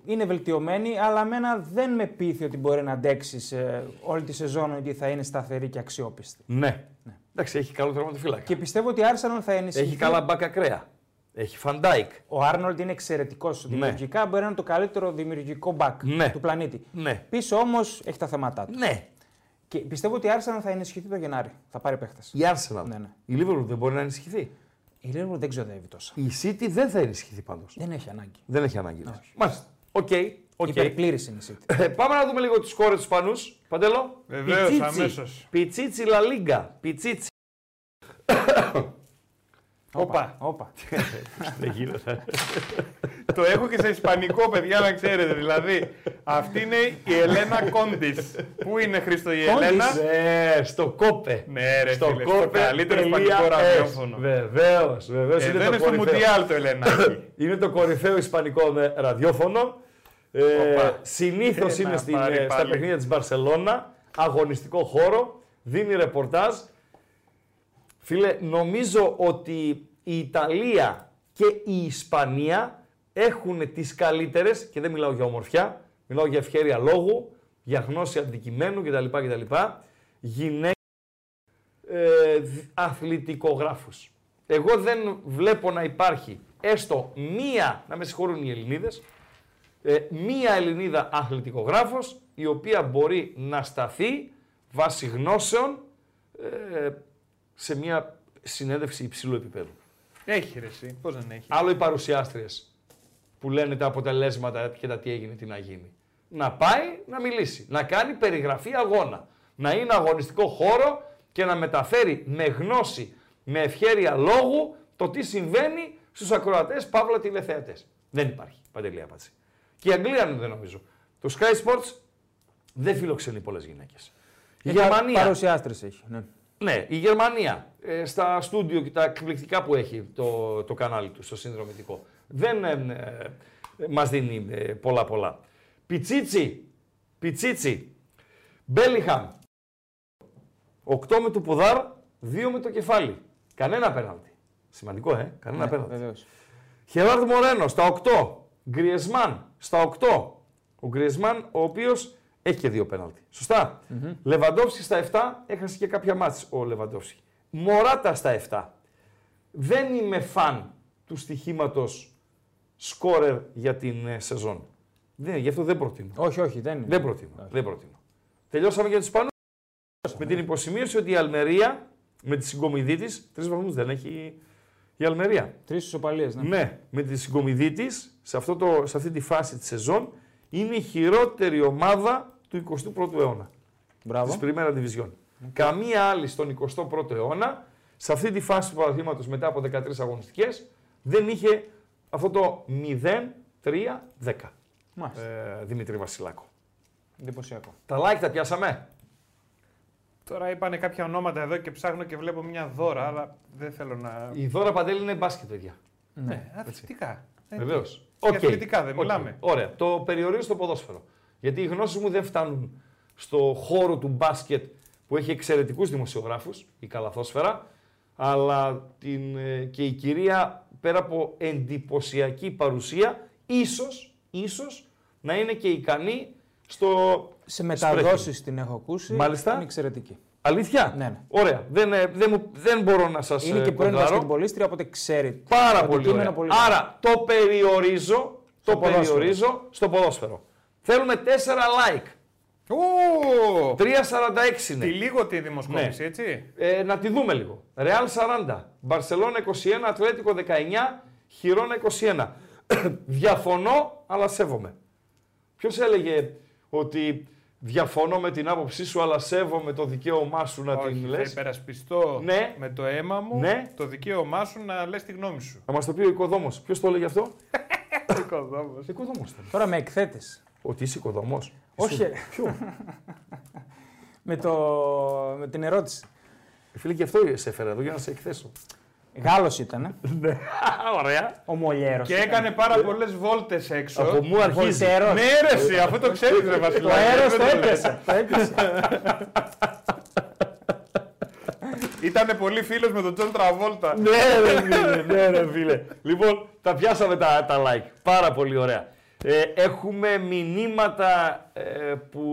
Speaker 5: είναι βελτιωμένη, αλλά μένα δεν με πείθει ότι μπορεί να αντέξει σε όλη τη σεζόν ότι θα είναι σταθερή και αξιόπιστη.
Speaker 4: Ναι. Εντάξει, έχει καλό τερματοφύλακα.
Speaker 5: Και πιστεύω ότι η Arsenal θα ενισχυθεί.
Speaker 4: Έχει καλά μπακ ακραία. Έχει Φαντάικ.
Speaker 5: Ο Άρνολντ είναι εξαιρετικός δημιουργικά. Μπορεί να είναι το καλύτερο δημιουργικό μπακ
Speaker 4: Ναι.
Speaker 5: του πλανήτη.
Speaker 4: Ναι.
Speaker 5: Πίσω όμως έχει τα θέματα του.
Speaker 4: Ναι.
Speaker 5: Και πιστεύω ότι η Arsenal θα ενισχυθεί το Γενάρη. Θα πάρει παίχτες.
Speaker 4: Η Arsenal.
Speaker 5: Ναι, ναι.
Speaker 4: Η Liverpool δεν μπορεί να ενισχυθεί.
Speaker 5: Η Liverpool δεν ξοδεύει τόσα.
Speaker 4: Η City δεν θα ενισχυθεί πάντως.
Speaker 5: Δεν έχει ανάγκη.
Speaker 4: Δεν έχει ανάγκη.
Speaker 5: Ναι,
Speaker 4: της. Μάλιστα. Οκ. οκ.
Speaker 5: Υπερπλήρης είναι η City.
Speaker 4: Ε, Πάμε να δούμε λίγο τις χώρες τους Ισπανού. Παντέλο.
Speaker 3: Βεβαίως,
Speaker 4: Πιτσίτσι.
Speaker 3: αμέσως.
Speaker 4: Πιτσίτσι Λα Λίγκα. Πιτσίτσι.
Speaker 3: Όπα.
Speaker 5: Όπα.
Speaker 4: Δεν γίνεται.
Speaker 3: Το έχω και σε ισπανικό, παιδιά, να ξέρετε. Δηλαδή, αυτή είναι η Ελένα Κόντις. Πού είναι, Χρήστο, η Ελένα.
Speaker 4: Ε, στο κόπε.
Speaker 3: Ναι, ρε,
Speaker 4: στο
Speaker 3: φίλε, στο καλύτερο ισπανικό ραδιόφωνο.
Speaker 4: Βεβαίως, βεβαίως.
Speaker 3: Ε, δεν είναι στο Μουντιάλ το Ελένα.
Speaker 4: είναι το κορυφαίο ισπανικό ε, ραδιόφωνο. Ε,
Speaker 3: Οπα.
Speaker 4: Συνήθως
Speaker 3: Ε, να
Speaker 4: είναι στην,
Speaker 3: πάρει
Speaker 4: ε, στα
Speaker 3: πάλι.
Speaker 4: παιχνίδια της Μπαρσελόνα, αγωνιστικό χώρο, δίνει ρεπορτάζ. Φίλε, νομίζω ότι η Ιταλία και η Ισπανία έχουν τις καλύτερες, και δεν μιλάω για ομορφιά, μιλάω για ευχέρεια λόγου, για γνώση αντικειμένου κτλ. κτλ γυναίκες ε, δ- αθλητικογράφους. Εγώ δεν βλέπω να υπάρχει έστω μία, να με συγχωρούν οι Ελληνίδες, ε, μία Ελληνίδα αθλητικογράφος η οποία μπορεί να σταθεί βάσει γνώσεων ε, σε μία συνέντευξη υψηλού επίπεδου.
Speaker 3: Έχει ρε, εσύ. Πώς δεν έχει.
Speaker 4: Άλλο οι παρουσιάστριες που λένε τα αποτελέσματα και τα τι έγινε, τι να γίνει. Να πάει να μιλήσει, να κάνει περιγραφή αγώνα, να είναι αγωνιστικό χώρο και να μεταφέρει με γνώση, με ευχέρεια λόγου το τι συμβαίνει στους ακροατές, παύλα τηλεθεατές. Δεν υπάρχει, παντελή άπατσι. Και η Αγγλία δεν νομίζω. Το Sky Sports δεν φιλοξενεί πολλές γυναίκες. Η Γερμανία,
Speaker 5: Παρουσιάστρες έχει. Ναι.
Speaker 4: ναι, η Γερμανία ε, στα στούντιο και τα εκπληκτικά που έχει το, το κανάλι του στο συνδρομητικό. Δεν ε, ε, μας δίνει ε, πολλά πολλά. Πιτσίτσι, Πιτσίτσι, Μπέλιχαμ, 8 με το ποδάρ, 2 με το κεφάλι. Κανένα πέναλτι. Σημαντικό, ε. Κανένα πέναλτι.
Speaker 5: Βεβαίως.
Speaker 4: Χεράρντ Μορένο στα 8. Γκριεσμάν στα 8. Ο Γκριεσμάν ο οποίος έχει και δύο πέναλτι. Σωστά. Λεβαντόφσκι στα 7. Έχασε και κάποια μάτς ο Λεβαντόφσκι. Μωράτα στα 7. Δεν είμαι φαν του στοιχήματος σκόρερ για την ε, σεζόν. Δεν, γι' αυτό δεν προτείνω.
Speaker 5: Όχι, όχι, δεν είναι.
Speaker 4: Δεν προτείνω. Δεν προτείνω. Τελειώσαμε για τους Ισπανούς. Με την υποσημείωση ότι η Αλμερία με τη συγκομιδή της, τρεις βαθμούς δεν έχει η Αλμερία.
Speaker 5: Τρεις ισοπαλίες. Ναι.
Speaker 4: Ναι, με τη συγκομιδή της σε, αυτό το- σε αυτή τη φάση της σεζόν είναι η χειρότερη ομάδα του 21ου αιώνα.
Speaker 5: Μπράβο.
Speaker 4: Της Πριμέρα Division. Καμία άλλη στον 21ο αιώνα, σε αυτή τη φάση του πρωταθλήματος μετά από 13 αγωνιστικές, δεν είχε αυτό το 0-3-10.
Speaker 5: Μάλιστα.
Speaker 4: Ε, Δημήτρη Βασιλάκο.
Speaker 5: Εντυπωσιακό.
Speaker 4: Τα like τα πιάσαμε.
Speaker 3: Τώρα είπανε κάποια ονόματα εδώ και ψάχνω και βλέπω μια δώρα, αλλά δεν θέλω να.
Speaker 4: Η δώρα παντέλη είναι μπάσκετ, παιδιά.
Speaker 3: Ναι, αθλητικά.
Speaker 4: Βεβαίως.
Speaker 3: Για αθλητικά δεν μιλάμε.
Speaker 4: Ωραία. Το περιορίζω στο ποδόσφαιρο. Γιατί οι γνώσεις μου δεν φτάνουν στο χώρο του μπάσκετ που έχει εξαιρετικούς δημοσιογράφους, η καλαθόσφαιρα, αλλά την, ε, και η κυρία πέρα από εντυπωσιακή παρουσία, ίσως, ίσως να είναι και ικανή στο.
Speaker 5: Σε
Speaker 4: μεταδόσεις
Speaker 5: μεταδόσει την έχω ακούσει.
Speaker 4: Μάλιστα.
Speaker 5: Είναι εξαιρετική.
Speaker 4: Αλήθεια.
Speaker 5: Ναι, ναι.
Speaker 4: Ωραία. Δεν, ε, δεν, μου- δεν μπορώ να ε, σας
Speaker 5: είναι και πρώην μπασκετμπολίστρια, οπότε ξέρει. το
Speaker 4: Πάρα πολύ
Speaker 5: αντικείμενο
Speaker 4: ωραία.
Speaker 5: ωραία.
Speaker 4: Άρα το περιορίζω, το
Speaker 5: ποδόσφαιρο.
Speaker 4: περιορίζω στο ποδόσφαιρο. Θέλουμε 4 like.
Speaker 3: Ω!
Speaker 4: 3,46
Speaker 3: Τη
Speaker 4: είναι.
Speaker 3: λίγο τη δημοσκόπηση, έτσι.
Speaker 4: Ε, να τη δούμε λίγο. Ρεάλ 40, Μπαρσελόνα 21, Ατλέτικο 19, Χιρόνα 21. Διαφωνώ, αλλά σέβομαι. Ποιος έλεγε ότι διαφωνώ με την άποψή σου, αλλά σέβομαι το δικαίωμά σου να
Speaker 3: Όχι,
Speaker 4: την
Speaker 3: θα
Speaker 4: λες.
Speaker 3: υπερασπιστώ
Speaker 4: Ναι.
Speaker 3: με το αίμα μου
Speaker 4: Ναι.
Speaker 3: το δικαίωμά σου να λες τη γνώμη σου.
Speaker 4: Να μας το πει ο οικοδόμος. Ποιος το έλεγε αυτό,
Speaker 3: Οικοδόμος.
Speaker 4: Οικοδόμος. ήταν.
Speaker 5: Τώρα με εκθέτες.
Speaker 4: Ότι είσαι οικοδόμος.
Speaker 5: Όχι.
Speaker 4: Ποιο.
Speaker 5: με, το... με την ερώτηση.
Speaker 4: Ε, Φίλε, και αυτό σε έφερα εδώ για να σε εκθέσω.
Speaker 5: Γάλλος ήταν.
Speaker 4: Ωραία.
Speaker 5: ο Μολιέρο.
Speaker 3: Και έκανε πάρα πολλές βόλτες έξω.
Speaker 4: Από μου αρχίζει.
Speaker 5: Βολτέρος.
Speaker 3: Ναι, ρε, εσύ, αφού το ξέρεις, ρε
Speaker 5: Το
Speaker 3: Βασιλάκη.
Speaker 5: αέρο
Speaker 3: δεν
Speaker 5: το
Speaker 3: λες.
Speaker 5: έπιασε. το έπιασε.
Speaker 3: Ήτανε πολύ φίλος με τον Τζον Τραβόλτα.
Speaker 4: Ναι, ρε φίλε. Ναι, ρε φίλε. Λοιπόν, τα πιάσαμε τα, τα like. Πάρα πολύ ωραία. Ε, έχουμε μηνύματα ε, που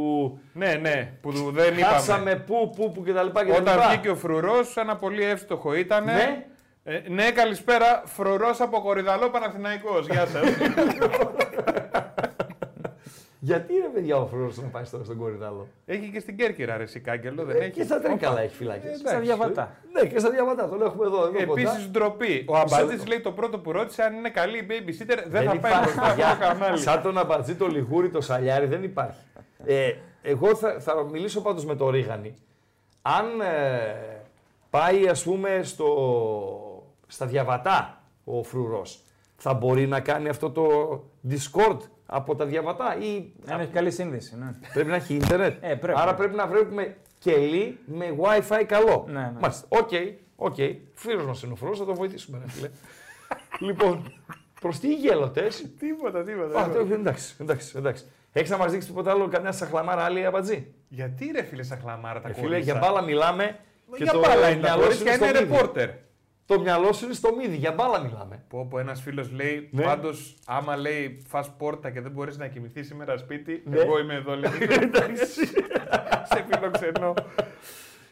Speaker 3: Ναι, ναι, που δεν είπαμε.
Speaker 4: χάσαμε που, που, που κτλ.
Speaker 3: Όταν βγήκε ο Φρουρός, ένα πολύ εύστοχο ήταν.
Speaker 4: Ναι.
Speaker 3: Ε, ναι, καλησπέρα. Φρουρός από Κορυδαλό Παναθηναϊκός. Γεια σας.
Speaker 4: Γιατί ρε παιδιά ο Φρουρός να πάει τώρα στον Κορυδάλο.
Speaker 3: έχει και στην Κέρκυρα ρε Σικάγκελο, δεν
Speaker 4: Ε, και
Speaker 3: έχει.
Speaker 4: στα τρίκαλα έχει φυλάκες.
Speaker 5: Στα διαβατά.
Speaker 4: Ναι, και στα διαβατά. Τον έχουμε εδώ. εδώ κοντά.
Speaker 3: Επίσης ντροπή. Ο Αμπατζή λέει το πρώτο που ρώτησε αν είναι καλή η babysitter. Δεν θα πάει
Speaker 4: υπάρχει,
Speaker 3: μπροστά
Speaker 4: παιδιά.
Speaker 3: από το κανάλι.
Speaker 4: Σαν τον Αμπατζή, το Λιγούρι, το Σαλιάρι δεν υπάρχει. Ε, εγώ θα, θα μιλήσω πάντως με τον Ρίγανη. Αν ε, πάει ας πούμε στο, στα διαβατά ο Φρουρός. Θα μπορεί να κάνει αυτό το Discord από τα διαβατά ή
Speaker 5: Αν έχει καλή σύνδεση. Ναι.
Speaker 4: πρέπει να έχει ίντερνετ.
Speaker 5: Ε, πρέπει.
Speaker 4: Άρα πρέπει να βρούμε κελί με Wi-Fi καλό.
Speaker 5: Ναι, ναι.
Speaker 4: Μάλιστα. Οκ, οκ. Φίλος μας είναι ο Φρουρός, θα τον βοηθήσουμε, ρε φίλε. λοιπόν, προς τι γέλοτε.
Speaker 3: Τίποτα, τίποτα.
Speaker 4: Α, το- εντάξει, εντάξει, εντάξει. Έχεις να μας δείξεις τίποτα άλλο, καμιά σαχλαμάρα άλλη απατζή.
Speaker 3: Γιατί ρε φίλε σαν χλαμάρα τα
Speaker 4: Ε,
Speaker 3: κόλλησα.
Speaker 4: Φίλε, για μπάλα μιλάμε.
Speaker 3: Μα για μπάλα είναι τα
Speaker 4: μυαλό σου
Speaker 3: κορίτσια,
Speaker 4: στο
Speaker 3: είναι
Speaker 4: μύδι.
Speaker 3: ρεπόρτερ.
Speaker 4: Το μυαλό σου είναι στο μύδι, για μπάλα μιλάμε.
Speaker 3: Πω, πω, ένας φίλος λέει,
Speaker 4: Ναι.
Speaker 3: πάντως, άμα λέει φας πόρτα και δεν μπορείς να κοιμηθεί σήμερα σπίτι,
Speaker 4: Ναι.
Speaker 3: εγώ είμαι εδώ. Λέει, σε φιλοξενώ.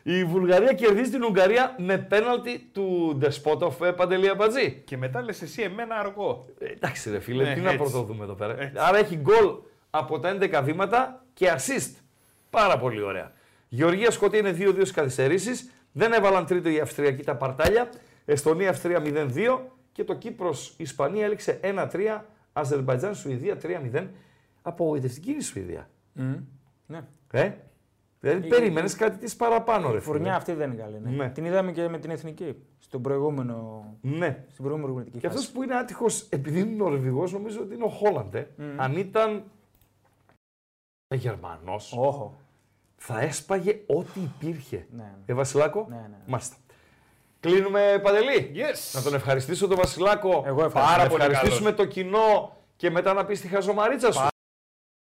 Speaker 4: Η Βουλγαρία κερδίζει την Ουγγαρία με πέναλτι του Ντεσπότοφ ε, Παντελή Αμπατζή.
Speaker 3: και μετά λες εσύ εμένα αργό.
Speaker 4: Ε, εντάξει, ρε φίλε,
Speaker 3: Ναι,
Speaker 4: τι
Speaker 3: έτσι.
Speaker 4: να πρωτοδούμε εδώ πέρα.
Speaker 3: Έτσι.
Speaker 4: Άρα έχει γκολ από τα 11 βήματα και assist. Πάρα πολύ ωραία. Γεωργία Σκοτία είναι 2-2 στις καθυστερήσεις. Δεν έβαλαν τρίτο οι Αυστριακοί τα παρτάλια. Εστονία Αυστρία 0-2 και το Κύπρος Ισπανία έληξε 1-3. Αζερμπαϊτζάν Σουηδία 3-0. Απογοητευτική είναι η Σουηδία.
Speaker 5: ναι.
Speaker 4: Ε? Δηλαδή
Speaker 5: Η-
Speaker 4: περίμενε κάτι της παραπάνω, ρε
Speaker 5: Η φουρνιά
Speaker 4: φίλε.
Speaker 5: αυτή δεν είναι καλή. Ναι.
Speaker 4: Ναι.
Speaker 5: Την είδαμε και με την εθνική. Στον προηγούμενο,
Speaker 4: Ναι.
Speaker 5: στην προηγούμενη οργανωτική
Speaker 4: Και
Speaker 5: φάση.
Speaker 4: αυτό που είναι άτυχος επειδή είναι Νορβηγός, νομίζω ότι είναι ο Χόλαντ. ε. Αν ήταν. Γερμανός.
Speaker 5: Όχο.
Speaker 4: θα έσπαγε ό,τι υπήρχε.
Speaker 5: Ναι, ναι.
Speaker 4: Ε, Βασιλάκο.
Speaker 5: Ναι, ναι, ναι.
Speaker 4: Μάλιστα. Κλείνουμε, Παντελή.
Speaker 3: Yes.
Speaker 4: Να τον ευχαριστήσω τον Βασιλάκο.
Speaker 5: Εγώ ευχαριστώ.
Speaker 4: Πάρα
Speaker 5: Πάρα
Speaker 4: πολύ
Speaker 3: πολύ
Speaker 4: ευχαριστήσουμε το κοινό και μετά να πεις τη χαζομαρίτσα σου.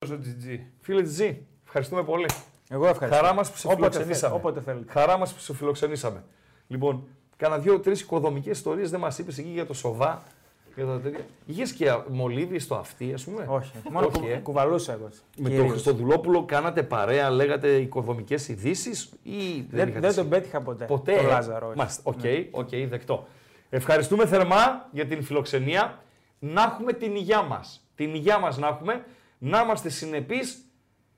Speaker 3: Στο GG.
Speaker 4: Φίλε Τζι, ευχαριστούμε πολύ.
Speaker 5: Εγώ ευχαριστώ.
Speaker 4: Χαρά μας που σε
Speaker 5: όποτε, θέλ,
Speaker 4: φιλοξενήσαμε.
Speaker 5: όποτε θέλετε.
Speaker 4: Χαρά μας που σε φιλοξενήσαμε. Λοιπόν, κάνα δύο-τρει οικοδομικές ιστορίες δεν μας είπες εκεί για το σοβά. Για τα τέτοια. Είχες και μολύβι στο αυτί, ας πούμε.
Speaker 5: Όχι. Μόνο
Speaker 4: Όχι,
Speaker 5: κου-
Speaker 4: ε.
Speaker 5: κουβαλούσα εγώ.
Speaker 4: Με τον
Speaker 5: Κυρίως.
Speaker 4: Χριστοδουλόπουλο κάνατε παρέα, λέγατε οικοδομικές ειδήσεις ή δεν,
Speaker 5: Δεν,
Speaker 4: είχατε
Speaker 5: δεν
Speaker 4: σχέση?
Speaker 5: τον πέτυχα ποτέ.
Speaker 4: Ποτέ.
Speaker 5: Τον
Speaker 4: ε.
Speaker 5: Λάζαρο. όχι.
Speaker 4: Μάλιστα. Οκ,
Speaker 3: Ναι.
Speaker 4: οκ, δεκτό. Ευχαριστούμε θερμά για την φιλοξενία. Να έχουμε την υγειά μας. Την υγειά μας να έχουμε. Να είμαστε συνεπείς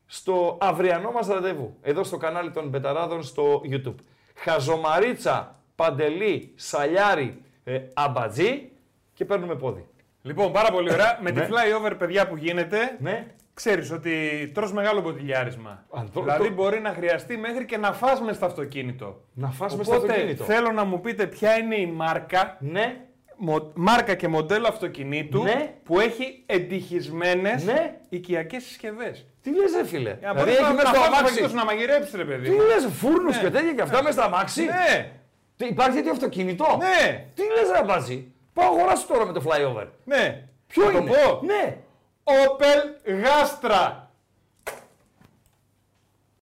Speaker 4: στο αυριανό μας ραντεβού. Εδώ στο κανάλι των Μπεταράδων στο YouTube. Χαζομαρίτσα, Παντελή, Σαλιάρη, ε, Αμπατζή και παίρνουμε πόδι.
Speaker 3: Λοιπόν, πάρα πολύ ωραία. Με τη
Speaker 4: Ναι.
Speaker 3: flyover, παιδιά που γίνεται,
Speaker 4: Ναι.
Speaker 3: ξέρεις ότι τρως μεγάλο μποτιλιάρισμα.
Speaker 4: Α, το-
Speaker 3: δηλαδή,
Speaker 4: το-
Speaker 3: μπορεί να χρειαστεί μέχρι και να φας μες στο αυτοκίνητο.
Speaker 4: Να φας μες στο
Speaker 3: Οπότε,
Speaker 4: αυτοκίνητο.
Speaker 3: θέλω να μου πείτε ποια είναι η μάρκα,
Speaker 4: Ναι.
Speaker 3: μο- μάρκα και μοντέλο αυτοκινήτου
Speaker 4: Ναι.
Speaker 3: που έχει εντυχισμένες
Speaker 4: Ναι.
Speaker 3: οικιακές συσκευές.
Speaker 4: Τι λες ρε φίλε.
Speaker 3: Για
Speaker 4: Δηλαδή έχει μέσα στο αμάξι.
Speaker 3: να, να μαγειρέψει, ρε παιδί.
Speaker 4: Τι
Speaker 3: μου.
Speaker 4: λες φούρνους και τέτοια και αυτά μέσα στα αμάξι.
Speaker 3: Ναι,
Speaker 4: Τι, Υπάρχει τέτοιο αυτοκίνητο.
Speaker 3: ναι,
Speaker 4: Τι λες ρε μπαζί. Πάω αγοράσω τώρα με το flyover.
Speaker 3: ναι.
Speaker 4: Ποιο
Speaker 3: Θα
Speaker 4: είναι.
Speaker 3: Το πω.
Speaker 4: Ναι.
Speaker 3: Opel Gastra